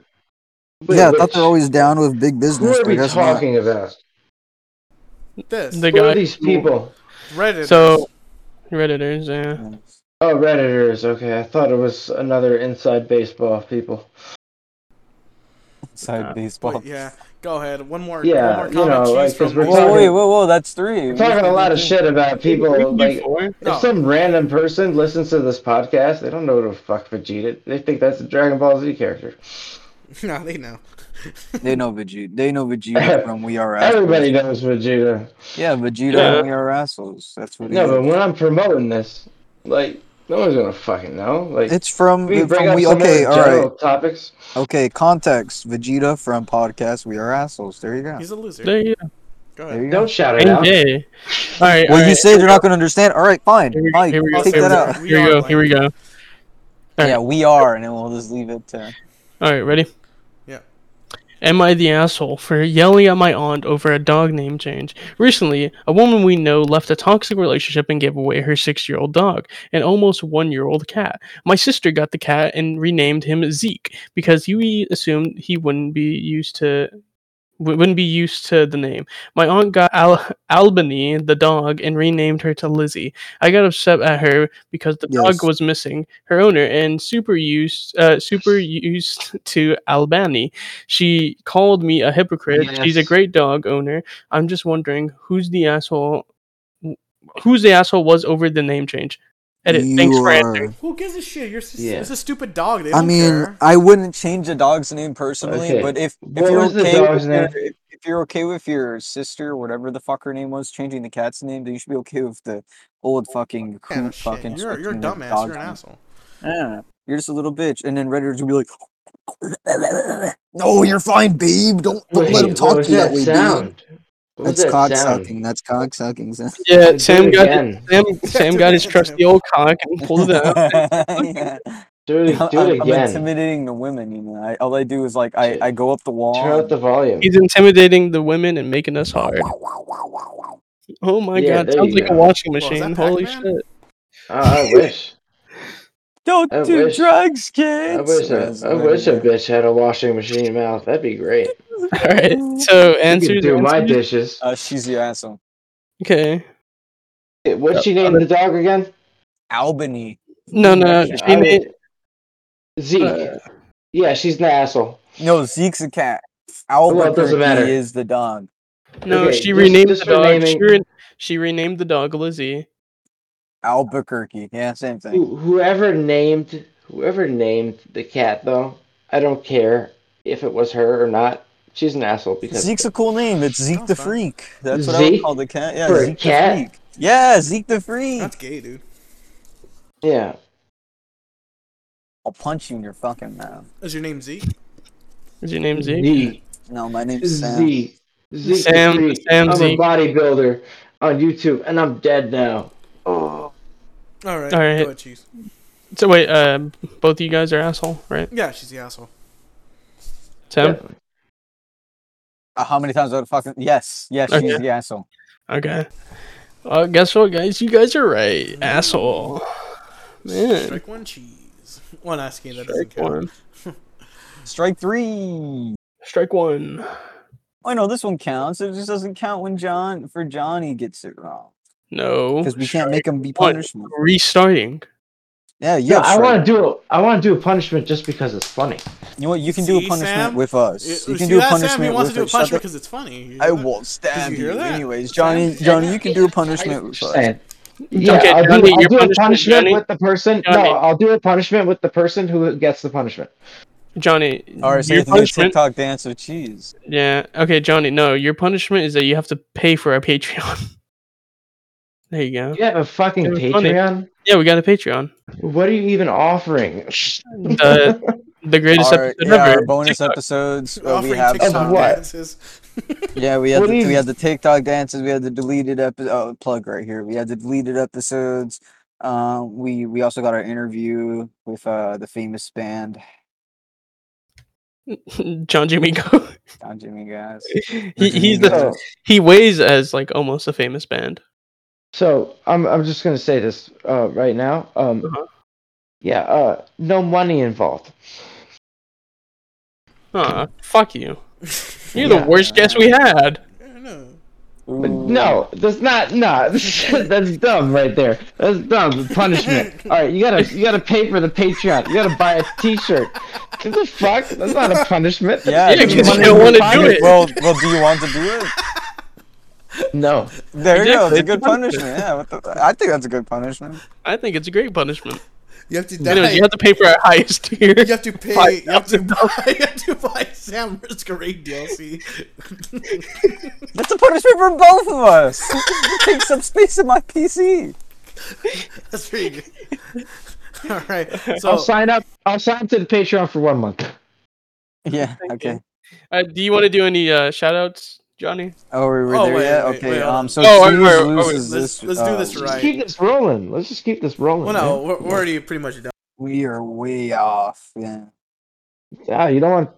Wait, yeah, I thought they're which- always down with big business. Who are but I we guess not. talking about? This The Who are guy- these people? Reddit. So, redditors, yeah. Yeah. Oh, redditors. Okay, I thought it was another inside baseball people. Inside baseball. Uh, Wait, yeah, go ahead. One more. Yeah, one more you comment know, choose like, 'cause from. we're Whoa, talking- wait, whoa, whoa! That's 3 We're talking a lot of shit about people. Like, No. if some random person listens to this podcast, they don't know who the fuck Vegeta. They think that's a Dragon Ball Z character. no, they know. They know Vegeta. They know Vegeta from We Are Assholes. Everybody knows Vegeta. Yeah, Vegeta Yeah. from We Are Assholes. That's what. No, but it is. when I'm promoting this, like, no one's gonna fucking know. Like, It's from, we bring from up we, some okay, more all right. general topics. Okay, context. Vegeta from podcast We Are Assholes. There you go. He's a loser. There you go. go There ahead. you go. Don't shout it Any out. day. All right. Well, all you right. said you're not going to understand. All right, fine. Here we- Mike, here we go, take here that we out. go, Here we go. Here we go. yeah, we are, and then we'll just leave it. To... All right. Ready? Yeah. Am I the asshole for yelling at my aunt over a dog name change? Recently, a woman we know left a toxic relationship and gave away her six year old dog, an almost one year old cat. My sister got the cat and renamed him Zeke because he assumed he wouldn't be used to. w- Wouldn't be used to the name. My aunt got Al- Albany, the dog, and renamed her to Lizzie. I got upset at her because the Yes. dog was missing her owner and super used, uh, super used to Albany. She called me a hypocrite. She's a Yes. great dog owner. I'm just wondering who's the asshole. Who's the asshole was over the name change? Edit. You Thanks for are- answering. Who gives a shit? You're just, Yeah. it's a stupid dog. They I don't mean, care. I wouldn't. change the dog's name personally, Okay. but if, if What you're was the okay dog's with your, name? if, if you're okay with your sister, whatever the fuck her name was, changing the cat's name, then you should be okay with the old fucking Yeah, no coot shit. fucking. You're you're a switching the dumbass. dog's You're an name. asshole. Yeah, you're just a little bitch, and then redditors will be like, No, you're fine, babe. Don't don't Wait, let him what talk was to you that that way, dude. sound? What was That's that cock sound? sucking. That's cock sucking. That's Yeah, Do Sam it got again. Sam, Sam got his trusty old cock and pulled it out. yeah. Do it, I'm, do it I'm again. intimidating the women. You know, I, all I do is like I, Shit. I go up the wall. Turn up and- the volume. He's intimidating the women and making us hard. Oh my Yeah, god! there Sounds you like a go. washing is that machine. Holy Pac-Man? shit! Oh, I wish. Don't I do wish- drugs, I kids. wish. A, That's I wish a literally- bitch had a washing machine mouth. That'd be great. All right. So You answers. could do my answers? dishes. Uh, she's the asshole. Okay. Hey, What'd she name the dog again? Albany. No, no. Yeah, She I made, mean, Zeke. uh, Yeah, she's an asshole. No, Zeke's a cat. Albuquerque doesn't matter. is the dog. No, Okay, she just- renamed just the dog. She, renaming- re- she renamed the dog Lizzie. Albuquerque. Yeah, same thing. Who- Whoever named whoever named the cat though, I don't care if it was her or not. She's an asshole because Zeke's a cool name. It's Zeke the fine. Freak. That's what I would Zeke? call the cat. Yeah, For a Zeke cat? the Freak. Yeah, Zeke the Freak. That's gay, dude. yeah. I'll punch you in your fucking mouth. Is your name Zeke? Is your name Zeke? Z No, my name's Sam. Z Z Sam- Sam I'm Z. a bodybuilder on YouTube and I'm dead now. Oh All right. All right. Go ahead, Cheese. So wait, uh, both of you guys are asshole, right? Yeah, she's the asshole. Sam. Uh, how many times would I fucking? Yes, yes, she's Okay. the asshole. Okay. Uh, guess what, guys? You guys are right. Asshole. Man. Strike one, Cheese. One asking that doesn't Strike count. one. Strike three. Strike one. Oh no, this one counts. It just doesn't count when John for Johnny gets it wrong Oh, No. because we can't make him be one. punishment. Restarting. Yeah, yeah. yeah, I strike. wanna do a, I wanna do a punishment just because it's funny. You know what? You can do a See, punishment Sam? with us. It- you see can do a that, punishment Sam? He wants to with do a us. Shut punishment the- because it's funny. You I hear that? will stab you hear you. that? Anyways, Sam, Johnny, Sam, Johnny, you can do a punishment with Just us. saying. Yeah, okay, I'll, Johnny, do, I'll your do a punishment, punishment Johnny. with the person. Johnny. No, I'll do a punishment with the person who gets the punishment. Johnny. All right, so you your have to do a punishment. TikTok dance with cheese. Yeah. Okay, Johnny. No, your punishment is that you have to pay for our Patreon. there you go. You have a fucking It was Patreon. funny. Yeah, we got a Patreon. What are you even offering? The the greatest Our, episode yeah, ever. our bonus TikTok. episodes. uh, we Offering have TikTok some- Of what? dances. Yeah, we had What the, do you- we had the TikTok dances. We had the deleted episode oh, plug right here. We had the deleted episodes. Um, we we also got our interview with uh the famous band John Jimmy Go. Don Jimmy guys. he, he's the, so, he weighs as like almost a famous band. so I'm I'm just gonna say this uh, right now. Um, Uh-huh. yeah, uh, no money involved. Huh, fuck you. You're Yeah. the worst guest we had. I don't know. No, that's not. No, that's dumb right there. That's dumb. Punishment. All right, you gotta you gotta pay for the Patreon. You gotta buy a T-shirt. What the fuck? That's not a punishment. Yeah, Yeah, do 'cause wanna you don't do wanna the do pun- it. Well, well, do you want to do it? No. There you go. It's Exactly, a good it's punishment. punishment. Yeah, what the, I think that's a good punishment. I think it's a great punishment. You have to die. Anyways, you have to pay for our highest tier. You have to pay. Five You have to thousand buy. You have to buy Sam Masquerade DLC. That's a punishment for both of us. it takes up space in my PC. That's pretty good. All right. I'll So sign up. I'll sign up to the Patreon for one month. Yeah. Thank Okay. you. Uh, do you want to do any uh, shout outs, Johnny? Oh, we were Oh, there wait, yet? wait, okay. wait, hold um. on. So Oh, wait, cheese wait, wait, loses let's- this. let's do this uh, right. Just keep this rolling. Let's just keep this rolling. well, no, we're, we're already pretty much done. We are way off. Yeah. man. Ah, you don't want.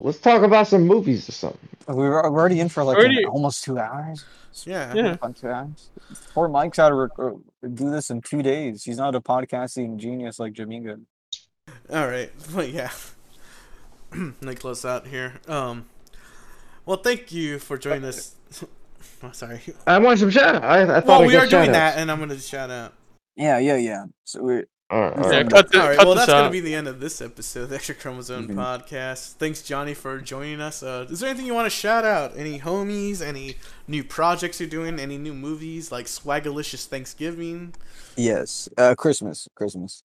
Let's talk about some movies or something. We We're, we're already in for like Already- an, almost two hours. Yeah. Yeah. Fun two hours. Poor Mike's out to rec- uh, do this in two days. He's not a podcasting genius like Jamingo. All right. But yeah. Let me close out here. Um. Well, thank you for joining us. Oh, sorry. I want some shout. I, I thought Well, I we got are doing shout-outs. that, and I'm gonna shout out. Yeah, yeah, yeah. So we're All right, all Yeah, right. Alright. cut, the, Mm-hmm. All right. cut Well, this that's going out. to be the end of this episode of the Extra Chromosome Mhm. Podcast. Thanks, Johnny, for joining us. Uh, is there anything you want to shout out? Any homies? Any new projects you're doing? Any new movies like Swagalicious Thanksgiving? yes. Uh, Christmas, Christmas.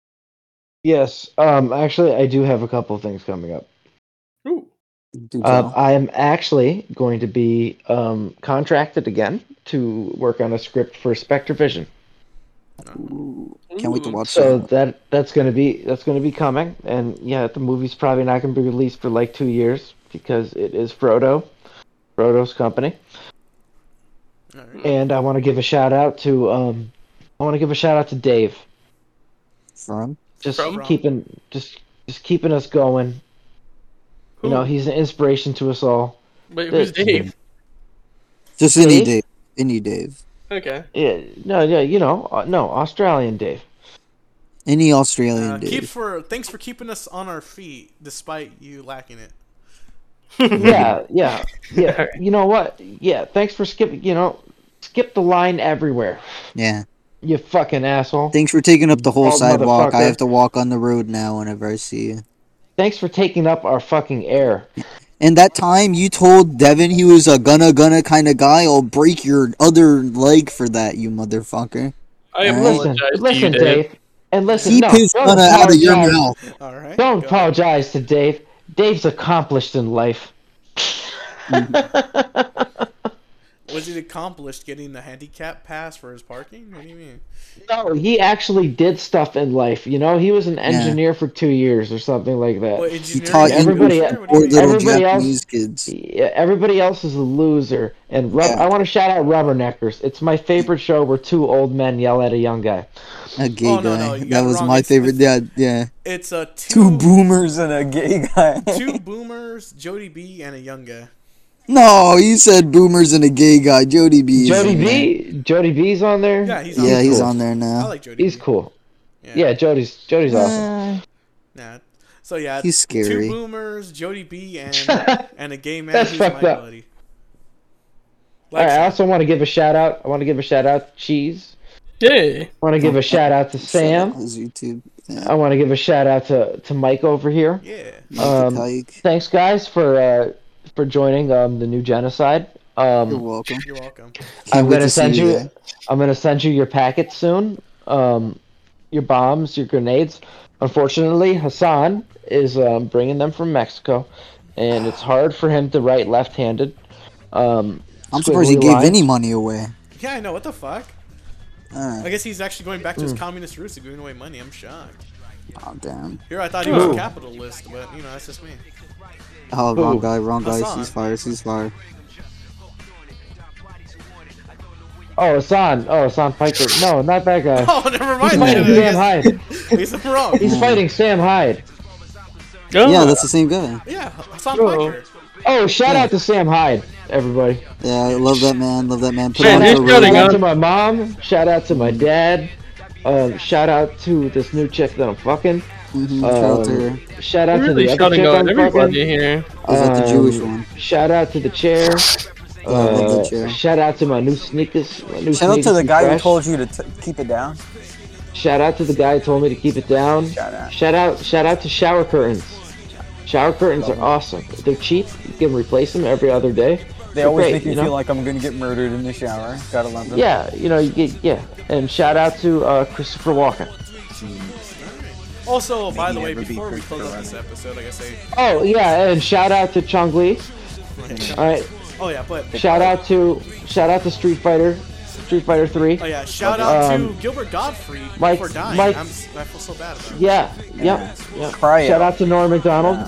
Yes. Um. Actually, I do have a couple of things coming up. Ooh. Do Um, tell. I am actually going to be um, contracted again to work on a script for Spectre Vision. Ooh, Can't wait to Ooh. watch So that. that that's gonna be that's gonna be coming, and yeah, the movie's probably not gonna be released for like two years because it is Frodo, Frodo's company. All right. And I want to give a shout out to um, I want to give a shout out to Dave, From just From? keeping just just keeping us going. You know, Who? he's an inspiration to us all. Wait, who's That's- Dave? just any Dave? Dave, any Dave, Okay. Yeah, no, yeah, you know, uh, no, Australian Dave. any Australian Uh, keep Dave. for thanks for keeping us on our feet despite you lacking it. yeah, yeah, yeah. Alright. You know what? Yeah, thanks for skipping. You know, skip the line everywhere. Yeah. You fucking asshole. Thanks for taking up the whole Bald sidewalk. I motherfucker. have to walk on the road now whenever I see you. Thanks for taking up our fucking air. And that time you told Devin he was a gonna gonna kind of guy, I'll break your other leg for that, you motherfucker. I Alright. apologize Listen, listen, to you, Dave. Dave. And listen, Keep no, his don't gonna out of your apologize. mouth. All right. Don't go. apologize to Dave. Dave's accomplished in life. Was it accomplished getting the handicap pass for his parking? What do you mean? no, he actually did stuff in life. You know, he was an engineer for two years or something like that. What, He engineering? taught Everybody- English to What do poor you mean? little Everybody else- Japanese kids. Yeah, everybody else is a loser. And rub- Yeah. I want to shout out Rubberneckers. It's my favorite show where two old men yell at a young guy. A gay Oh, no, guy. no, you that got it was wrong. my It's- favorite. Yeah, it's- yeah. It's a two Two boomers and a gay guy. two boomers, Jody B, and a young guy. No, you said boomers and a gay guy. Jody B. is Jody in there. B, Jody B's on there. Yeah, he's on. Yeah, he's cool. on there I now. like Jody. He's B. cool. Yeah, Jody's Jody's awesome. Uh, Nah. So yeah, He's scary. Two boomers, Jody B, and and a gay man That's who's my fucked up. buddy. All right, I Like, also want to give a shout out. I want to give a shout out to Cheese. Yay. I want to give a shout out to Shut up, Sam. his YouTube. Yeah. I want to give a shout out to, to Mike over here. yeah. Mike um, Tyke. Thanks guys for uh, for joining um, the new genocide. You're Um, welcome. You're welcome. I'm Can't wait gonna to see send you. there. I'm gonna send you your packets soon. Um, your bombs, your grenades. Unfortunately, Hassan is um, bringing them from Mexico, and it's hard for him to write left-handed. Um, I'm surprised he squiggly gave lines. any money away. Ah, Yeah, I know. What the fuck? Alright, I guess he's actually going back to his Hmm. communist roots of giving away money. I'm shocked. oh, damn. Here, I Hmm. thought he was a capitalist, but you know, that's just me. Oh, Who? wrong guy, wrong guy. Hassan. Ceasefire, ceasefire. Oh, Hassan. Oh, Hassan Piker. No, not that guy. Oh, never He's mind. then. fighting I Sam Hyde. guess- I guess I'm wrong. He's fighting Sam Hyde. Oh, Yeah, that's the same guy. Yeah, Hassan Bro. Piker. Oh, shout out to Sam Hyde, everybody. Yeah, I love that man. Love that man. Put Man, on he's Joe got a Shout Rogan. out gun. to my mom. Shout out to my dad. Um, shout out to this new chick that I'm fucking. Mhm, shout out to her. Um, shout out we're to really the other shutting chick out I'm everybody fucking. here. Was that the Jewish Um, one? Shout out to the chair. I love that Uh, chair. shout out to my new sneakers. My new Shout out to sneakers the be guy who fresh. told you to t- keep it down. Shout out to the guy who told me to keep it down. Shout out. Shout out, shout out to shower curtains. Shower curtains are awesome. They're cheap. You can replace them every other day. They They're always great, make me you know? feel like I'm gonna get murdered in the shower. Gotta love them. Yeah, you know, you get yeah. And shout out to uh, Christopher Walken. Also, by the way, before we close out this episode, like I say, Oh yeah, and shout out to Chong Lee. All right, oh yeah, but shout out to shout out to Street Fighter, Street Fighter Three. oh yeah, shout out Um, to Gilbert Godfrey Mike- for dying. Mike- I'm, s- I feel so bad about it. Yeah, yeah, yeah. Cry Shout out. out to Norm Macdonald.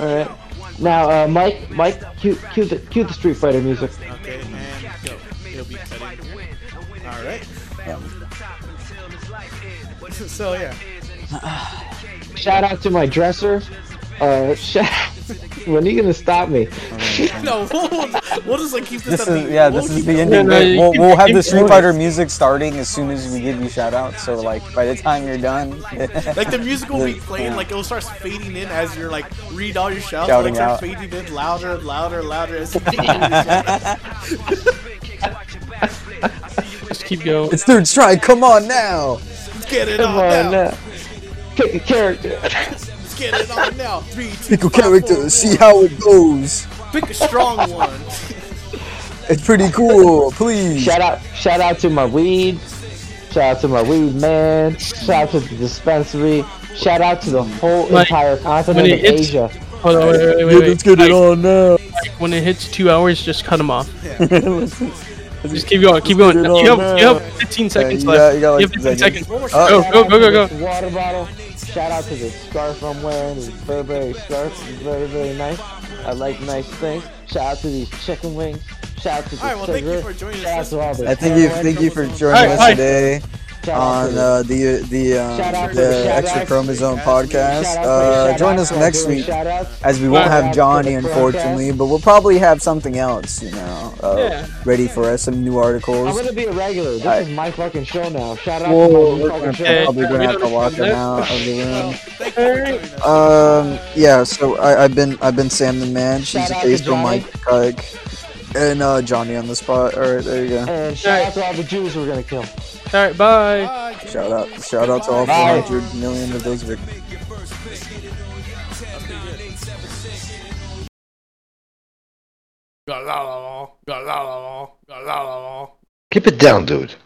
All right, now uh, Mike, Mike, cue, cue the cue the Street Fighter music. Okay, and go. It'll be cutting. All right. So yeah, Shout out to my dresser. Uh, shout. When are you gonna stop me? no, we'll, we'll just like keep this. This at is yeah. we'll This keep is the it- No, ending. no, bit. you We'll, keep- we'll have keep the Street going. Fighter music starting as soon as we give you shout outs. So like by the time you're done, Like the music will be Yeah. playing, like it'll start fading in as you're like read all your shouts, Shouting like start out. fading in louder and louder and louder. As yeah, Just keep going. It's third strike. Come on now. get it Come on on, now, uh, pick a character. get it on now. Three, two, Pickle five, character. four, See how it goes. four. pick a strong one. It's pretty cool. Please. Shout out, shout out to my weed. Shout out to my weed man. Shout out to the dispensary. Shout out to the whole Like, entire continent when of it hits- Asia. Hold on, wait, wait, wait. Yeah, wait. let's get Mike, it on now. Mike, when it hits two hours, just cut him off. Just keep going, keep Let's going. get it You on have, you now. have 15 seconds you got- left. you got like have 15 seconds. seconds. Go, Shout go, out to go, go, go. this Water bottle. Shout out to this scarf I'm wearing. This Burberry scarf is very, very nice. I like nice things. Shout out to these chicken wings. Shout out to the All right, well, thank you for joining Shout out us. to all the I thank you, heroin. thank you for joining Alright, us alright. today Shout out to on the- uh, the the um, Shout out to the the shout extra outs. chromosome shout podcast. out to- Uh, shout join out us to next doing week shout outs. as we won't Shout out have to Johnny, the unfortunately, but we'll probably have something else. You know, uh, Yeah. ready for us some new I'm articles. gonna be a regular. This is my fucking show now. Shout out We'll, to my we're new fucking gonna, show. probably We gonna have to don't walk understand him out of the Well, room. thank you for joining us. Um. Yeah. So I, I've been I've been Sam the Man. She's Shout a out to faithful Johnny. Mike Kike, and uh, Johnny on the spot. All right, there you go. And shout out to all the Jews we're gonna kill. All right, bye. Bye. Shout out! Shout out to all Bye. 400 million of those victims. That's Ga la la la, ga la la la, ga la la la. Keep it down, dude.